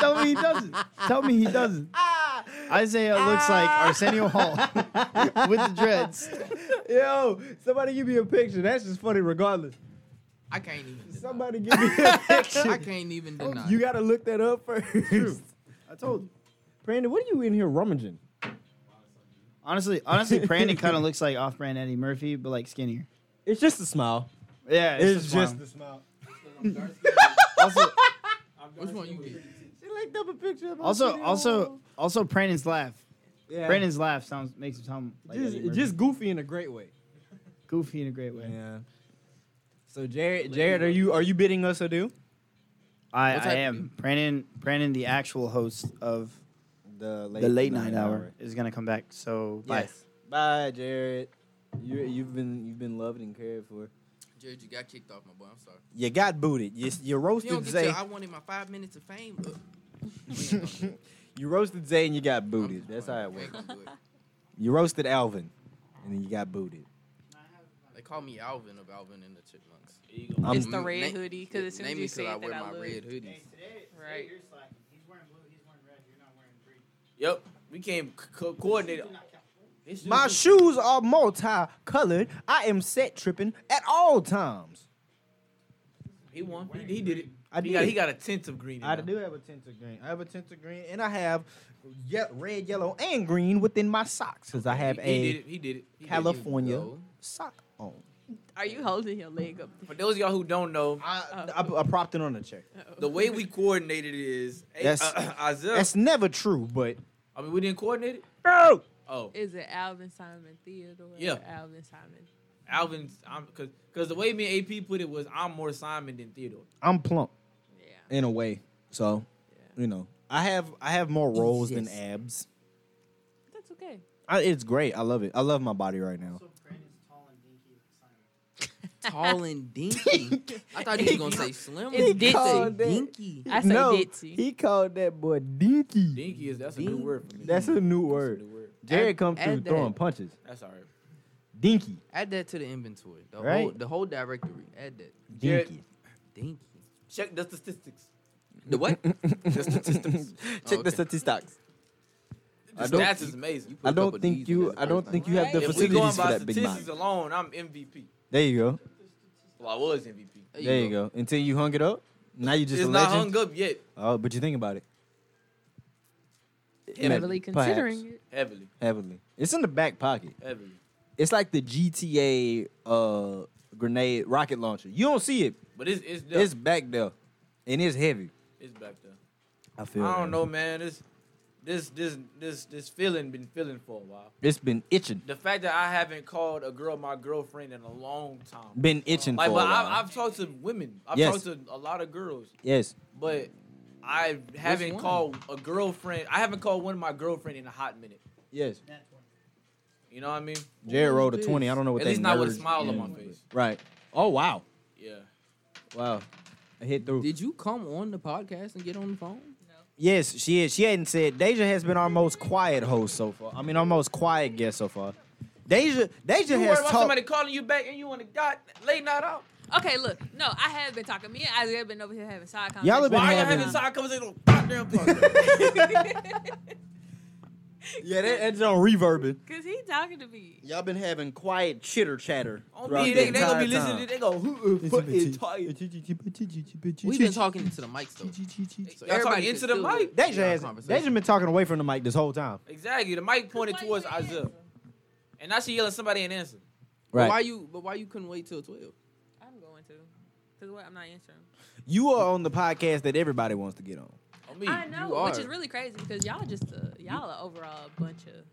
Speaker 5: tell me he doesn't. Tell me he doesn't. Isaiah looks like Arsenio Hall with the dreads.
Speaker 8: Yo, somebody give me a picture. That's just funny, regardless.
Speaker 2: I can't even. Oh, deny.
Speaker 8: Somebody give me a
Speaker 2: I
Speaker 8: picture.
Speaker 2: can't even deny.
Speaker 8: you gotta look that up first.
Speaker 5: I told you.
Speaker 8: Brandon, what are you in here rummaging?
Speaker 5: Honestly, honestly, Brandon kind of looks like off-brand Eddie Murphy, but like skinnier.
Speaker 8: It's just a smile.
Speaker 5: Yeah,
Speaker 8: It's, just
Speaker 5: wild.
Speaker 8: a smile.
Speaker 5: also,
Speaker 2: Which one you get?
Speaker 8: She linked up a picture of my
Speaker 5: also,
Speaker 8: video.
Speaker 5: also, also, Brandon's laugh.
Speaker 8: yeah.
Speaker 5: Brandon's laugh sounds makes him sound like Eddie
Speaker 8: just,
Speaker 5: Murphy.
Speaker 8: just goofy in a great way.
Speaker 5: goofy in a great way.
Speaker 8: Yeah. So Jared, Jared, are you are you bidding us adieu?
Speaker 5: I,
Speaker 2: What
Speaker 5: I
Speaker 2: type-
Speaker 5: am. Brandon, Brandon, the actual host of
Speaker 3: The late,
Speaker 5: the late night hour, is going to come back. So bye.
Speaker 8: Bye, Jared.
Speaker 3: You you've been you've been loved and cared for.
Speaker 2: Jared, you got kicked off, my boy. I'm sorry.
Speaker 3: You got booted. You you
Speaker 2: If you don't
Speaker 3: roasted
Speaker 2: get
Speaker 3: Zay.
Speaker 2: your I wanted my five minutes of fame. Look, we ain't gonna do it.
Speaker 3: you roasted Zay and you got
Speaker 2: I'm
Speaker 3: booted.
Speaker 2: just
Speaker 3: That's
Speaker 2: playing.
Speaker 3: how it
Speaker 2: We ain't
Speaker 3: works.
Speaker 2: gonna do it.
Speaker 3: You roasted Alvin, and then you got booted.
Speaker 2: They call me Alvin of Alvin and the Chipmunks.
Speaker 3: I'm-
Speaker 4: it's the red
Speaker 2: na-
Speaker 4: hoodie because as soon as
Speaker 2: Namely
Speaker 4: you
Speaker 2: 'cause
Speaker 4: said
Speaker 2: I
Speaker 4: that,
Speaker 2: wear
Speaker 4: I
Speaker 2: my
Speaker 4: looked.
Speaker 2: red hoodies.
Speaker 4: Right.
Speaker 5: you're slacking. He's wearing blue. He's wearing red. You're not wearing green.
Speaker 1: Yep, we can't c- co- coordinate. This
Speaker 3: My
Speaker 1: is-
Speaker 3: shoes are multicolored. I am set tripping at all times.
Speaker 1: He won. He, he did it.
Speaker 3: I
Speaker 1: He got,
Speaker 3: did.
Speaker 1: he got a tint of green. in
Speaker 3: I
Speaker 1: him.
Speaker 3: do have a tint of green. I have a tint of green, and I have ye- red, yellow, and green within my socks because I have
Speaker 1: He, he did
Speaker 3: a
Speaker 1: it. He did it. He did it.
Speaker 3: California
Speaker 2: Yo.
Speaker 3: sock on.
Speaker 4: Are you holding your leg up?
Speaker 1: For those of y'all who don't know,
Speaker 3: I,
Speaker 1: uh,
Speaker 3: I, I propped it on the chair.
Speaker 1: the way we coordinated is uh,
Speaker 3: That's-
Speaker 1: Isaiah.
Speaker 3: That's never true, but
Speaker 1: I mean, we didn't coordinate it.
Speaker 3: bro,
Speaker 1: Oh,
Speaker 4: Is it Alvin Simon Theodore? or
Speaker 1: Yeah.
Speaker 4: Alvin Simon.
Speaker 1: Alvin, I'm because because the way me and AP put it was I'm more Simon than Theodore.
Speaker 3: I'm plump
Speaker 4: Yeah.
Speaker 3: in a way. So,
Speaker 4: Yeah.
Speaker 3: you know, I have I have more rolls than
Speaker 2: Yes.
Speaker 3: abs.
Speaker 4: That's okay.
Speaker 3: I, it's great. I love it. I love my body right now.
Speaker 5: Also, Brandon's tall and dinky like Simon.
Speaker 2: Tall and dinky. I thought you was gonna say slim.
Speaker 4: It's
Speaker 2: You say
Speaker 3: called that-
Speaker 2: dinky.
Speaker 4: I say
Speaker 3: no,
Speaker 4: ditzy.
Speaker 3: he called that boy dinky.
Speaker 1: Dinky is that's a new
Speaker 2: Dinky.
Speaker 1: word for me.
Speaker 3: That's a new word. Jared come through
Speaker 2: add that.
Speaker 3: throwing punches.
Speaker 1: That's all right.
Speaker 3: Dinky,
Speaker 2: Add that to the inventory. The whole
Speaker 3: Right.
Speaker 2: the whole directory. Add that.
Speaker 1: Jared-
Speaker 3: dinky.
Speaker 2: Dinky.
Speaker 1: Check the statistics.
Speaker 2: The what?
Speaker 3: the statistics. Check
Speaker 2: okay.
Speaker 3: the statistics.
Speaker 1: The
Speaker 3: I don't-
Speaker 1: stats is amazing.
Speaker 3: I don't think you. I don't think you have the
Speaker 4: Right.
Speaker 1: If we going
Speaker 3: facilities for
Speaker 1: by
Speaker 3: that big
Speaker 1: statistics
Speaker 3: body.
Speaker 1: alone, I'm MVP.
Speaker 3: There you go.
Speaker 1: Well, I was MVP.
Speaker 3: There you go. Until you hung it up. Now you just
Speaker 1: it's
Speaker 3: a
Speaker 1: not
Speaker 3: legend.
Speaker 1: hung up yet
Speaker 3: Oh, but you think about it.
Speaker 1: Yeah,
Speaker 4: Heavily
Speaker 3: Perhaps.
Speaker 4: considering it.
Speaker 1: heavily,
Speaker 3: Heavily. It's in the back pocket.
Speaker 1: heavily.
Speaker 3: It's like the GTA uh grenade rocket launcher. You don't see it.
Speaker 1: But it's it's
Speaker 3: It's
Speaker 1: it's,
Speaker 3: back there. And it's heavy.
Speaker 1: it's back there.
Speaker 3: I feel
Speaker 1: I don't
Speaker 3: that.
Speaker 1: know, man. This this this this this feeling been feeling for a while.
Speaker 3: It's been itching.
Speaker 1: The fact that I haven't called a girl my girlfriend in a long time.
Speaker 3: Been itching
Speaker 1: Like,
Speaker 3: for a
Speaker 1: but
Speaker 3: while.
Speaker 1: I, I've talked to women. I've
Speaker 3: Yes.
Speaker 1: talked to a lot of girls.
Speaker 3: yes.
Speaker 1: but I haven't
Speaker 2: one?
Speaker 1: called a girlfriend. I haven't called one of my girlfriend in a hot minute.
Speaker 3: Yes.
Speaker 5: That's one.
Speaker 1: You know what I mean?
Speaker 3: Jared
Speaker 2: What
Speaker 3: rolled a
Speaker 2: is
Speaker 3: 20. I don't know what
Speaker 1: At
Speaker 3: that
Speaker 1: least not with a
Speaker 3: nerd-
Speaker 1: smile on
Speaker 3: yeah.
Speaker 1: my face.
Speaker 3: Right. Oh wow.
Speaker 1: Yeah.
Speaker 3: Wow. I hit through.
Speaker 2: Did you come on the podcast and get on the phone?
Speaker 3: Yes, she is. She hadn't said. Deja has been our most quiet host so far. I mean, our most quiet guest so far. Deja, Deja
Speaker 1: You worried
Speaker 3: has
Speaker 1: about
Speaker 3: talked.
Speaker 1: somebody calling you back and you want to got late night out?
Speaker 4: Okay, look. No, I have been talking. Me and Isaiah have been over here having side conversations.
Speaker 3: Y'all have been
Speaker 1: Why are you
Speaker 3: having-
Speaker 1: having side conversation on goddamn podcast?
Speaker 3: Yeah, that, that's on reverbing.
Speaker 4: Cause he talking to me.
Speaker 3: Y'all been having quiet chitter chatter.
Speaker 1: On me, they, they gonna be listening. To, they go who the fuck is tired?
Speaker 2: We've been talking to the mics though. So
Speaker 1: Y'all talking
Speaker 2: everybody
Speaker 1: into the
Speaker 2: can still hear
Speaker 1: mic?
Speaker 3: Deja
Speaker 2: our
Speaker 3: has. Deja
Speaker 2: conversation.
Speaker 3: been talking away from the mic this whole time.
Speaker 1: Exactly. The mic pointed
Speaker 4: Why you
Speaker 1: towards
Speaker 4: ain't
Speaker 1: Isaiah,
Speaker 4: answer?
Speaker 1: and now she yelling somebody ain't answer.
Speaker 2: But
Speaker 3: Right.
Speaker 2: Why you? But why you couldn't wait till twelve?
Speaker 4: I'm going to. Cause what? I'm not answering.
Speaker 3: You are on the podcast that everybody wants to get on.
Speaker 1: On me.
Speaker 4: I know, which
Speaker 2: are.
Speaker 4: is really crazy because y'all just uh, y'all are overall a bunch of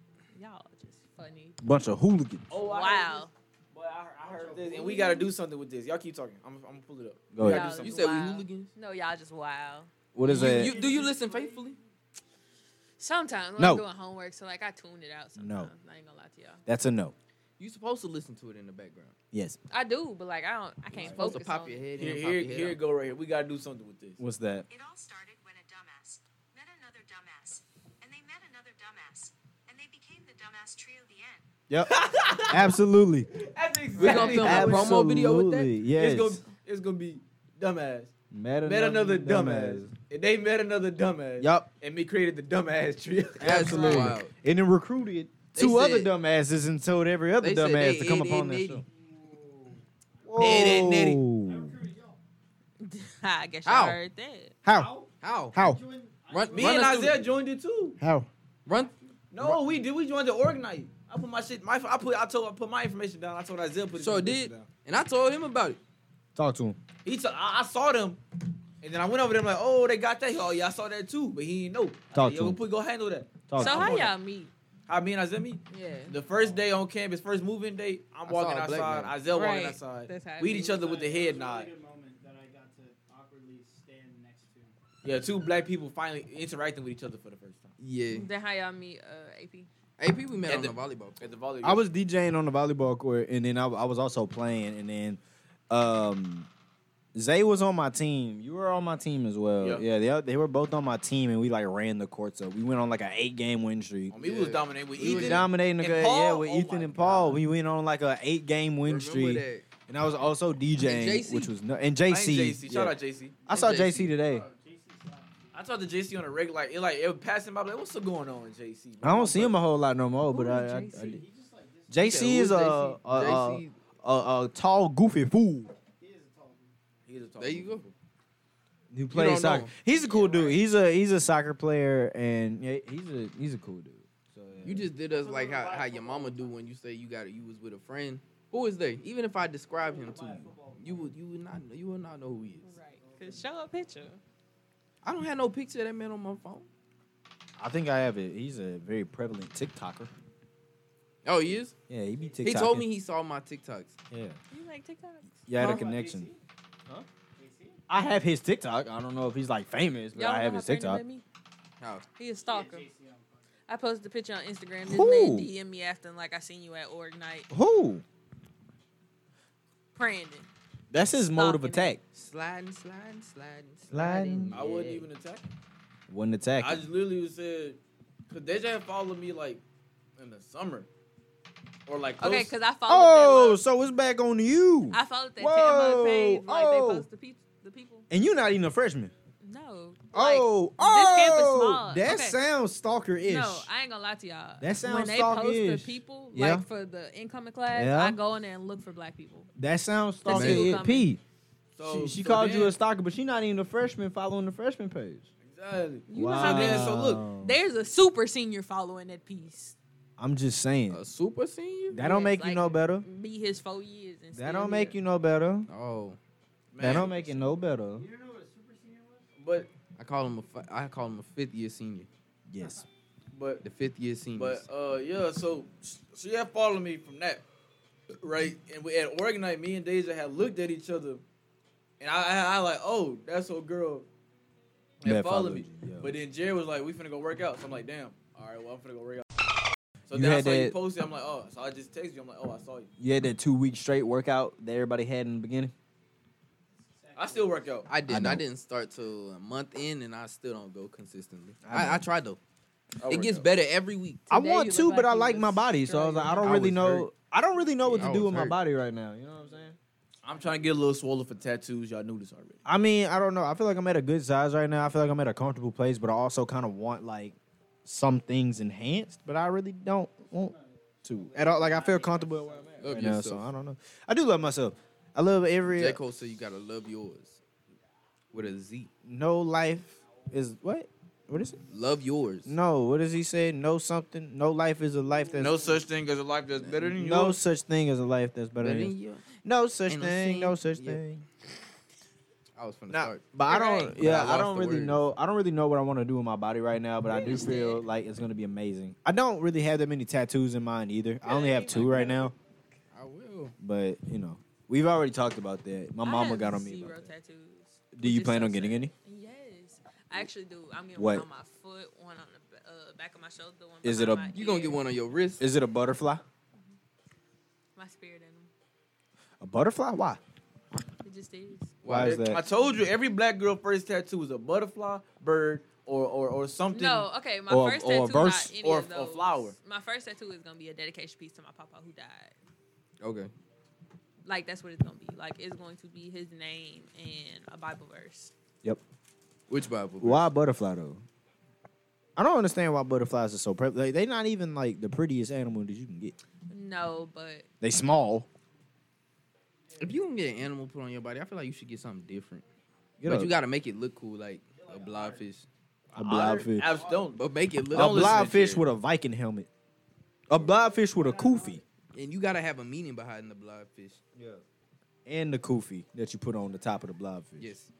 Speaker 4: y'all just funny.
Speaker 3: Bunch of hooligans.
Speaker 1: Oh I heard
Speaker 4: Wow.
Speaker 1: this. Boy, I heard, I heard this, and we gotta do something with this. Y'all keep talking. I'm, I'm gonna pull it up.
Speaker 3: Go
Speaker 1: We
Speaker 3: ahead.
Speaker 1: gotta do something.
Speaker 4: Y'all
Speaker 2: You
Speaker 4: just
Speaker 2: said we
Speaker 4: wild.
Speaker 2: hooligans?
Speaker 4: No, y'all just wow.
Speaker 3: What is that?
Speaker 2: You, do you listen faithfully?
Speaker 4: Sometimes when
Speaker 3: No.
Speaker 4: I'm doing homework, so like I tuned it out. Sometimes.
Speaker 3: No.
Speaker 4: I ain't gonna lie to y'all.
Speaker 3: that's a no.
Speaker 2: You supposed to listen to it in the background.
Speaker 3: Yes.
Speaker 4: I do, but like I don't. I can't
Speaker 2: You supposed
Speaker 4: focus.
Speaker 2: to pop
Speaker 4: on
Speaker 2: your
Speaker 4: it.
Speaker 2: head in
Speaker 1: Here,
Speaker 2: and
Speaker 1: here,
Speaker 2: pop your
Speaker 1: here
Speaker 2: head
Speaker 1: it go right here. We gotta do something with this.
Speaker 3: What's that?
Speaker 8: It all started when a dumbass met another dumbass, and they met another dumbass, and they became the dumbass trio. The end.
Speaker 3: Yep. Absolutely.
Speaker 1: That's
Speaker 2: We're gonna film a promo video with that.
Speaker 3: Absolutely. Yes.
Speaker 1: It's gonna, it's gonna be dumbass.
Speaker 3: Met
Speaker 1: Met another dumbass. And they met another dumbass.
Speaker 3: Yup.
Speaker 1: And we created the dumbass trio.
Speaker 2: That's
Speaker 3: Absolutely.
Speaker 2: wild.
Speaker 3: And then recruited
Speaker 2: They
Speaker 3: two other
Speaker 2: said-
Speaker 3: dumbasses and told every other
Speaker 2: They said they
Speaker 3: dumbass to come
Speaker 2: itty,
Speaker 3: upon their
Speaker 2: itty,
Speaker 3: show.
Speaker 2: itty. Itty, itty.
Speaker 4: I guess y'all
Speaker 2: Ow.
Speaker 4: heard that.
Speaker 3: How?
Speaker 2: How?
Speaker 3: How?
Speaker 2: Run,
Speaker 1: Me
Speaker 2: run
Speaker 1: and
Speaker 2: us through
Speaker 1: Isaiah
Speaker 2: it.
Speaker 1: joined it too.
Speaker 3: How?
Speaker 2: Run.
Speaker 1: No, we did. We joined the org night. I put my shit. My I put. I told. I put my information down. I told Isaiah put. His
Speaker 2: So it
Speaker 1: information
Speaker 2: did.
Speaker 1: Down.
Speaker 2: And I told him about it.
Speaker 3: Talk to him.
Speaker 1: He. T- I, I saw them, and then I went over there. I'm like, oh, they got that. He, Oh yeah, I saw that too. But he didn't know. I
Speaker 3: Talk
Speaker 1: said,
Speaker 3: to
Speaker 1: Yo, go
Speaker 3: him.
Speaker 1: put. Go handle that.
Speaker 3: Talk
Speaker 4: so
Speaker 3: to
Speaker 4: how
Speaker 3: him.
Speaker 1: on.
Speaker 4: y'all meet?
Speaker 1: How me and Isaiah meet.
Speaker 4: Yeah.
Speaker 1: The first day on campus, first moving day, I'm
Speaker 2: I saw
Speaker 1: walking
Speaker 2: a black
Speaker 1: outside.
Speaker 2: man.
Speaker 1: Isaiah walking
Speaker 4: Right.
Speaker 1: outside.
Speaker 4: That's how it
Speaker 1: We eat
Speaker 4: be.
Speaker 1: each other with the head nod.
Speaker 5: Really good moment that I got to awkwardly stand next to.
Speaker 1: Yeah, two black people finally interacting with each other for the first time.
Speaker 2: Yeah.
Speaker 4: Then how y'all meet? Uh, AP.
Speaker 2: AP, we met
Speaker 1: At
Speaker 2: on
Speaker 1: the-
Speaker 2: the volleyball.
Speaker 1: At the volleyball.
Speaker 3: I was DJing on the volleyball court, and then I, I was also playing, and then um, Zay was on my team. You were on my team as well.
Speaker 1: Yeah.
Speaker 3: Yeah, they, they were both on my team, and we like ran the courts up. We went on like an eight game win streak.
Speaker 1: I mean, we was
Speaker 2: Yeah.
Speaker 1: dominating with
Speaker 3: We
Speaker 1: Ethan.
Speaker 3: was dominating the
Speaker 1: and
Speaker 3: good,
Speaker 1: Paul?
Speaker 3: yeah, with
Speaker 1: Oh
Speaker 3: Ethan
Speaker 1: my
Speaker 3: and Paul. We went on like an eight game win
Speaker 2: Remember
Speaker 3: streak,
Speaker 2: that?
Speaker 3: and I was also DJing,
Speaker 2: JC.
Speaker 3: which was no, and
Speaker 1: I
Speaker 3: JC.
Speaker 1: ain't JC. Shout
Speaker 3: yeah.
Speaker 1: out JC.
Speaker 3: I saw
Speaker 2: And JC.
Speaker 3: JC today.
Speaker 1: I talked to JC on a regular, like it like it would pass him by. Like, what's going on, JC?
Speaker 3: I don't see him a whole lot no more, but I, I, I, did. JC is a, a, a, uh,
Speaker 2: JC,
Speaker 3: a, a tall, goofy fool.
Speaker 1: He's a tall
Speaker 2: there you go.
Speaker 3: who plays
Speaker 2: don't know
Speaker 3: soccer.
Speaker 2: him.
Speaker 3: He's a cool dude. He's a he's a soccer player, and yeah, he's a he's a cool dude. So yeah.
Speaker 2: You just did us like how, how your mama do when you say you got you was with a friend. Who is they? Even if I describe him to you, you would you would not know you would not know who he is.
Speaker 4: Right. Cause show a picture.
Speaker 2: I don't have no picture of that man on my phone.
Speaker 3: I think I have it. He's a very prevalent TikToker.
Speaker 2: Oh, he is.
Speaker 3: Yeah, he be TikToking.
Speaker 2: He told me he saw my TikToks.
Speaker 3: Yeah,
Speaker 4: You like TikTok?
Speaker 3: you had
Speaker 2: Huh?
Speaker 3: a connection. I have his TikTok. I don't know if he's like famous, but
Speaker 4: Y'all
Speaker 3: I
Speaker 4: know
Speaker 3: have
Speaker 4: how
Speaker 3: his
Speaker 4: Brandon
Speaker 3: TikTok.
Speaker 4: met me?
Speaker 2: How?
Speaker 4: He a stalker. I posted a picture on Instagram. This
Speaker 3: Who?
Speaker 4: man DM me after like I seen you at org night.
Speaker 3: Who?
Speaker 4: Brandon.
Speaker 3: That's his mode of
Speaker 4: Stalking
Speaker 3: attack.
Speaker 2: Sliding, sliding, sliding,
Speaker 3: Sliding.
Speaker 2: sliding.
Speaker 1: I wouldn't
Speaker 2: yeah.
Speaker 1: even attack. him.
Speaker 3: One attack.
Speaker 1: I just literally said, cause Deja had followed me like in the summer, or like close.
Speaker 4: Okay, because I followed that.
Speaker 3: oh,
Speaker 4: little-
Speaker 3: so it's back on you.
Speaker 4: I followed that
Speaker 3: Whoa,
Speaker 4: Tamug page. Like they
Speaker 3: oh.
Speaker 4: post the, pe- the people.
Speaker 3: and you're not even a freshman.
Speaker 4: No.
Speaker 3: oh,
Speaker 4: this camp is
Speaker 3: oh,
Speaker 4: small.
Speaker 3: That
Speaker 4: Okay.
Speaker 3: sounds stalker-ish.
Speaker 4: Like, no, I ain't gonna lie to y'all.
Speaker 3: That sounds
Speaker 4: When they post the
Speaker 3: stalker-ish.
Speaker 4: people,
Speaker 3: Yeah.
Speaker 4: like for the incoming class,
Speaker 3: Yeah.
Speaker 4: I go in there and look for black people.
Speaker 3: that sounds
Speaker 4: who
Speaker 3: stalker-ish.
Speaker 4: coming.
Speaker 3: P.
Speaker 1: so,
Speaker 3: she she
Speaker 1: so
Speaker 3: called you a
Speaker 1: then-
Speaker 3: stalker, but she not even a freshman following the freshman page.
Speaker 1: Exactly.
Speaker 4: You know how
Speaker 1: So
Speaker 4: many-
Speaker 1: then, so look,
Speaker 4: There's a super senior following that piece.
Speaker 3: I'm just saying
Speaker 2: A super senior?
Speaker 3: that don't
Speaker 4: Yes,
Speaker 3: make you
Speaker 4: like-
Speaker 3: no better.
Speaker 4: Be his four years. And
Speaker 3: That don't make you no better.
Speaker 2: Oh,
Speaker 3: That
Speaker 1: man,
Speaker 3: don't make it no better.
Speaker 1: But
Speaker 2: I call him a fi- I call him a fifth year senior.
Speaker 3: Yes.
Speaker 1: but
Speaker 2: The fifth year senior.
Speaker 1: but uh yeah. So she had followed me from that, right? And we at org night, me and Deja had looked at each other, and I I, I like, oh, that's old girl. That,
Speaker 3: That
Speaker 1: followed
Speaker 3: followed
Speaker 1: me.
Speaker 3: you, yeah.
Speaker 1: But then Jared was like, we finna go work out. So I'm like, damn. All right, well I'm finna go work out. So
Speaker 3: You
Speaker 1: then I
Speaker 3: had
Speaker 1: saw you
Speaker 3: that-
Speaker 1: posted. I'm like, oh. So I just texted you. I'm like, oh, I saw you.
Speaker 3: You had that two week straight workout that everybody had in the beginning.
Speaker 1: I still work out.
Speaker 2: I didn't. I,
Speaker 3: know.
Speaker 2: didn't start till a month in, and I still don't go consistently.
Speaker 3: I
Speaker 2: I,
Speaker 3: know.
Speaker 2: I, tried though.
Speaker 1: I
Speaker 2: it
Speaker 1: work
Speaker 2: gets
Speaker 1: out.
Speaker 2: better every week.
Speaker 3: I
Speaker 4: Today
Speaker 3: want
Speaker 4: you
Speaker 3: to,
Speaker 4: look
Speaker 3: but
Speaker 4: like
Speaker 3: I
Speaker 4: you
Speaker 3: like my
Speaker 4: was
Speaker 3: body, so I was
Speaker 4: struggling.
Speaker 3: like, I don't
Speaker 2: I
Speaker 3: really
Speaker 2: was
Speaker 3: know.
Speaker 2: hurt.
Speaker 3: I don't really know what
Speaker 2: Yeah,
Speaker 3: to
Speaker 2: I
Speaker 3: do
Speaker 2: was
Speaker 3: with my
Speaker 2: hurt.
Speaker 3: body right now. You know what I'm saying?
Speaker 1: I'm trying to get a little swollen for tattoos. Y'all knew this already.
Speaker 3: I mean, I don't know. I feel like I'm at a good size right now. I feel like I'm at a comfortable place, but I also kind of want like some things enhanced, but I really don't want to at all. Like I feel comfortable where I'm at.
Speaker 2: Love
Speaker 3: right now,
Speaker 2: yourself.
Speaker 3: so I don't know. I do love myself. I love every
Speaker 2: J Cole said you gotta love yours with a Z.
Speaker 3: no life is what? What is it?
Speaker 2: Love yours.
Speaker 3: No, what does he say? No something. No life is a life that's
Speaker 1: no such thing as a life that's better than
Speaker 3: no
Speaker 1: yours.
Speaker 3: such thing as a life that's better
Speaker 2: Better
Speaker 3: than
Speaker 2: than
Speaker 3: yours.
Speaker 2: you.
Speaker 3: No such
Speaker 2: Ain't no
Speaker 3: thing. No
Speaker 2: sin.
Speaker 3: such
Speaker 2: Yeah.
Speaker 3: thing.
Speaker 2: I was finna
Speaker 3: Nah,
Speaker 2: start.
Speaker 3: but I
Speaker 4: Right.
Speaker 3: don't.
Speaker 2: But I
Speaker 3: Yeah, I,
Speaker 2: lost
Speaker 3: don't
Speaker 2: the
Speaker 3: really
Speaker 2: words.
Speaker 3: know. I don't really know what I want to do with my body right now, but I do feel like it's gonna be amazing. I don't really have that many tattoos in mind either. I only have two right now,
Speaker 2: I will.
Speaker 3: but you know, we've already talked about that. My
Speaker 4: I
Speaker 3: mama
Speaker 4: have
Speaker 3: got on me.
Speaker 4: Zero
Speaker 3: about that.
Speaker 4: tattoos.
Speaker 3: Do
Speaker 4: which
Speaker 3: you
Speaker 4: is
Speaker 3: plan
Speaker 4: so
Speaker 3: on getting
Speaker 4: sad.
Speaker 3: any?
Speaker 4: Yes, I actually do. I'm getting
Speaker 3: What?
Speaker 4: one on my foot, one on the b- uh, back of my shoulder, one.
Speaker 3: Is
Speaker 4: behind
Speaker 3: it a-
Speaker 4: My
Speaker 2: You gonna
Speaker 4: ear,
Speaker 2: get one on your wrist?
Speaker 3: Is it a butterfly?
Speaker 4: My spirit animal.
Speaker 3: A butterfly? Why?
Speaker 4: It just is.
Speaker 3: Why is
Speaker 1: I
Speaker 3: that?
Speaker 1: told you every black girl first tattoo is a butterfly, bird, or or, or something.
Speaker 4: No, okay. My
Speaker 3: Or-
Speaker 4: first
Speaker 3: or a verse,
Speaker 4: tattoo, not any
Speaker 1: or-
Speaker 4: of
Speaker 1: or
Speaker 4: those.
Speaker 1: flower.
Speaker 4: My first tattoo is gonna be a dedication piece to my papa who died.
Speaker 2: Okay.
Speaker 4: Like that's what it's gonna be. Like it's going to be his name and a Bible verse.
Speaker 2: Which Bible? verse?
Speaker 3: Why butterfly though? I don't understand why butterflies are so pre- like they're not even like the prettiest animal that you can get.
Speaker 4: No, but
Speaker 3: They small.
Speaker 2: If you can get an animal put on your body, I feel like you should get something different.
Speaker 3: Get
Speaker 2: but
Speaker 3: a-
Speaker 2: you gotta make it look cool, like a blobfish.
Speaker 3: a
Speaker 1: Otter-
Speaker 3: blobfish.
Speaker 1: abs- don't.
Speaker 2: But make it
Speaker 3: A
Speaker 2: look.
Speaker 1: Don't listen to
Speaker 3: blobfish
Speaker 1: Jared.
Speaker 3: with a Viking helmet. A blobfish with a kufi.
Speaker 2: and you gotta have a meaning behind the blobfish.
Speaker 3: and the kufi that you put on the top of the blobfish.
Speaker 2: Yes.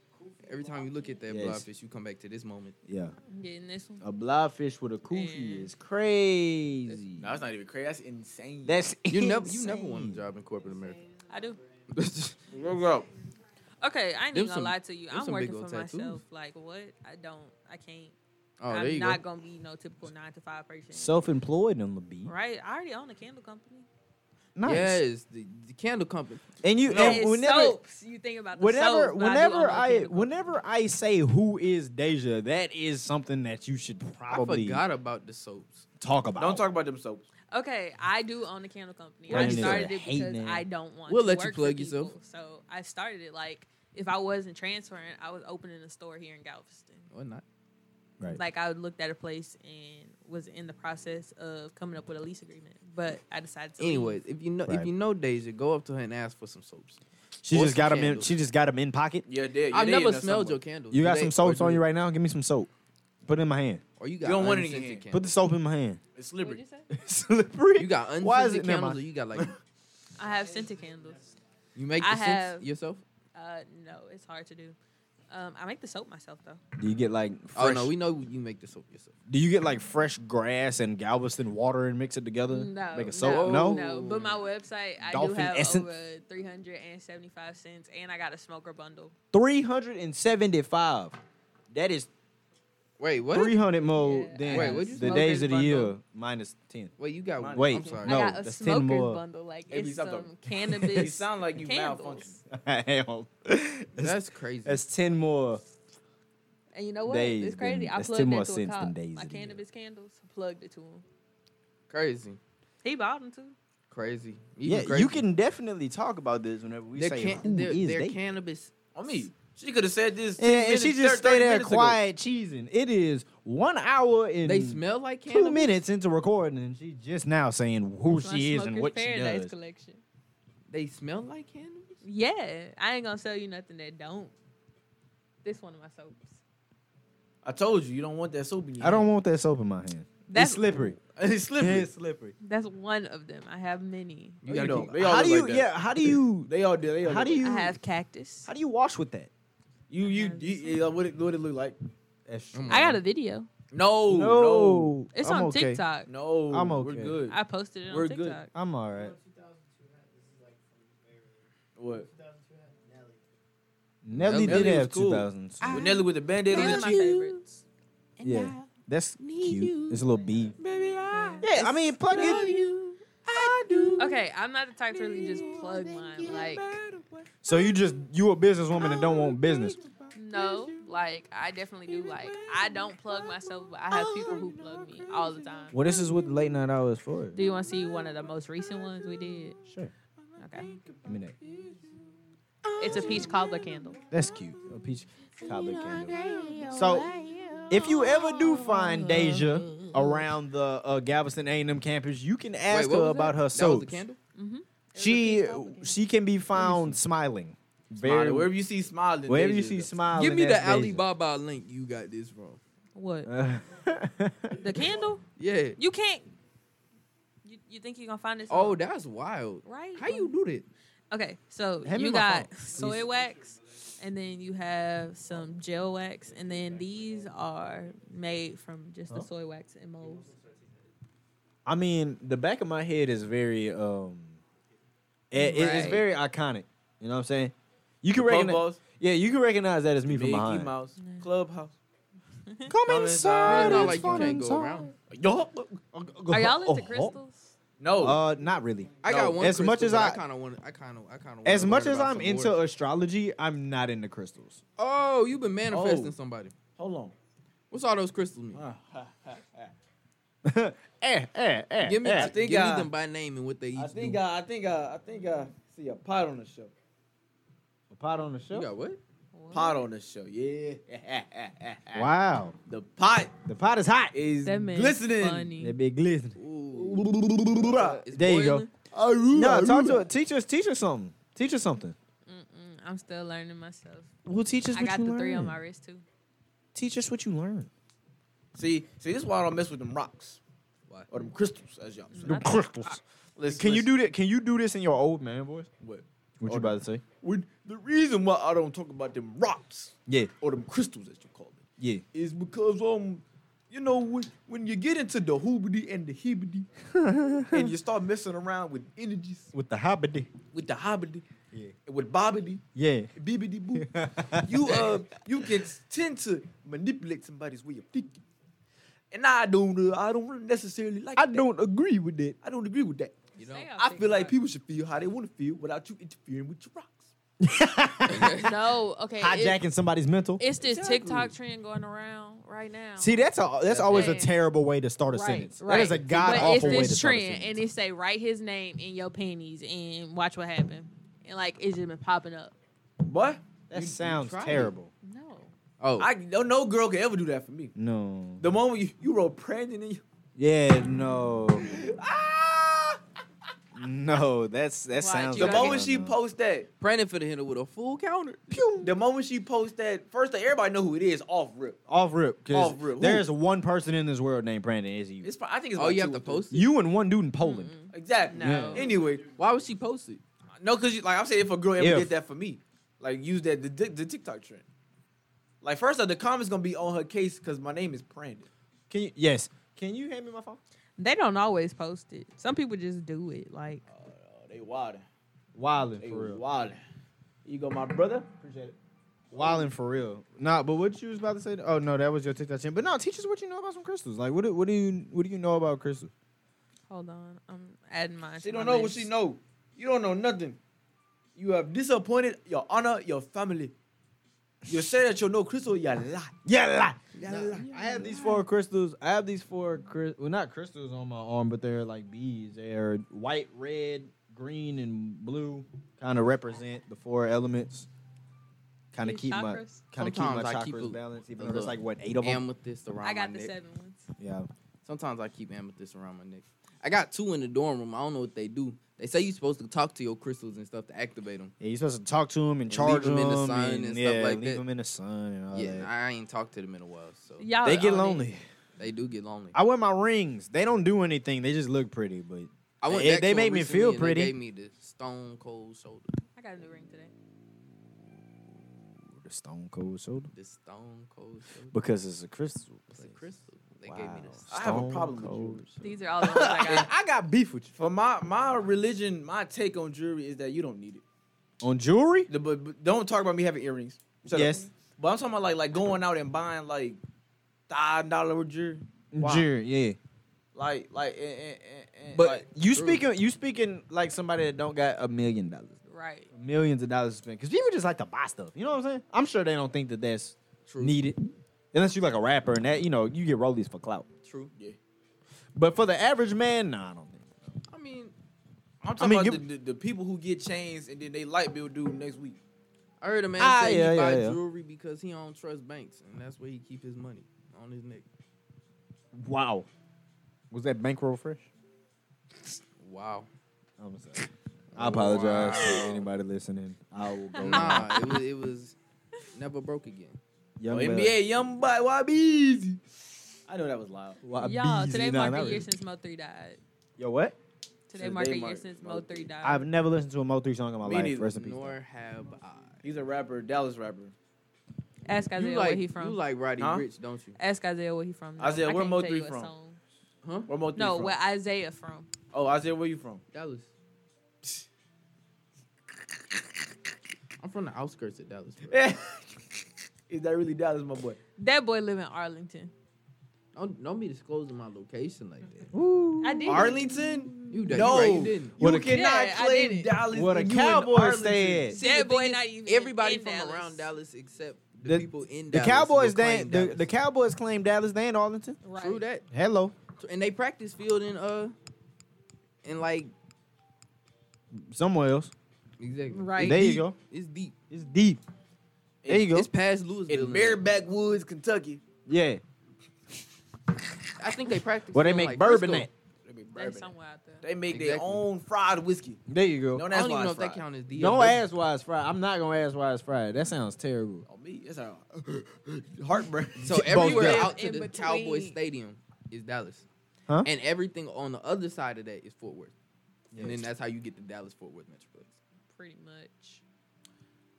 Speaker 2: Every time you look at that
Speaker 3: Yes.
Speaker 2: blobfish, you come back to this moment.
Speaker 3: Yeah.
Speaker 4: I'm getting this one.
Speaker 3: A blobfish with a kufi is crazy.
Speaker 1: No, that's not even crazy. That's insane.
Speaker 3: That's
Speaker 2: You never, you never
Speaker 3: insane.
Speaker 2: want a job in corporate America.
Speaker 4: I do.
Speaker 1: Look up.
Speaker 4: Okay, I ain't
Speaker 2: Them
Speaker 4: even gonna
Speaker 2: some-
Speaker 4: lie to you.
Speaker 2: them
Speaker 4: I'm
Speaker 2: some big
Speaker 4: working
Speaker 2: old
Speaker 4: for
Speaker 2: tattoos.
Speaker 4: myself. Like what? I don't. I can't.
Speaker 2: Oh, there
Speaker 4: I'm
Speaker 2: you
Speaker 4: not
Speaker 2: go.
Speaker 4: gonna be no typical nine to five person.
Speaker 3: Self-employed in the beat.
Speaker 4: right? I already own a candle company.
Speaker 3: Nice.
Speaker 2: Yes, the, the candle company.
Speaker 3: And you and
Speaker 4: it's
Speaker 3: whenever
Speaker 4: soaps. You think about the
Speaker 3: whenever
Speaker 4: soaps, but I do own
Speaker 3: whenever
Speaker 4: a
Speaker 3: I
Speaker 4: candle company.
Speaker 3: whenever I say who is Deja, that is something that you should
Speaker 2: I
Speaker 3: probably
Speaker 2: forgot about the soaps.
Speaker 3: talk about.
Speaker 1: Don't talk about them soaps.
Speaker 4: Okay, I do own a candle company.
Speaker 3: Right,
Speaker 4: I
Speaker 3: you need to
Speaker 4: started it
Speaker 3: hate
Speaker 4: because
Speaker 3: now.
Speaker 4: I don't want.
Speaker 2: We'll
Speaker 4: to
Speaker 2: let you
Speaker 4: work for
Speaker 2: plug yourself.
Speaker 4: people. So I started it like if I wasn't transferring, I was opening a store here in Galveston.
Speaker 2: Or not.
Speaker 3: Right.
Speaker 4: Like I looked at a place and was in the process of coming up with a lease agreement, but I decided to. leave.
Speaker 2: Anyways, if you know
Speaker 3: Right.
Speaker 2: if you know Deja, go up to her and ask for some soaps.
Speaker 3: she
Speaker 2: Or
Speaker 3: just
Speaker 2: some
Speaker 3: got him in.
Speaker 2: candles.
Speaker 3: She just got him in pocket.
Speaker 1: Yeah, they. yeah,
Speaker 2: I've
Speaker 1: they
Speaker 2: never
Speaker 1: in there
Speaker 2: smelled
Speaker 1: somewhere.
Speaker 2: your candles.
Speaker 3: You
Speaker 2: Do
Speaker 3: got
Speaker 2: they-
Speaker 3: some
Speaker 2: or
Speaker 3: soaps
Speaker 2: do
Speaker 3: on you
Speaker 2: they-
Speaker 3: right now. Give me some soap. Put it in my hand.
Speaker 2: Or you got
Speaker 1: don't want it in your
Speaker 2: unscented
Speaker 3: Put
Speaker 2: candles.
Speaker 3: the soap in my hand.
Speaker 1: It's
Speaker 4: What'd
Speaker 1: slippery.
Speaker 4: you say?
Speaker 3: Slippery.
Speaker 2: You got unscented
Speaker 3: Why is it? Never
Speaker 2: candles, or
Speaker 3: mind.
Speaker 2: you got like
Speaker 4: I have scented candles.
Speaker 2: you make
Speaker 4: I
Speaker 2: the scents
Speaker 4: have-
Speaker 2: yourself?
Speaker 4: Uh, no, it's hard to do. Um, I make the soap myself though.
Speaker 3: Do you get like? Fresh,
Speaker 2: Oh no, we know you make the soap yourself.
Speaker 3: do you get like fresh grass and Galveston water and mix it together?
Speaker 4: No,
Speaker 3: Make a soap. No.
Speaker 4: no, no. But my website, I
Speaker 3: Dolphin
Speaker 4: do have
Speaker 3: essence?
Speaker 4: over three hundred and seventy-five cents, and I got a smoker bundle.
Speaker 3: Three hundred and seventy-five. That is
Speaker 2: Wait, what?
Speaker 3: three hundred more
Speaker 4: Yeah, I
Speaker 3: than
Speaker 2: Wait, what'd you
Speaker 3: the
Speaker 2: smoke
Speaker 3: days
Speaker 4: in
Speaker 3: of the
Speaker 4: bundle?
Speaker 3: year minus ten.
Speaker 2: Wait, you got
Speaker 1: Mine-
Speaker 3: Wait,
Speaker 2: I'm sorry.
Speaker 3: no.
Speaker 4: I got a
Speaker 3: that's 10
Speaker 4: smoker's
Speaker 3: more.
Speaker 4: bundle. Like
Speaker 1: Hey,
Speaker 4: it's
Speaker 1: stop
Speaker 4: some
Speaker 1: talking.
Speaker 4: cannabis.
Speaker 1: You sound like you
Speaker 4: candles.
Speaker 1: malfunctioning.
Speaker 3: Damn. That's,
Speaker 2: That's crazy.
Speaker 3: that's ten more.
Speaker 4: And you know what?
Speaker 3: days
Speaker 4: It's crazy.
Speaker 3: than-
Speaker 4: I
Speaker 3: that's
Speaker 4: plugged
Speaker 3: 10
Speaker 4: it
Speaker 3: more
Speaker 4: to a
Speaker 3: cents than
Speaker 4: cop.
Speaker 3: days
Speaker 4: My
Speaker 3: in the year.
Speaker 4: cannabis candles plugged it to him.
Speaker 2: crazy.
Speaker 4: He bought them too.
Speaker 2: Crazy. Even
Speaker 3: Yeah,
Speaker 2: crazy.
Speaker 3: you can definitely talk about this whenever we
Speaker 2: Their,
Speaker 3: say
Speaker 2: can-
Speaker 3: who
Speaker 2: their,
Speaker 3: is
Speaker 2: their
Speaker 3: they.
Speaker 2: cannabis.
Speaker 1: On me. She could have said this.
Speaker 3: and,
Speaker 1: 10
Speaker 3: and she
Speaker 1: minutes,
Speaker 3: just
Speaker 1: 30
Speaker 3: stay there
Speaker 1: minutes ago.
Speaker 3: quiet cheesing. It is one hour and
Speaker 2: They smell like
Speaker 3: two
Speaker 2: cannabis.
Speaker 3: minutes into recording, and she's just now saying who
Speaker 4: It's my
Speaker 3: she is and
Speaker 4: Smoker's
Speaker 3: what she
Speaker 4: Paradise
Speaker 3: does.
Speaker 4: collection.
Speaker 2: They smell like cannabis.
Speaker 4: Yeah, I ain't gonna sell you nothing that don't. This one of my soaps.
Speaker 1: I told you, you don't want that soap in your
Speaker 3: I don't
Speaker 1: hand.
Speaker 3: want that soap in my hand.
Speaker 4: That's
Speaker 3: it's slippery.
Speaker 1: it's slippery.
Speaker 3: It's slippery.
Speaker 4: that's one of them. I have many.
Speaker 1: You
Speaker 2: You
Speaker 1: gotta
Speaker 2: gotta
Speaker 1: know.
Speaker 2: keep-
Speaker 1: They all
Speaker 3: How
Speaker 1: look
Speaker 3: do you?
Speaker 1: like that.
Speaker 3: yeah. How do you?
Speaker 1: They all do. They all
Speaker 3: How
Speaker 1: look
Speaker 3: do
Speaker 1: like
Speaker 3: you?
Speaker 4: I have cactus.
Speaker 3: How do you wash with that?
Speaker 1: You you, you yeah, what it what it look like?
Speaker 3: That's
Speaker 2: I'm
Speaker 4: I got
Speaker 2: on.
Speaker 4: a video.
Speaker 1: Mm. No, no,
Speaker 3: No,
Speaker 4: It's
Speaker 3: I'm
Speaker 4: on
Speaker 3: okay.
Speaker 4: TikTok.
Speaker 1: no.
Speaker 3: I'm
Speaker 1: We're
Speaker 3: okay.
Speaker 1: good.
Speaker 4: I posted it
Speaker 1: We're
Speaker 4: on
Speaker 1: good.
Speaker 4: TikTok.
Speaker 3: I'm all right.
Speaker 1: what?
Speaker 3: Nelly
Speaker 1: Nelly
Speaker 3: did
Speaker 1: was
Speaker 3: have
Speaker 1: cool.
Speaker 3: 2000. so
Speaker 1: With Nelly with the band-aid on
Speaker 4: Those are
Speaker 1: his
Speaker 4: my
Speaker 1: cheek.
Speaker 4: favorites.
Speaker 3: Yeah, that's cute. It's a little beat.
Speaker 1: Baby, I
Speaker 3: Yeah, I mean, plug it.
Speaker 4: Okay, I'm not the type to really just plug mine. Like,
Speaker 3: So you just you a businesswoman and don't want business.
Speaker 4: no, like I definitely do. Like, I don't plug myself, but I have people who plug me all the time.
Speaker 3: Well, this is what late night hour is for.
Speaker 4: Do you want to see one of the most recent ones we did?
Speaker 3: Sure.
Speaker 4: Okay,
Speaker 3: Give me that.
Speaker 4: it's a peach cobbler candle.
Speaker 3: That's cute. A peach cobbler candle. So,
Speaker 4: oh,
Speaker 3: if you ever do find Deja around the uh, Galveston A&M campus, you can
Speaker 2: Wait,
Speaker 3: ask
Speaker 2: what
Speaker 3: her
Speaker 2: was
Speaker 3: about
Speaker 2: that?
Speaker 3: her
Speaker 2: That was
Speaker 3: soaps.
Speaker 2: a candle.
Speaker 3: She she can be found smiling.
Speaker 1: Smiling.
Speaker 3: wherever,
Speaker 1: Wherever you see smiling.
Speaker 3: wherever
Speaker 1: there
Speaker 3: you
Speaker 1: is
Speaker 3: see
Speaker 1: a-
Speaker 3: smiling.
Speaker 2: Give me the
Speaker 3: that's Deja.
Speaker 2: Alibaba link. You got this from.
Speaker 4: What?
Speaker 3: Uh,
Speaker 4: The candle?
Speaker 2: Yeah.
Speaker 4: You can't. You, you think you're gonna find this?
Speaker 2: Oh,
Speaker 4: on-
Speaker 2: that's wild.
Speaker 4: right.
Speaker 2: How you do that?
Speaker 4: Okay, so
Speaker 3: Hand me
Speaker 4: you
Speaker 3: my
Speaker 4: got
Speaker 3: phone.
Speaker 4: soy wax, and then you have some gel wax, and then these are made from just the soy wax and molds.
Speaker 3: I mean, the back of my head is very um, it- it- it's
Speaker 4: Right.
Speaker 3: very iconic. You know what I'm saying? You can
Speaker 1: Puff
Speaker 3: recognize,
Speaker 1: Balls,
Speaker 3: yeah, you can recognize that as me from
Speaker 1: Mickey
Speaker 3: behind.
Speaker 1: Mouse, Clubhouse.
Speaker 3: Come
Speaker 1: inside,
Speaker 2: It's
Speaker 3: inside,
Speaker 2: not
Speaker 3: it's
Speaker 2: like you
Speaker 3: fun
Speaker 2: can't go
Speaker 3: inside. uh,
Speaker 2: around.
Speaker 1: Yo,
Speaker 4: Are y'all
Speaker 3: Oh,
Speaker 4: into
Speaker 3: oh.
Speaker 4: crystals?
Speaker 1: no.
Speaker 3: Uh, not really.
Speaker 2: I
Speaker 1: No,
Speaker 2: got one.
Speaker 3: as much
Speaker 2: crystal,
Speaker 3: as
Speaker 2: but
Speaker 3: I-
Speaker 2: kind of want. I kind of. I kind of.
Speaker 3: As much as I'm into astrology, I'm not into crystals.
Speaker 2: Oh, you've been manifesting
Speaker 1: Oh.
Speaker 2: somebody.
Speaker 1: Hold on.
Speaker 2: What's all those crystals mean?
Speaker 3: Ah.
Speaker 1: Uh,
Speaker 3: eh, eh, eh,
Speaker 2: give me,
Speaker 3: eh.
Speaker 1: I think
Speaker 2: give
Speaker 1: I-
Speaker 2: me them by name and what they each
Speaker 1: I think
Speaker 2: do.
Speaker 1: I, I think I, I think I see a pot on the show.
Speaker 3: A pot on the
Speaker 2: you
Speaker 3: show.
Speaker 2: got what?
Speaker 1: Pot on the show. Yeah.
Speaker 3: Wow,
Speaker 1: The pot
Speaker 3: the pot is hot.
Speaker 1: is
Speaker 4: That man
Speaker 1: glistening.
Speaker 3: That
Speaker 4: funny.
Speaker 3: big glisten.
Speaker 2: Ooh. It's
Speaker 3: There you go.
Speaker 2: boiling?
Speaker 3: No, talk to her. Teach us. Teach us something. Teach us something.
Speaker 4: Mm, I'm still learning myself.
Speaker 3: Well, teach us
Speaker 4: I
Speaker 3: what
Speaker 4: got
Speaker 3: you
Speaker 4: the
Speaker 3: learned.
Speaker 4: three on my wrist too.
Speaker 3: Teach us what you learned.
Speaker 1: See, see, this is why I don't mess with them rocks.
Speaker 2: Why?
Speaker 1: Or them crystals, as y'all say.
Speaker 3: The crystals.
Speaker 1: Listen,
Speaker 3: Can you
Speaker 1: listen.
Speaker 3: do that? Can you do this in your old man voice?
Speaker 1: What?
Speaker 3: What you about to say?
Speaker 1: When- the reason why I don't talk about them rocks
Speaker 3: Yeah,
Speaker 1: or them crystals, as you call it,
Speaker 3: yeah.
Speaker 1: is because um, you know, when, when you get into the hoobity and the hibbity, and you start messing around with energies,
Speaker 3: With the hobbity.
Speaker 1: with the hobbity,
Speaker 3: Yeah.
Speaker 1: and with bobbity,
Speaker 3: Yeah.
Speaker 1: bibbity boo, you uh, you can tend to manipulate somebody's way of thinking. And I don't, uh, I don't necessarily like.
Speaker 3: I
Speaker 1: that.
Speaker 3: don't agree with that.
Speaker 1: I don't agree with that.
Speaker 2: You know,
Speaker 1: I feel like people should feel how they want to feel without you interfering with your rocks.
Speaker 4: No, okay. it-
Speaker 3: Hijacking somebody's mental.
Speaker 4: it's this
Speaker 1: Exactly.
Speaker 4: TikTok trend going around right now.
Speaker 3: See, that's a, that's always a
Speaker 4: bad.
Speaker 3: terrible way to start a
Speaker 4: Right,
Speaker 3: sentence.
Speaker 4: right.
Speaker 3: That is a god
Speaker 4: but it's
Speaker 3: awful way to
Speaker 4: this
Speaker 3: start a
Speaker 4: trend,
Speaker 3: sentence.
Speaker 4: and it say write his name in your panties and watch what happened. And like it's just been popping up.
Speaker 1: Boy,
Speaker 3: that
Speaker 2: you
Speaker 3: sounds
Speaker 2: tried it.
Speaker 3: terrible.
Speaker 4: No,
Speaker 2: Oh,
Speaker 1: I no, no girl can ever do that for me.
Speaker 3: No.
Speaker 1: The moment you, you wrote Brandon in your
Speaker 3: Yeah, no,
Speaker 1: ah,
Speaker 3: no. That's that
Speaker 4: Why'd
Speaker 3: sounds.
Speaker 4: you
Speaker 1: the
Speaker 4: gotta
Speaker 1: moment
Speaker 4: get-
Speaker 1: she posts that,
Speaker 2: Brandon for the hitter with a full counter.
Speaker 1: the moment she posts that, first thing everybody know who it is off rip.
Speaker 3: off rip, because
Speaker 1: Off rip. Who?
Speaker 3: there's one person in this world named Brandon. Is you?
Speaker 1: It's pro- I think it's
Speaker 2: Oh,
Speaker 1: like
Speaker 2: you have
Speaker 1: two
Speaker 2: to
Speaker 1: or three.
Speaker 2: post it.
Speaker 3: you and one dude in Poland.
Speaker 1: Exactly.
Speaker 4: No.
Speaker 1: Anyway,
Speaker 2: Why would she post it?
Speaker 1: no, cause you, like I'm saying, if a girl ever
Speaker 3: If.
Speaker 1: did that for me, like use that the, the, the TikTok trend. Like first off, the comments gonna be on her case because my name is Brandon.
Speaker 3: Can you? Yes. Can you hand me my phone?
Speaker 4: they don't always post it. Some people just do it. Like
Speaker 1: Oh, they wildin'.
Speaker 3: Wilding
Speaker 1: They
Speaker 3: for real.
Speaker 1: wildin'. You go, my brother.
Speaker 3: Wilding for real. Nah, but what you was about to say? Oh no, that was your TikTok chain. But no, teach us what you know about some crystals. Like, what do, what do you what do you know about crystals?
Speaker 4: hold on, I'm adding mine.
Speaker 1: She
Speaker 4: to
Speaker 1: don't
Speaker 4: my
Speaker 1: know what
Speaker 4: list.
Speaker 1: she know. You don't know nothing. You have disappointed your honor, your family. You say that you know Crystal, you lie.
Speaker 3: Yeah, lie.
Speaker 1: You lie.
Speaker 3: I have these four crystals. I have these four crystals. Well, not crystals on my arm, but they're like beads. They're white, red, green, and blue. Kind of represent the four elements. Kind of
Speaker 4: Your
Speaker 3: keep my
Speaker 4: chakras?
Speaker 3: kind of keep my
Speaker 2: Sometimes I
Speaker 3: chakras
Speaker 2: keep a-
Speaker 3: balanced. Even
Speaker 2: a
Speaker 3: though there's
Speaker 2: little
Speaker 3: like what eight of them.
Speaker 2: Amethyst around
Speaker 4: I got
Speaker 2: my
Speaker 4: the
Speaker 2: neck.
Speaker 4: seven ones.
Speaker 3: yeah.
Speaker 2: Sometimes I keep amethyst around my neck. I got two in the dorm room. I don't know what they do. They say you're supposed to talk to your crystals and stuff to activate them.
Speaker 3: yeah, you're supposed to talk to them and
Speaker 2: leave
Speaker 3: charge
Speaker 2: them
Speaker 3: them
Speaker 2: in the sun and stuff
Speaker 3: yeah,
Speaker 2: like
Speaker 3: leave
Speaker 2: that.
Speaker 3: them in the sun and all
Speaker 2: yeah,
Speaker 3: that.
Speaker 2: I ain't talked to them in a while, so
Speaker 4: Y'all
Speaker 3: they get
Speaker 4: on it.
Speaker 3: lonely.
Speaker 2: they do get lonely.
Speaker 3: I wear my rings. They don't do anything. They just look pretty, but
Speaker 2: I went
Speaker 3: They-
Speaker 2: back
Speaker 3: they
Speaker 2: to 'em
Speaker 3: make me
Speaker 2: recently
Speaker 3: feel
Speaker 2: and they
Speaker 3: pretty.
Speaker 2: gave me the stone cold shoulder.
Speaker 4: I got a new ring today.
Speaker 3: the stone cold shoulder
Speaker 2: The stone cold shoulder.
Speaker 3: because it's a crystal.
Speaker 2: it's a
Speaker 3: place.
Speaker 2: crystal. They gave me the.
Speaker 3: Wow.
Speaker 1: I have a
Speaker 3: Stone
Speaker 1: problem with
Speaker 3: cold
Speaker 1: jewelry.
Speaker 4: These are all the ones I got.
Speaker 1: I got beef with you. For my my religion, my take on jewelry is that you don't need it.
Speaker 3: On jewelry?
Speaker 1: The- but, but don't talk about me having earrings. Shut up.
Speaker 3: Yes.
Speaker 1: But I'm talking about like like going out and buying like thousand dollar worth of jewelry. Why?
Speaker 3: Jewelry, yeah.
Speaker 1: Like like and, and, and- and,
Speaker 3: But
Speaker 1: like,
Speaker 3: you speaking, you speaking like somebody that don't got a million dollars,
Speaker 4: right.
Speaker 3: millions of dollars to spend. Because people just like to buy stuff. You know what I'm saying? I'm sure they don't think that that's
Speaker 2: True.
Speaker 3: needed, unless you like a rapper and that you know you get rollies for clout.
Speaker 2: True. Yeah.
Speaker 3: But for the average man, nah, I don't think.
Speaker 2: I mean,
Speaker 1: I'm
Speaker 3: I
Speaker 1: talking
Speaker 3: mean,
Speaker 1: about
Speaker 3: give-
Speaker 1: the, the, the people who get chains and then they light bill due next week.
Speaker 2: I heard a man
Speaker 3: Ah,
Speaker 2: say
Speaker 3: yeah,
Speaker 2: he
Speaker 3: yeah,
Speaker 2: buy
Speaker 3: yeah.
Speaker 2: jewelry because he don't trust banks, and that's where he keep his money on his neck.
Speaker 3: Wow, was that bankroll fresh?
Speaker 2: Wow.
Speaker 3: I'm sorry. I
Speaker 2: Wow.
Speaker 3: apologize to anybody listening. I will go.
Speaker 2: nah, it was it was never broke again.
Speaker 3: Young
Speaker 1: Oh, NBA young boy, why be easy? I know that was loud.
Speaker 3: Well,
Speaker 4: Y'all, today Uh, marked a year
Speaker 3: years.
Speaker 4: since Mo three died.
Speaker 3: Yo, what?
Speaker 4: Today
Speaker 1: Today
Speaker 4: marked a year
Speaker 1: marked
Speaker 4: since
Speaker 1: Mo
Speaker 4: Mo three died.
Speaker 3: I've never listened to a Mo3 song in my
Speaker 1: Me
Speaker 3: life.
Speaker 1: neither.
Speaker 3: Rest in peace.
Speaker 2: Nor have I.
Speaker 1: He's a rapper, Dallas rapper.
Speaker 4: Ask Isaiah
Speaker 2: You like
Speaker 4: where he
Speaker 2: you
Speaker 4: from.
Speaker 2: like Roddy
Speaker 1: Huh?
Speaker 2: Rich, don't you?
Speaker 4: Ask Isaiah where he from. No,
Speaker 1: Isaiah,
Speaker 4: I
Speaker 1: where
Speaker 4: can't
Speaker 1: Mo
Speaker 4: tell you
Speaker 1: 3
Speaker 4: a
Speaker 1: from?
Speaker 4: song.
Speaker 1: Where Mo three
Speaker 4: No,
Speaker 1: from?
Speaker 4: where Isaiah from?
Speaker 1: Oh, Isaiah, where you from?
Speaker 2: Dallas. I'm from the outskirts of Dallas. Bro.
Speaker 1: Is that really Dallas, my boy?
Speaker 4: That boy live in Arlington.
Speaker 2: Don't don't be disclosing my location like that.
Speaker 4: I did.
Speaker 1: Arlington?
Speaker 2: You, you
Speaker 1: No.
Speaker 2: right, you didn't.
Speaker 1: You
Speaker 3: What a-
Speaker 1: cannot
Speaker 4: Yeah, I did
Speaker 1: claim
Speaker 4: it.
Speaker 1: Dallas.
Speaker 3: What a
Speaker 1: when you in
Speaker 3: cowboy
Speaker 1: Arlington.
Speaker 3: stay at.
Speaker 2: See, the
Speaker 4: That boy
Speaker 2: thing is,
Speaker 4: not even.
Speaker 2: Everybody
Speaker 4: in
Speaker 2: from
Speaker 4: Dallas.
Speaker 2: around Dallas except the,
Speaker 3: The-
Speaker 2: people in
Speaker 3: The
Speaker 2: Dallas.
Speaker 3: Cowboys,
Speaker 2: will
Speaker 3: they
Speaker 2: claim
Speaker 3: the,
Speaker 2: Dallas.
Speaker 3: the Cowboys claim Dallas, they ain't Arlington.
Speaker 4: Right.
Speaker 2: True that.
Speaker 3: Hello.
Speaker 2: And they practice field in uh in like
Speaker 3: Somewhere else.
Speaker 2: exactly.
Speaker 4: Right.
Speaker 3: There you
Speaker 2: deep.
Speaker 3: go.
Speaker 2: It's deep.
Speaker 3: It's deep. There you go.
Speaker 2: It's past Louisville.
Speaker 1: In Bareback Woods, Kentucky.
Speaker 3: Yeah.
Speaker 2: I think they practice.
Speaker 3: Where they
Speaker 2: in,
Speaker 3: make
Speaker 2: like,
Speaker 3: bourbon
Speaker 2: Frisco.
Speaker 3: at.
Speaker 1: They make,
Speaker 4: That's
Speaker 1: bourbon.
Speaker 4: somewhere out there.
Speaker 1: They make their
Speaker 2: Exactly.
Speaker 1: own fried whiskey.
Speaker 3: There you go.
Speaker 1: No,
Speaker 2: I
Speaker 1: that's
Speaker 2: don't even know if
Speaker 1: fried.
Speaker 2: that count as DL.
Speaker 3: Don't ass wise fry. I'm not gonna ass wise fry. That sounds terrible.
Speaker 1: On Oh, me, that's how heartburn.
Speaker 2: So
Speaker 3: Both
Speaker 2: everywhere
Speaker 3: down.
Speaker 2: out to
Speaker 4: In
Speaker 2: the
Speaker 4: between.
Speaker 2: Cowboys Stadium is Dallas.
Speaker 3: Huh?
Speaker 2: And everything on the other side of that is Fort Worth.
Speaker 3: Yes.
Speaker 2: And then that's how you get the Dallas Fort Worth Metroplex.
Speaker 4: Pretty much.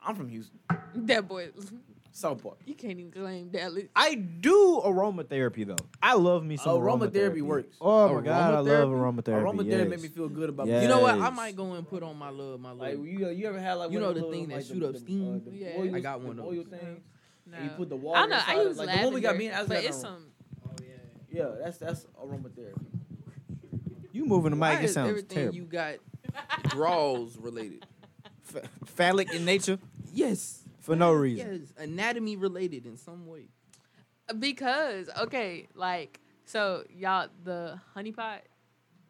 Speaker 1: I'm from Houston,
Speaker 4: That boy.
Speaker 1: South Park.
Speaker 4: You can't even claim Dallas.
Speaker 3: I do aromatherapy though. I love me some
Speaker 1: Oh, aromatherapy works.
Speaker 3: Oh my god, I love aromatherapy.
Speaker 1: Aromatherapy
Speaker 3: yes.
Speaker 1: make me feel good about
Speaker 3: Yes.
Speaker 1: me.
Speaker 2: You know what? I
Speaker 3: Yes.
Speaker 2: might go and put on my little my
Speaker 1: Like
Speaker 2: little
Speaker 1: you, you ever had like
Speaker 2: You
Speaker 1: one
Speaker 2: know
Speaker 1: of
Speaker 2: the
Speaker 1: those
Speaker 2: thing that
Speaker 1: like,
Speaker 2: shoot
Speaker 1: the-
Speaker 2: up
Speaker 1: the, uh,
Speaker 2: steam?
Speaker 1: the
Speaker 4: Yeah.
Speaker 1: oils-
Speaker 2: I got one
Speaker 1: the
Speaker 2: of
Speaker 1: oil
Speaker 2: those.
Speaker 1: things.
Speaker 4: No.
Speaker 1: And you put the water.
Speaker 4: I know. I
Speaker 1: inside of- like
Speaker 4: use
Speaker 1: the
Speaker 4: lavender,
Speaker 1: one we got me and
Speaker 4: but
Speaker 1: Isaiah
Speaker 4: it's
Speaker 1: got one.
Speaker 4: some.
Speaker 1: Yeah, that's that's aromatherapy.
Speaker 3: You moving the
Speaker 2: Why
Speaker 3: mic? It
Speaker 2: is
Speaker 3: sounds
Speaker 2: everything
Speaker 3: terrible.
Speaker 2: you got draws related.
Speaker 3: F- phallic in nature
Speaker 2: Yes.
Speaker 3: for no reason.
Speaker 2: Yes. Anatomy related in some way.
Speaker 4: Because okay, like so y'all the honeypot,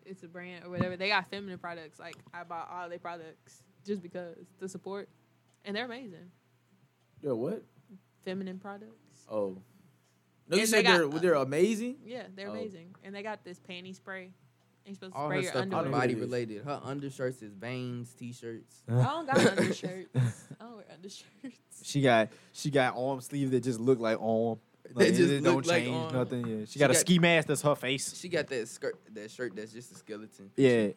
Speaker 4: it's a brand or whatever. They got feminine products. Like I bought all their products just because to support, and they're amazing.
Speaker 1: They're what?
Speaker 4: Feminine products.
Speaker 1: Oh. No, you
Speaker 4: And
Speaker 1: said
Speaker 4: they
Speaker 1: they're
Speaker 4: got-
Speaker 1: they're amazing.
Speaker 4: Yeah, they're
Speaker 1: Oh.
Speaker 4: amazing, and they got this panty spray. And you're supposed to
Speaker 2: All
Speaker 4: spray
Speaker 2: her
Speaker 4: your
Speaker 2: stuff is
Speaker 4: underwear.
Speaker 2: body
Speaker 1: Underwear.
Speaker 2: related. Her undershirts is veins, t-shirts.
Speaker 4: I don't got undershirts. I don't wear undershirts.
Speaker 3: She got she got arm sleeves that just look like arm.
Speaker 2: They
Speaker 3: Like, it,
Speaker 2: just
Speaker 3: it don't
Speaker 2: look like
Speaker 3: change
Speaker 2: arm.
Speaker 3: nothing. Yeah. She, got, a
Speaker 2: got-
Speaker 3: ski mask that's her face.
Speaker 2: She got that skirt, that shirt that's just a skeleton.
Speaker 3: Yeah. Oh.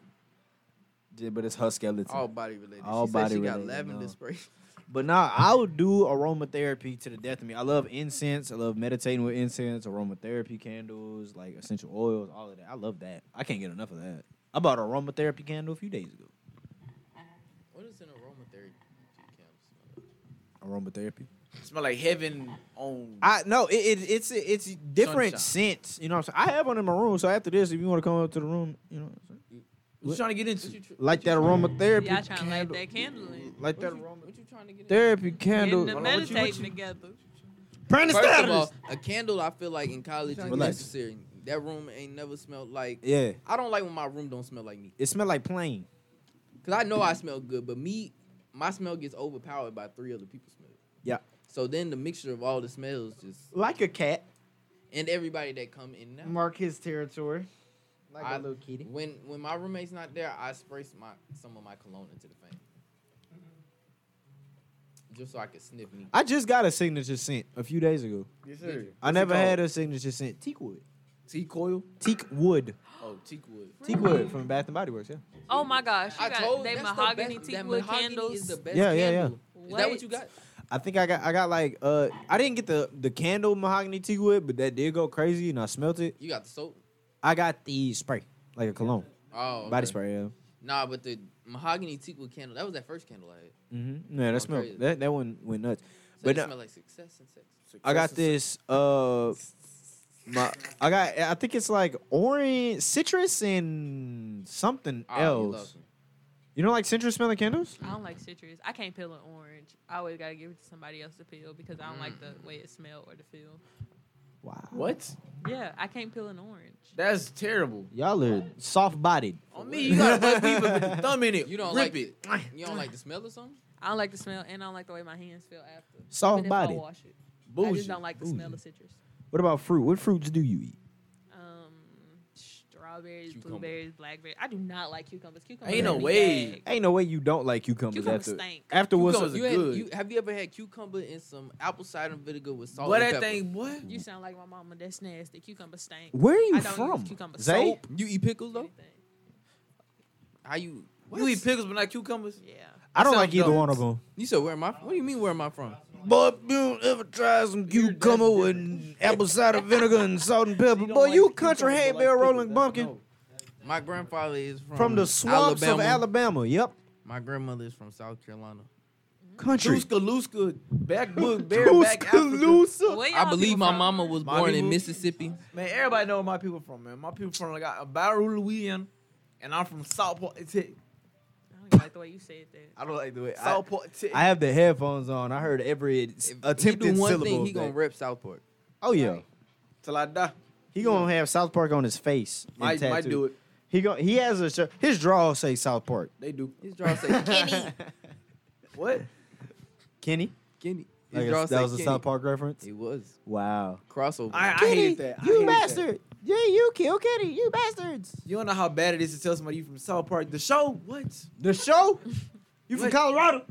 Speaker 3: Yeah, but it's her skeleton.
Speaker 2: All body related.
Speaker 3: All
Speaker 2: she
Speaker 3: body
Speaker 2: said she got
Speaker 3: related,
Speaker 2: lavender
Speaker 3: no.
Speaker 2: spray.
Speaker 3: But nah, I would do aromatherapy to the death of me. I love incense. I love meditating with incense, aromatherapy candles, like essential oils, all of that. I love that. I can't get enough of that. I bought an aromatherapy candle a few days ago.
Speaker 2: What is an aromatherapy?
Speaker 3: Aromatherapy.
Speaker 1: Smell like heaven on.
Speaker 3: I no, it, it it's it's different scents. You know what I'm saying? I have one in my room, so after this, if you want to come up to the room, you know,
Speaker 1: What you trying to get into?
Speaker 3: like that aromatherapy
Speaker 4: Y'all trying to light
Speaker 3: candle,
Speaker 4: that candle in.
Speaker 3: like that
Speaker 2: What you, what you trying to get? in?
Speaker 3: aromatherapy
Speaker 4: Getting
Speaker 3: candle.
Speaker 4: to
Speaker 1: Hold on, what you- what
Speaker 4: meditate
Speaker 1: you-
Speaker 4: together.
Speaker 2: First of all, a candle I feel like in college is
Speaker 3: Relax.
Speaker 2: necessary. That room ain't never smelled like.
Speaker 3: Yeah,
Speaker 2: I don't like when my room don't smell like me.
Speaker 3: it smelled like plain.
Speaker 2: Cause I know I smell good, but me, my smell gets overpowered by three other people's smell.
Speaker 3: Yeah.
Speaker 2: So then the mixture of all the smells just
Speaker 3: Like a cat.
Speaker 2: and everybody that come in now.
Speaker 5: Mark his territory.
Speaker 2: a
Speaker 9: Like a
Speaker 2: little
Speaker 9: little kitty.
Speaker 2: When when my roommate's not there, I spray my some of my cologne into the fan.
Speaker 3: Mm-hmm.
Speaker 2: Just so I can sniff me.
Speaker 3: I just got a signature scent a few days ago.
Speaker 1: Yes, sir.
Speaker 3: I never had a signature scent. Teak wood.
Speaker 1: T coil.
Speaker 3: Teak wood.
Speaker 1: Oh, teak wood.
Speaker 3: Teak wood from Bath and Body Works. Yeah.
Speaker 4: Oh my gosh, you
Speaker 2: I
Speaker 4: got
Speaker 2: told
Speaker 4: they
Speaker 2: that's the
Speaker 4: mahogany
Speaker 2: best-
Speaker 4: teak
Speaker 2: that
Speaker 4: wood
Speaker 2: mahogany
Speaker 4: candles.
Speaker 2: Is the best
Speaker 3: Yeah, yeah, yeah.
Speaker 2: candle. Is that what you
Speaker 4: Wait.
Speaker 2: got?
Speaker 3: I think I got I got like uh I didn't get the the candle mahogany teak wood, but that did go crazy and I smelt it.
Speaker 2: You got the soap.
Speaker 3: I got the spray like a cologne
Speaker 2: Oh, okay.
Speaker 3: body spray. Yeah.
Speaker 2: Nah, but the mahogany teak wood candle. That was that first candle I had.
Speaker 3: Mm-hmm. Yeah, that
Speaker 2: Oh,
Speaker 3: smelled
Speaker 2: crazy.
Speaker 3: that that one went nuts.
Speaker 2: So
Speaker 3: But
Speaker 2: it
Speaker 3: no-
Speaker 2: smelled like success and sex.
Speaker 3: I got this uh my I got I think it's like orange citrus and something
Speaker 1: Ah,
Speaker 2: Oh, you
Speaker 3: else.
Speaker 2: love me.
Speaker 3: You don't like citrus smelling candles?
Speaker 4: I don't like citrus. I can't peel an orange. I always gotta give it to somebody else to peel because I don't like
Speaker 2: Mm.
Speaker 4: the way it smell or the feel.
Speaker 3: Wow.
Speaker 1: What?
Speaker 4: Yeah, I can't peel an orange.
Speaker 1: That's terrible.
Speaker 3: Y'all are soft bodied.
Speaker 1: On me, you gotta put people with the thumb in it.
Speaker 2: You don't
Speaker 1: Rip
Speaker 2: like
Speaker 1: it.
Speaker 2: You don't like the smell of something?
Speaker 4: I don't like the smell and I don't like the way my hands feel after.
Speaker 3: Soft
Speaker 4: Even if I
Speaker 3: bodied.
Speaker 4: wash it. I
Speaker 1: Bougie.
Speaker 4: just don't like the smell of citrus.
Speaker 3: What about fruit? What fruits do you eat?
Speaker 4: Um, strawberries,
Speaker 2: Cucumber.
Speaker 4: blueberries, blackberries. I do not like cucumbers. Cucumbers
Speaker 1: Ain't no
Speaker 4: be
Speaker 1: way.
Speaker 4: bad.
Speaker 3: Ain't no way you don't like cucumbers
Speaker 4: Cucumbers
Speaker 3: after
Speaker 4: stink.
Speaker 3: after what's
Speaker 1: Cucumbers
Speaker 2: you,
Speaker 1: are
Speaker 2: had,
Speaker 1: good.
Speaker 2: you have you ever had cucumber and some apple cider vinegar with salt?
Speaker 1: What
Speaker 2: and
Speaker 1: that
Speaker 2: pepper?
Speaker 1: thing? What?
Speaker 4: You sound like my mama. That's nasty. Cucumber stink.
Speaker 3: Where are you
Speaker 4: I don't
Speaker 3: from?
Speaker 4: use cucumber
Speaker 3: Zay?
Speaker 4: soap.
Speaker 2: You eat pickles though?
Speaker 4: Anything.
Speaker 2: How you?
Speaker 1: You eat pickles but not cucumbers?
Speaker 4: Yeah.
Speaker 3: I don't
Speaker 2: Sounds
Speaker 3: like either
Speaker 2: dumb.
Speaker 3: one of them.
Speaker 2: You said where am I? What do you mean where am I from?
Speaker 3: But you don't ever try some cucumber with apple cider vinegar and salt and pepper.
Speaker 1: don't
Speaker 3: Boy,
Speaker 1: like
Speaker 3: you
Speaker 1: cucumbers,
Speaker 3: country
Speaker 1: but
Speaker 3: hay
Speaker 1: like
Speaker 3: bear
Speaker 1: pickles,
Speaker 3: rolling
Speaker 1: that's
Speaker 3: bumpkin
Speaker 1: no.
Speaker 2: My grandfather is from
Speaker 3: from the swamps
Speaker 2: Alabama.
Speaker 3: of Alabama. Yep,
Speaker 2: My grandmother is from South Carolina.
Speaker 3: country.
Speaker 1: Tuscaloosa, backwood, bareback Africa.
Speaker 3: Tuscaloosa.
Speaker 4: Where
Speaker 2: I
Speaker 4: y'all
Speaker 2: believe
Speaker 4: people
Speaker 2: my
Speaker 4: from?
Speaker 2: mama was
Speaker 1: Mommy
Speaker 2: born in
Speaker 1: moved-
Speaker 2: Mississippi.
Speaker 1: Man, everybody know where my people from, man. My people from like uh, Baru, Louisiana, and I'm from Southport. Tech.
Speaker 4: I don't even like the way you said that.
Speaker 1: I don't like the way.
Speaker 3: I-
Speaker 1: Southport. Tech.
Speaker 3: I have the headphones on. I heard every
Speaker 2: If he
Speaker 3: attempted
Speaker 2: do one
Speaker 3: syllable.
Speaker 2: thing, he
Speaker 3: of
Speaker 2: gonna
Speaker 3: that.
Speaker 2: rep Southport.
Speaker 3: oh yeah,
Speaker 1: till I die.
Speaker 3: he gonna have South Park on his face. and
Speaker 1: Might, might
Speaker 3: tattooed.
Speaker 1: do it.
Speaker 3: He go. He has a shirt. His draw say South Park.
Speaker 1: They do.
Speaker 2: His draw say Kenny.
Speaker 1: What?
Speaker 3: Kenny.
Speaker 2: Kenny. His
Speaker 3: Like a-
Speaker 2: draw
Speaker 3: that
Speaker 2: say
Speaker 3: was a
Speaker 2: Kenny.
Speaker 3: South Park reference.
Speaker 2: It was
Speaker 3: Wow.
Speaker 2: crossover.
Speaker 1: I, I
Speaker 3: Kenny,
Speaker 1: hated that. I
Speaker 3: You
Speaker 1: hated that.
Speaker 3: bastard. Yeah, you kill Kenny. You bastards.
Speaker 1: You don't know how bad it is to tell somebody you from South Park. The show. What?
Speaker 3: The show. You from
Speaker 1: What?
Speaker 3: Colorado?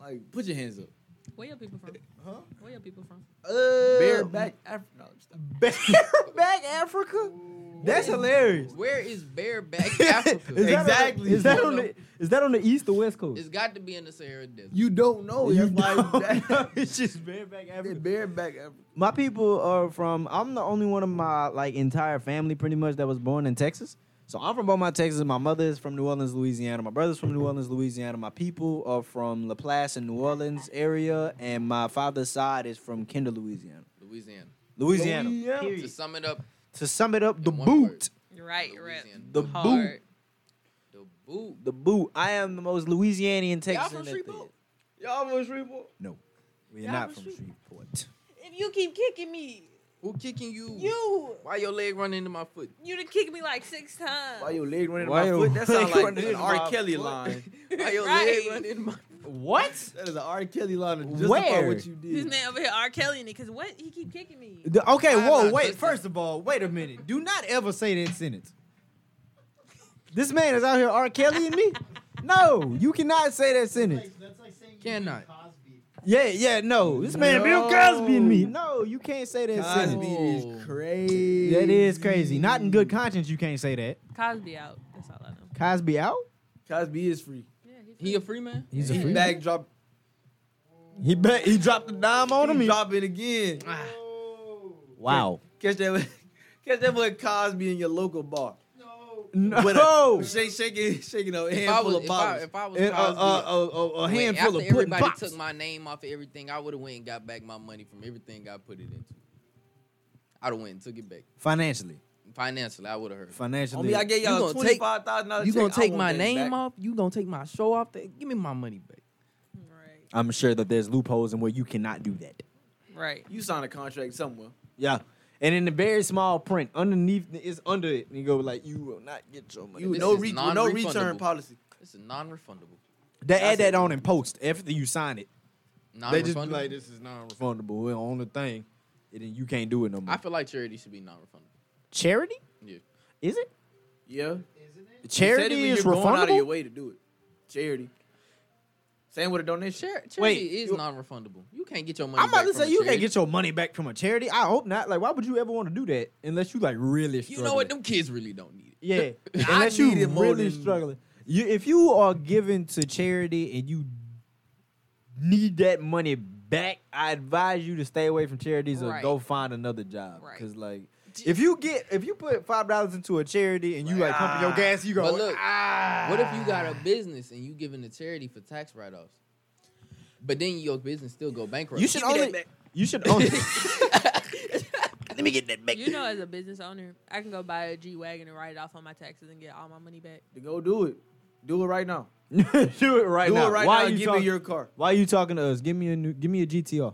Speaker 1: Like, put your hands up.
Speaker 4: Where your people from? Huh? Where your people from?
Speaker 3: Uh,
Speaker 1: Bareback Africa. No, stop.
Speaker 3: Bareback Africa. That's hilarious.
Speaker 2: Where is bareback Africa?
Speaker 3: Is that on the-
Speaker 1: Exactly.
Speaker 3: is that on the is that on the east or west coast?
Speaker 2: It's got to be in the Sahara Desert.
Speaker 1: You don't know.
Speaker 3: You
Speaker 1: That's why
Speaker 3: don't know.
Speaker 1: that-
Speaker 3: it's just bareback
Speaker 1: They're
Speaker 3: Africa.
Speaker 1: bareback Africa.
Speaker 3: My people are from. I'm the only one of my like entire family, pretty much, that was born in Texas. So I'm from Beaumont, Texas. My mother is from New Orleans, Louisiana. My brother's from New Orleans, Louisiana. My people are from La Place and New Orleans area, and my father's side is from Kinder, Louisiana.
Speaker 2: Louisiana.
Speaker 3: Louisiana.
Speaker 2: To sum it up,
Speaker 3: To sum it up, the
Speaker 2: In one
Speaker 3: boot.
Speaker 2: word.
Speaker 4: Right, right.
Speaker 2: Louisiana.
Speaker 3: The boot.
Speaker 4: Hard.
Speaker 2: The boot.
Speaker 3: The boot. I am the most Louisianian Texan.
Speaker 2: Y'all from
Speaker 3: that there
Speaker 2: Shreveport?
Speaker 3: is.
Speaker 2: Y'all from Shreveport?
Speaker 3: We are
Speaker 2: Y'all
Speaker 3: not
Speaker 2: from
Speaker 3: from Shreveport.
Speaker 4: If you keep kicking me,
Speaker 2: Who kicking you?
Speaker 4: you
Speaker 2: Why your leg running into my foot?
Speaker 4: you done kicked me like six times.
Speaker 1: Why your leg running
Speaker 3: Why
Speaker 1: in my
Speaker 3: your
Speaker 1: foot? That sounds
Speaker 3: leg
Speaker 1: like
Speaker 3: running
Speaker 1: an
Speaker 3: in
Speaker 1: R.
Speaker 3: my
Speaker 1: Kelly line.
Speaker 2: Why your
Speaker 4: Right.
Speaker 2: leg running into my
Speaker 10: What? That is an R. Kelly line to justify
Speaker 3: Where?
Speaker 10: what you
Speaker 4: This
Speaker 10: did.
Speaker 4: man over here R. Kelly in it, cause what he keep kicking me.
Speaker 3: The- okay,
Speaker 2: I'm
Speaker 3: whoa,
Speaker 2: not
Speaker 3: wait.
Speaker 2: listening.
Speaker 3: First of all, wait a minute. Do not ever say that sentence. This man is out here R. Kelly and me. No, you cannot say that sentence.
Speaker 5: that's like saying
Speaker 2: Cannot.
Speaker 3: Yeah, yeah, no. This man Bill Cosby and me. No, you can't say that
Speaker 10: Cosby
Speaker 3: sentence.
Speaker 2: Oh.
Speaker 10: is crazy.
Speaker 3: That is crazy. Not in good conscience. You can't say that.
Speaker 4: Cosby out. That's all I know.
Speaker 3: Cosby out.
Speaker 10: Cosby is free.
Speaker 4: Yeah,
Speaker 2: He a free man?
Speaker 3: He's
Speaker 10: He
Speaker 3: free man.
Speaker 10: back drop.
Speaker 3: He bet he dropped the dime on him.
Speaker 10: He
Speaker 3: He-
Speaker 10: drop it again.
Speaker 3: Wow.
Speaker 10: Catch that. Catch that boy Cosby in your local bar. With
Speaker 3: No.
Speaker 10: a, shake, shaking, shaking a
Speaker 2: Oh. If I
Speaker 10: handful
Speaker 2: was,
Speaker 10: of
Speaker 2: if I,
Speaker 10: bottles.
Speaker 2: if uh, I was
Speaker 3: A,
Speaker 2: Cosby,
Speaker 3: uh, a
Speaker 2: wait,
Speaker 3: handful
Speaker 2: after
Speaker 3: of pudding
Speaker 2: everybody
Speaker 3: pops.
Speaker 2: took my name off of everything, I would have went and got back my money from everything I put it into. I'd have went and took it back.
Speaker 3: Financially,
Speaker 2: Financially, I would have heard.
Speaker 3: financially.
Speaker 10: Homie, I gave
Speaker 2: You
Speaker 10: y'all
Speaker 2: gonna take-
Speaker 10: twenty five thousand dollars.
Speaker 2: You gonna take my name off? You gonna take my show off? The, give me my money back.
Speaker 4: Right,
Speaker 3: I'm sure that there's loopholes in where you cannot do that.
Speaker 4: right.
Speaker 10: You signed a contract somewhere.
Speaker 3: Yeah. And in the very small print, underneath it's under it, and you go like, "You will not get your money."
Speaker 10: You
Speaker 2: this
Speaker 10: no
Speaker 2: is
Speaker 10: re- with no return
Speaker 2: non-refundable.
Speaker 10: policy.
Speaker 2: This is non-refundable.
Speaker 3: they add that on in post after you sign it.
Speaker 2: Non-refundable.
Speaker 3: They just be like, "This is non-refundable. We're on the thing, and then you can't do it no more."
Speaker 2: I feel like charity should be non-refundable.
Speaker 3: Charity?
Speaker 2: Yeah.
Speaker 3: Is it?
Speaker 10: Yeah,
Speaker 3: Charity
Speaker 10: Technically,
Speaker 3: is
Speaker 10: you're going out of your
Speaker 3: refundable.
Speaker 10: way to do it. Charity. Same with a donation.
Speaker 2: Char- charity
Speaker 3: Wait,
Speaker 2: is
Speaker 3: you-
Speaker 2: non-refundable. You can't get your money.
Speaker 3: I'm about
Speaker 2: back
Speaker 3: to
Speaker 2: from
Speaker 3: say
Speaker 2: a
Speaker 3: you can't
Speaker 2: charity.
Speaker 3: get your money back from a charity. I hope not. Like, why would you ever want to do that unless you like really
Speaker 2: You
Speaker 3: struggling?
Speaker 2: know what? Them kids really don't need it.
Speaker 3: Yeah,
Speaker 10: I
Speaker 3: unless you
Speaker 10: need it more
Speaker 3: really
Speaker 10: than-
Speaker 3: struggling. You, if you are giving to charity and you need that money back, I advise you to stay away from charities or
Speaker 4: Right.
Speaker 3: go find another job.
Speaker 4: Right.
Speaker 3: Because like,
Speaker 2: J-
Speaker 3: if you get if you put five dollars into a charity and you like pumping your gas, you go.
Speaker 2: But look,
Speaker 3: ah.
Speaker 2: What if you got a business and you giving to charity for tax write-offs? But then your business still go bankrupt.
Speaker 3: You should
Speaker 10: Give me that
Speaker 3: only.
Speaker 10: back.
Speaker 3: You should only.
Speaker 4: You know, as a business owner, I can go buy a G wagon and write it off on my taxes and get all my money back.
Speaker 10: To go do it. Do it right now.
Speaker 3: do it right
Speaker 10: do
Speaker 3: now.
Speaker 10: it right
Speaker 3: why
Speaker 10: now.
Speaker 3: Are you
Speaker 10: give
Speaker 3: talking,
Speaker 10: me your car.
Speaker 3: Why you talking to us? Give me a new. Give me a GTR,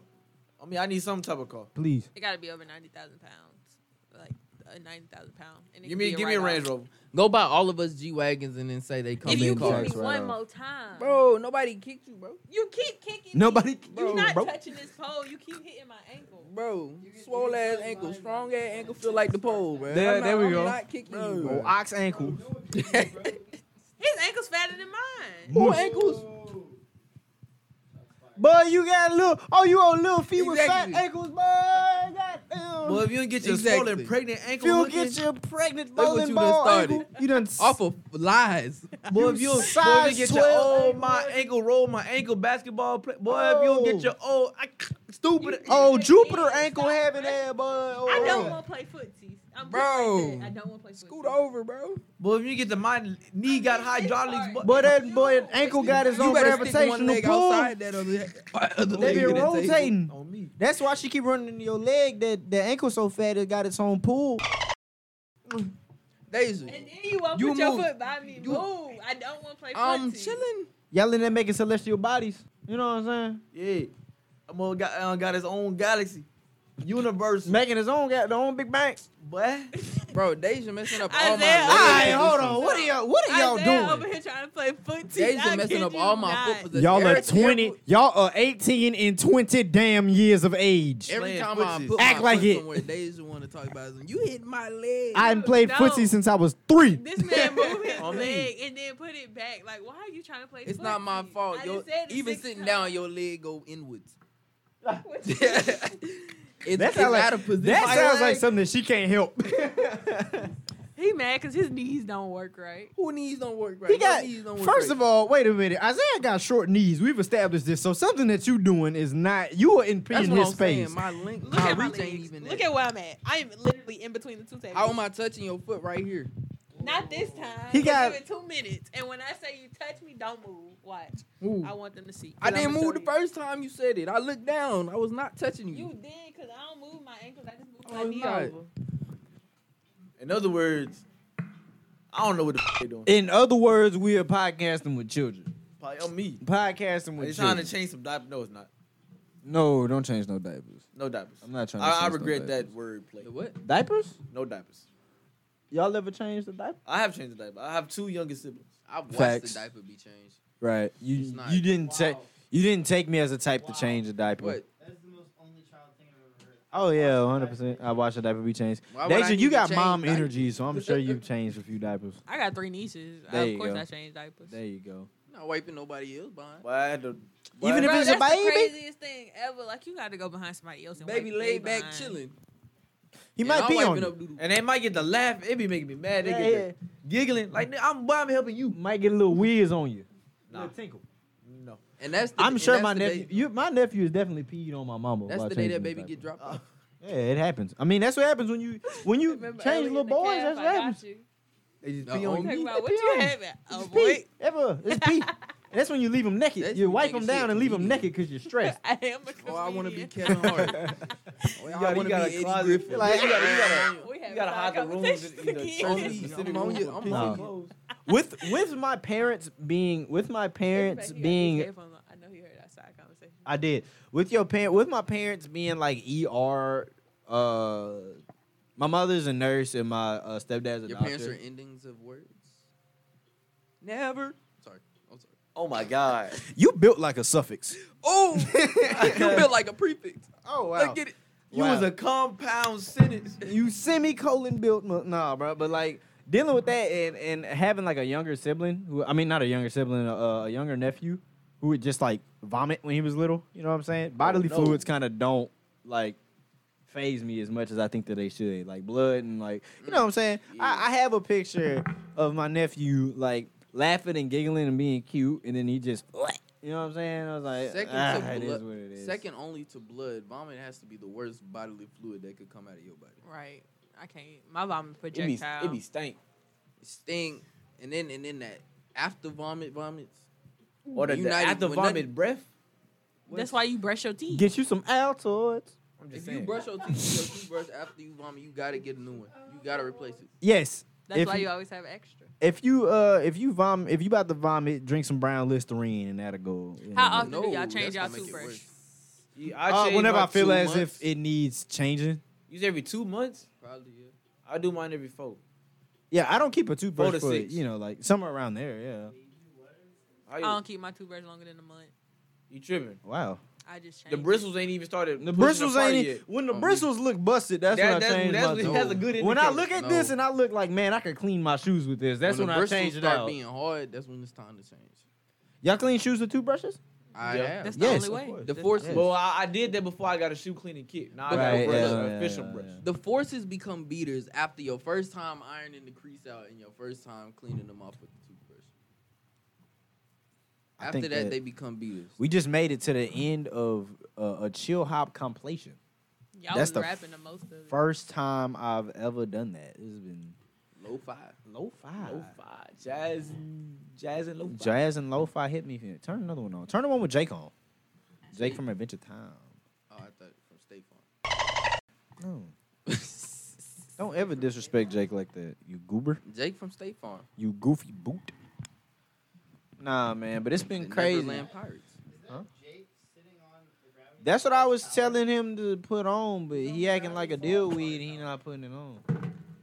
Speaker 10: I mean, I need some type of car.
Speaker 3: please.
Speaker 4: It got to be over ninety thousand pounds, like a ninety thousand pound. And it
Speaker 10: Give
Speaker 4: can
Speaker 10: me,
Speaker 4: be
Speaker 10: give me a
Speaker 4: write-off.
Speaker 10: Range Rover.
Speaker 2: Go buy all of us G wagons and then say they come
Speaker 4: If
Speaker 2: in
Speaker 4: you give
Speaker 2: cars.
Speaker 4: me
Speaker 3: right
Speaker 4: one
Speaker 3: off.
Speaker 4: more time,
Speaker 2: Bro, nobody kicked you, bro.
Speaker 4: you keep kicking. me.
Speaker 3: Nobody-
Speaker 4: you not
Speaker 3: bro.
Speaker 4: touching this pole. You keep hitting my ankle.
Speaker 2: Bro, swole ass ankle, strong ass ankle, feel like the pole, bro.
Speaker 3: There-
Speaker 2: I'm not,
Speaker 3: there we
Speaker 2: I'm
Speaker 3: go.
Speaker 2: Not kicking you,
Speaker 3: Oh,
Speaker 2: bro.
Speaker 3: ox ankle.
Speaker 4: His ankle's fatter than mine.
Speaker 2: Who ankles?
Speaker 3: Boy, you got a little. Oh, you on little feet
Speaker 2: Exactly.
Speaker 3: with fat ankles, boy. Goddamn.
Speaker 10: Well, if you don't get your
Speaker 2: Exactly.
Speaker 10: swollen pregnant ankle,
Speaker 3: if you
Speaker 10: looking-
Speaker 3: get your pregnant
Speaker 2: Look what
Speaker 3: bowling
Speaker 2: you done
Speaker 3: ball
Speaker 2: started.
Speaker 3: ankle, you done
Speaker 2: Off of lies.
Speaker 10: Boy, if you don't boy, if
Speaker 3: size
Speaker 10: you get
Speaker 3: 12,
Speaker 10: your old my
Speaker 3: boy.
Speaker 10: ankle roll, my ankle basketball play. Boy, if you don't
Speaker 3: Oh.
Speaker 10: get your old I, stupid.
Speaker 3: Oh,
Speaker 4: Yeah,
Speaker 3: Jupiter
Speaker 4: yeah,
Speaker 3: ankle
Speaker 4: stop.
Speaker 3: having there, boy. Oh,
Speaker 4: I don't
Speaker 3: yeah.
Speaker 4: want to play footsies. I'm good
Speaker 2: Bro.
Speaker 4: like that. I don't want to play footsies.
Speaker 2: Scoot over, bro.
Speaker 10: Boy, if you get the my knee got hydraulics. Boy,
Speaker 3: Boy, that boy ankle got his
Speaker 2: You
Speaker 3: own
Speaker 2: better stick one
Speaker 3: gravitational
Speaker 2: leg
Speaker 3: pull.
Speaker 2: outside that other, other
Speaker 3: They
Speaker 2: leg
Speaker 3: be
Speaker 2: of the table.
Speaker 3: rotating.
Speaker 10: on me.
Speaker 3: That's why she keep running into your leg. That the ankle so fat it got its own pull.
Speaker 2: Daisy,
Speaker 4: And then you won't
Speaker 2: You
Speaker 4: put your
Speaker 2: move.
Speaker 4: foot by me.
Speaker 2: You-
Speaker 4: Move. I don't want to play footsies.
Speaker 2: I'm chilling.
Speaker 3: Y'all in there making celestial bodies. You know what I'm
Speaker 10: Yeah, I'm all got uh, got his own galaxy, universe.
Speaker 3: saying? Making his own, got the own big bang.
Speaker 10: boy,
Speaker 2: Bro, Deja messing up all my
Speaker 4: Isaiah,
Speaker 2: leg
Speaker 3: All right,
Speaker 4: Hey,
Speaker 3: hold
Speaker 2: positions.
Speaker 3: on. What are y'all? What are y'all
Speaker 4: Isaiah
Speaker 3: doing?
Speaker 4: over here trying to play footsies. I
Speaker 2: Deja messing
Speaker 4: kid
Speaker 2: up
Speaker 4: you
Speaker 2: all my foot
Speaker 4: not.
Speaker 2: positions.
Speaker 3: Y'all are
Speaker 2: Every-
Speaker 3: 20, y'all are 18 and 20 damn years of age.
Speaker 2: Every
Speaker 10: Playing
Speaker 2: time I
Speaker 10: footsies.
Speaker 2: put
Speaker 3: Act
Speaker 2: my
Speaker 3: like
Speaker 2: foot
Speaker 3: it.
Speaker 2: somewhere, Deja want to talk about it. You hit my leg.
Speaker 3: I hadn't played
Speaker 4: No.
Speaker 3: footsie since I was three.
Speaker 4: This man moved his
Speaker 10: On me.
Speaker 4: leg and then put it back. Like, why are you trying to play?
Speaker 2: it's not my
Speaker 4: footsies?
Speaker 2: fault.
Speaker 4: I
Speaker 2: Your,
Speaker 4: just said it
Speaker 2: even
Speaker 4: six
Speaker 2: sitting
Speaker 4: times.
Speaker 2: down, your leg go inwards.
Speaker 4: What you-
Speaker 2: it's
Speaker 3: That
Speaker 2: it's
Speaker 3: sound like-
Speaker 2: out of position.
Speaker 3: That
Speaker 2: My
Speaker 3: sounds like
Speaker 2: leg-
Speaker 3: something that she can't help.
Speaker 4: he mad because his knees don't work right.
Speaker 2: Who knees don't work right?
Speaker 3: He
Speaker 2: Your
Speaker 3: got,
Speaker 2: knees don't work
Speaker 3: first
Speaker 2: right.
Speaker 3: of all, wait a minute. Isaiah got short knees. We've established this. So something that you doing is not, you are
Speaker 2: that's
Speaker 3: impeding
Speaker 2: what
Speaker 3: his
Speaker 2: I'm
Speaker 3: space.
Speaker 2: saying. My link,
Speaker 4: Look
Speaker 2: my
Speaker 4: at my
Speaker 2: reach ain't
Speaker 4: legs.
Speaker 2: even
Speaker 4: Look
Speaker 2: there.
Speaker 4: at where I'm at. I am literally in between the two tables.
Speaker 2: How am I touching your foot right here?
Speaker 4: Not this time.
Speaker 3: He
Speaker 4: He
Speaker 3: got-
Speaker 4: got give it two minutes, and when I say you touch me, don't move. Watch. I want them to see.
Speaker 2: I
Speaker 4: 'Cause I'ma
Speaker 2: didn't move
Speaker 4: show
Speaker 2: the
Speaker 4: you.
Speaker 2: first time you said it. I looked down. I was not touching you.
Speaker 1: Oh,
Speaker 4: You did because I don't move my ankles. I just move
Speaker 2: I
Speaker 4: my
Speaker 2: was
Speaker 4: knee
Speaker 2: not.
Speaker 4: over.
Speaker 1: In other words, I don't know what the f- they doing.
Speaker 3: In other words, we are podcasting with children.
Speaker 1: Probably on me.
Speaker 3: Podcasting with
Speaker 1: They're trying
Speaker 3: children.
Speaker 1: to change some diapers. No, it's not.
Speaker 3: no, don't change no diapers.
Speaker 1: No diapers.
Speaker 3: I'm not trying. To
Speaker 1: I, I
Speaker 3: change no
Speaker 1: regret
Speaker 3: diapers.
Speaker 1: that word play.
Speaker 2: What?
Speaker 3: Diapers?
Speaker 1: No diapers.
Speaker 3: Y'all ever changed the diaper?
Speaker 1: I have changed the diaper. I have two younger siblings.
Speaker 2: I watched
Speaker 3: Facts.
Speaker 2: the diaper be changed.
Speaker 3: Right.
Speaker 2: It's
Speaker 3: You
Speaker 2: not.
Speaker 3: you didn't take you didn't take me as a type to change a diaper.
Speaker 2: What?
Speaker 5: That's the most only child thing I've ever heard.
Speaker 3: Oh yeah, 100. percent I watched a diaper be changed.
Speaker 2: Why would I
Speaker 3: Deja,
Speaker 2: need
Speaker 3: you
Speaker 2: to
Speaker 3: got
Speaker 2: change
Speaker 3: mom
Speaker 2: diapers?
Speaker 3: energy, so I'm sure you've changed a few diapers.
Speaker 4: I got three nieces.
Speaker 3: There you
Speaker 4: of course,
Speaker 3: go.
Speaker 4: I changed diapers.
Speaker 3: There you go.
Speaker 2: Not wiping nobody else behind.
Speaker 1: Well, I had to, well,
Speaker 3: Even
Speaker 1: I-
Speaker 3: if
Speaker 4: Bro,
Speaker 3: it's a
Speaker 4: that's
Speaker 3: baby?
Speaker 4: the craziest thing ever. Like you got to go behind somebody else and
Speaker 2: Baby
Speaker 4: wipe
Speaker 2: laid
Speaker 4: they
Speaker 2: back
Speaker 4: behind.
Speaker 2: chilling.
Speaker 3: He
Speaker 2: And
Speaker 3: might
Speaker 2: I'm
Speaker 3: be on
Speaker 2: wiping
Speaker 3: you.
Speaker 2: up doo-doo.
Speaker 1: and they might get the laugh. It be making me mad. They
Speaker 3: Yeah,
Speaker 1: get the giggling. Like nigga, I'm, why I'm helping you.
Speaker 3: Might get a little whiz on you.
Speaker 1: Nah,
Speaker 3: tinkle.
Speaker 1: no.
Speaker 2: And that's the,
Speaker 3: I'm
Speaker 2: and
Speaker 3: sure
Speaker 2: that's
Speaker 3: my
Speaker 2: the
Speaker 3: nephew,
Speaker 2: day-
Speaker 3: you, my nephew is definitely peed on my mama.
Speaker 2: That's
Speaker 3: while
Speaker 2: the day
Speaker 3: changing
Speaker 2: that
Speaker 3: his
Speaker 2: baby get
Speaker 3: diaper.
Speaker 2: dropped off.
Speaker 3: Yeah, it happens. I mean, that's what happens when you when you
Speaker 4: Remember
Speaker 3: change
Speaker 4: early in
Speaker 3: little
Speaker 4: the
Speaker 3: boys.
Speaker 4: cab,
Speaker 3: That's
Speaker 4: I
Speaker 3: what
Speaker 4: got
Speaker 3: happens.
Speaker 4: you.
Speaker 1: They just
Speaker 2: No,
Speaker 1: pee
Speaker 2: oh,
Speaker 1: on
Speaker 4: Talk
Speaker 1: you.
Speaker 3: you.
Speaker 4: about
Speaker 3: It
Speaker 4: what
Speaker 3: be
Speaker 4: you
Speaker 3: on you.
Speaker 4: having. Oh
Speaker 3: It's
Speaker 4: boy.
Speaker 3: pee. Ever. It's pee. And that's when you leave them naked.
Speaker 2: That's
Speaker 3: you
Speaker 2: the
Speaker 3: wipe them
Speaker 2: biggest
Speaker 3: down
Speaker 2: shit
Speaker 3: and leave them
Speaker 2: comedian.
Speaker 3: naked because you're stressed.
Speaker 4: I am a comedian.
Speaker 2: Oh, I want to be Kevin Hart. Oh,
Speaker 1: You
Speaker 2: I
Speaker 1: gotta-
Speaker 2: want
Speaker 1: you
Speaker 2: to
Speaker 1: gotta
Speaker 2: be Eddie
Speaker 1: closet-
Speaker 2: Griffin.
Speaker 3: like-
Speaker 2: Yeah,
Speaker 1: you gotta-
Speaker 2: I'm on
Speaker 4: We
Speaker 1: You
Speaker 4: have
Speaker 1: gotta hide the rooms in in the
Speaker 4: conversations
Speaker 1: church
Speaker 4: again.
Speaker 1: specific
Speaker 2: I'm on
Speaker 1: rooms
Speaker 2: you,
Speaker 1: with
Speaker 2: I'm
Speaker 1: pink
Speaker 3: on you.
Speaker 1: clothes.
Speaker 3: with with my parents being with my parents
Speaker 4: Everybody, he got his
Speaker 3: being
Speaker 4: headphones on. I know he heard outside conversation.
Speaker 3: I did with your parent with my parents being like ER. Uh, my mother's a nurse and my uh, stepdad's
Speaker 2: you.
Speaker 3: a
Speaker 2: Your
Speaker 3: doctor.
Speaker 2: parents are endings of words. Never. Sorry. I'm sorry.
Speaker 1: Oh my god.
Speaker 3: you built like a suffix.
Speaker 2: Oh, you feel like a prefix.
Speaker 3: Oh
Speaker 2: Look at it.
Speaker 1: You
Speaker 3: Wow.
Speaker 1: was a compound sentence.
Speaker 3: you semicolon built mu- nah, bro. But like dealing with that and and having like a younger sibling who I mean not a younger sibling, a, a younger nephew who would just like vomit when he was little. You know what I'm saying? Bodily
Speaker 2: Oh,
Speaker 1: no.
Speaker 3: fluids kind of don't like phase me as much as I think that they should. Like blood and like you know what I'm saying. I, I have a picture of my nephew like laughing and giggling and being cute, and then he just. You know what I'm saying? I was like,
Speaker 2: Second
Speaker 3: ah,
Speaker 2: to
Speaker 3: it
Speaker 2: blo-
Speaker 3: is what it is.
Speaker 2: Second only to blood, vomit has to be the worst bodily fluid that could come out of your body.
Speaker 4: Right. I can't. My vomit
Speaker 1: It be,
Speaker 4: projectile.
Speaker 1: it be stank.
Speaker 2: It Sting, and then and then that after vomit vomits.
Speaker 1: Or the,
Speaker 2: You
Speaker 1: the
Speaker 2: not even-
Speaker 1: after
Speaker 2: when
Speaker 1: vomit
Speaker 2: nothing-
Speaker 1: breath.
Speaker 4: That's why you brush your teeth.
Speaker 3: Get you some Altoids.
Speaker 1: I'm just
Speaker 2: If
Speaker 1: saying.
Speaker 2: you brush your teeth, your toothbrush after you vomit, you gotta get a new one. You gotta replace it.
Speaker 3: Yes.
Speaker 4: That's
Speaker 3: If
Speaker 4: why
Speaker 3: you-
Speaker 4: you always have extra.
Speaker 2: Mm,
Speaker 3: If you uh if you vom if you about to vomit, drink some brown Listerine and that'll go. you
Speaker 4: How
Speaker 3: know.
Speaker 4: often do y'all
Speaker 2: that's
Speaker 4: change
Speaker 2: gonna
Speaker 4: y'all
Speaker 2: make it
Speaker 4: toothbrush?
Speaker 2: worse.
Speaker 1: You-
Speaker 3: Uh,
Speaker 1: change
Speaker 3: whenever
Speaker 1: my
Speaker 3: I feel
Speaker 1: two
Speaker 3: as
Speaker 1: months.
Speaker 3: if it needs changing.
Speaker 1: Use every two months.
Speaker 2: Probably yeah.
Speaker 1: I do mine every four.
Speaker 3: Yeah, I don't keep a
Speaker 1: Four
Speaker 3: toothbrush
Speaker 1: to
Speaker 3: for
Speaker 1: six.
Speaker 3: you know like somewhere around there. Yeah.
Speaker 1: How
Speaker 4: I
Speaker 1: you,
Speaker 2: Uh,
Speaker 4: don't keep my toothbrush longer than a month.
Speaker 1: you tripping?
Speaker 3: Wow.
Speaker 4: I just change.
Speaker 1: The
Speaker 4: it.
Speaker 1: bristles ain't even started.
Speaker 3: The
Speaker 1: pushing
Speaker 3: bristles
Speaker 1: apart
Speaker 3: ain't
Speaker 1: yet.
Speaker 3: when the
Speaker 2: Oh, we-
Speaker 3: bristles look busted. That's
Speaker 1: That-
Speaker 3: when
Speaker 1: that's-
Speaker 3: I change
Speaker 1: that's
Speaker 3: my
Speaker 1: what-
Speaker 3: tooth.
Speaker 1: that's a good
Speaker 3: When I
Speaker 1: indicator.
Speaker 3: look at
Speaker 2: No.
Speaker 3: this and I look like man, I could clean my shoes with this. That's when,
Speaker 2: the
Speaker 3: I
Speaker 2: bristles
Speaker 3: change it
Speaker 2: start
Speaker 3: out.
Speaker 2: being hard, that's when it's time to change.
Speaker 3: Y'all clean shoes with toothbrushes?
Speaker 2: I
Speaker 1: Yeah.
Speaker 2: have.
Speaker 4: That's
Speaker 3: Yes,
Speaker 4: the
Speaker 3: of
Speaker 4: only way.
Speaker 3: course.
Speaker 2: the forces.
Speaker 1: Well, I, I did that before I got a shoe cleaning kit. Now I got
Speaker 3: Right,
Speaker 1: a brush,
Speaker 3: yeah,
Speaker 1: an
Speaker 3: yeah,
Speaker 1: official
Speaker 3: yeah,
Speaker 1: brush.
Speaker 3: yeah.
Speaker 2: The forces become beaters after your first time ironing the crease out and your first time cleaning them off with the toothbrush.
Speaker 3: I
Speaker 2: After
Speaker 3: think
Speaker 2: that,
Speaker 3: that-
Speaker 2: they become beaters.
Speaker 3: We just made it to the end of uh, a chill hop completion.
Speaker 4: Y'all
Speaker 3: That's
Speaker 4: was
Speaker 3: the
Speaker 4: rapping the most of it.
Speaker 3: First time I've ever done that. It's been
Speaker 2: Low five.
Speaker 3: low five.
Speaker 1: Lo-fi, jazz, jazz and lo-fi.
Speaker 3: Jazz and lo-fi hit me. here. Turn another one on. Turn the one with Jake on. Jake
Speaker 2: State-
Speaker 3: from Adventure Time.
Speaker 2: Oh, I thought from State Farm.
Speaker 3: No. Don't ever disrespect Jake like that. You goober.
Speaker 2: Jake from State Farm.
Speaker 3: You goofy boot. Nah, man, but it's been
Speaker 2: The
Speaker 3: crazy.
Speaker 2: Neverland Pirates.
Speaker 5: Jake sitting on the gravity.
Speaker 3: That's what I was telling him to put on, but he acting like a deal weed. He not putting it on.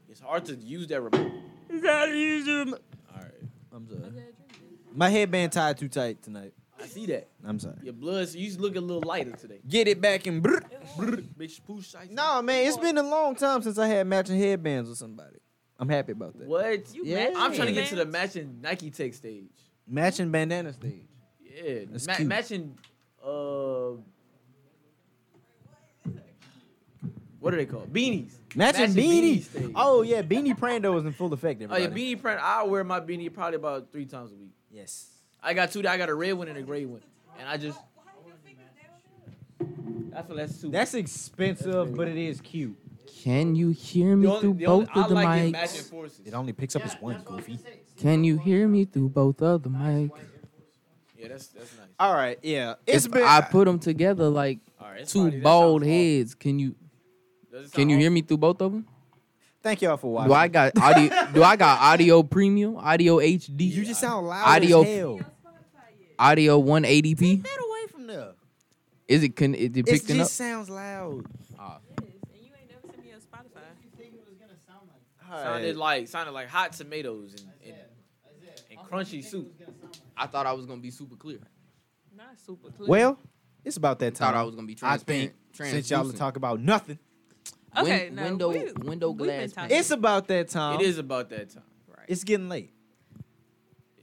Speaker 1: It's hard to use that remote.
Speaker 3: All right. I'm
Speaker 4: I
Speaker 3: sorry.
Speaker 4: said, "Drink it."
Speaker 3: My headband tied too tight tonight.
Speaker 1: I see that.
Speaker 3: I'm sorry.
Speaker 1: Your blood, you look a little lighter today.
Speaker 3: Get it back and. Brr.
Speaker 1: Bitch, poosh, I-
Speaker 3: No, man, it's been a long time since I had matching headbands with somebody. I'm happy about that.
Speaker 1: What?
Speaker 4: You
Speaker 3: Yeah.
Speaker 4: matching
Speaker 1: I'm trying to get to the
Speaker 4: bands?
Speaker 1: matching Nike Tech stage.
Speaker 3: Matching bandana stage.
Speaker 1: Yeah,
Speaker 3: That's
Speaker 1: ma-
Speaker 3: cute.
Speaker 1: matching. Uh, what are they called? Beanies.
Speaker 3: Matching,
Speaker 1: beanie
Speaker 3: beanies.
Speaker 1: stage.
Speaker 3: oh yeah, beanie prando is in full effect.
Speaker 1: Oh
Speaker 3: Everybody.
Speaker 1: yeah, beanie print. I wear my beanie probably about three times a week.
Speaker 3: Yes.
Speaker 1: I got two. I got a red one and a gray one, and I just. I feel that's too.
Speaker 3: That's expensive, but it is cute.
Speaker 2: Can you hear me
Speaker 1: the only,
Speaker 2: through
Speaker 1: the only,
Speaker 2: both
Speaker 1: I
Speaker 2: of the
Speaker 1: like it matching
Speaker 2: mics?
Speaker 1: forces.
Speaker 3: It only picks up as one goofy.
Speaker 2: Can you hear me through both of the mics?
Speaker 1: Yeah, that's that's nice.
Speaker 3: All right, yeah. It's
Speaker 2: if
Speaker 3: been.
Speaker 2: I put them together like
Speaker 1: All right, it's
Speaker 2: two
Speaker 1: fine. That
Speaker 2: bald
Speaker 1: sounds
Speaker 2: heads, can you
Speaker 1: awful. Does it
Speaker 2: can
Speaker 1: sound
Speaker 2: you hear
Speaker 1: awful?
Speaker 2: me through both of them?
Speaker 3: Thank y'all for watching.
Speaker 2: Do I got audio? do I got audio premium? Audio HD?
Speaker 3: You just sound loud
Speaker 2: Audio-
Speaker 3: as hell.
Speaker 2: audio 180p?
Speaker 3: Get away from there.
Speaker 2: Is it con- is it
Speaker 3: It
Speaker 2: picking
Speaker 3: just
Speaker 2: up?
Speaker 3: sounds loud.
Speaker 4: and you ain't never sent me a Spotify.
Speaker 1: Sounded like sounded like hot tomatoes and, and, and crunchy soup.
Speaker 2: I thought I was gonna be super clear.
Speaker 4: Not super clear.
Speaker 3: Well, it's about that
Speaker 2: I thought I
Speaker 3: time.
Speaker 2: was gonna be
Speaker 3: I
Speaker 2: transparent.
Speaker 3: think since y'all talk about nothing,
Speaker 2: translucent.
Speaker 4: Okay,
Speaker 2: Win-
Speaker 4: no,
Speaker 2: window
Speaker 4: we-
Speaker 2: window
Speaker 4: we've been
Speaker 2: glass.
Speaker 4: talking.
Speaker 3: it's about that time.
Speaker 1: It is about that time.
Speaker 4: right.
Speaker 3: It's getting late.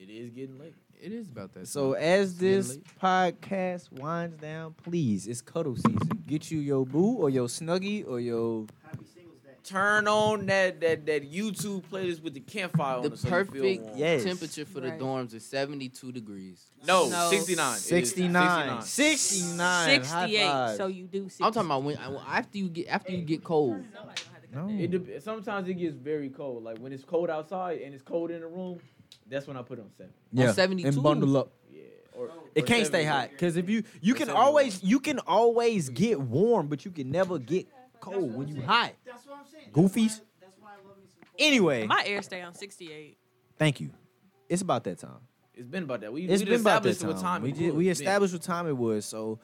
Speaker 1: It is getting late.
Speaker 2: It is about that.
Speaker 3: So
Speaker 2: time.
Speaker 3: as
Speaker 2: getting
Speaker 3: this podcast winds down, please, it's cuddle season. Get you your boo or your snuggie or your
Speaker 1: Turn on that that that YouTube playlist with the campfire
Speaker 2: the
Speaker 1: on it so you feel
Speaker 2: perfect
Speaker 1: warm.
Speaker 3: yes.
Speaker 2: temperature for the
Speaker 4: Right.
Speaker 2: dorms is 72 degrees.
Speaker 1: No,
Speaker 4: No.
Speaker 1: 69. It is
Speaker 3: 69. 69. High
Speaker 4: 68.
Speaker 3: five.
Speaker 4: So you do 60.
Speaker 2: I'm talking about when I- after you get after you get cold.
Speaker 3: No.
Speaker 1: It dep sometimes it gets very cold. Like when it's cold outside and it's cold in the room, that's when I put on seven.
Speaker 2: Yeah.
Speaker 3: yeah.
Speaker 2: 72.
Speaker 3: And bundle up.
Speaker 1: Yeah. Or,
Speaker 3: It
Speaker 1: or seven.
Speaker 3: can't stay hot because if you you
Speaker 1: Or
Speaker 3: can
Speaker 1: seven.
Speaker 3: always you can always get warm, but you can never get cold when you hot.
Speaker 5: That's what I'm saying.
Speaker 3: Goofies. Anyway,
Speaker 4: My air stay on 68.
Speaker 3: thank you. It's about that time.
Speaker 1: It's been about that. We,
Speaker 3: It's
Speaker 1: we
Speaker 3: been about that
Speaker 1: established what time
Speaker 3: time. we,
Speaker 1: it
Speaker 3: did,
Speaker 1: was.
Speaker 3: we
Speaker 1: Yeah.
Speaker 3: established what time it was, so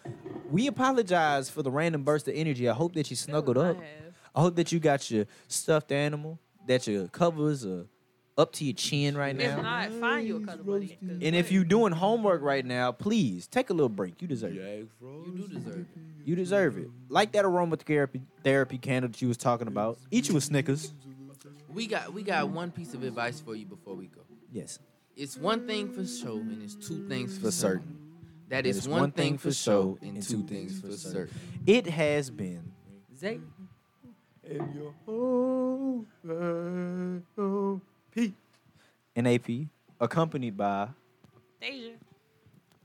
Speaker 3: we apologize for the random burst of energy. I hope that you snuggled up.
Speaker 4: I have.
Speaker 3: I hope that you got your stuffed animal, that your covers are up to your chin right
Speaker 4: If
Speaker 3: now.
Speaker 4: not, find you a color buddy.
Speaker 3: And if you're doing homework right now, please take a little break. You deserve it.
Speaker 2: You do deserve it.
Speaker 3: You deserve it. Like that aromatherapy therapy candle that you was talking about. Eat you a Snickers.
Speaker 2: We got we got one piece of advice for you before we go.
Speaker 3: Yes.
Speaker 2: It's one thing for show and it's two things for,
Speaker 3: For
Speaker 2: certain.
Speaker 3: certain.
Speaker 2: That is one, thing for show and two things for certain.
Speaker 3: It has been.
Speaker 4: Zay.
Speaker 3: NAP, accompanied by.
Speaker 4: Deja.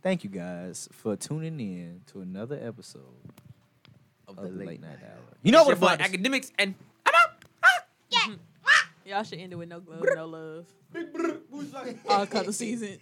Speaker 3: Thank you guys for tuning in to another episode of the Late Night Hour. You know
Speaker 1: It's
Speaker 3: what
Speaker 1: your
Speaker 3: the
Speaker 1: boy,
Speaker 3: fuck? is-
Speaker 1: academics and
Speaker 4: Y'all should end it with no glove, no love. All color season.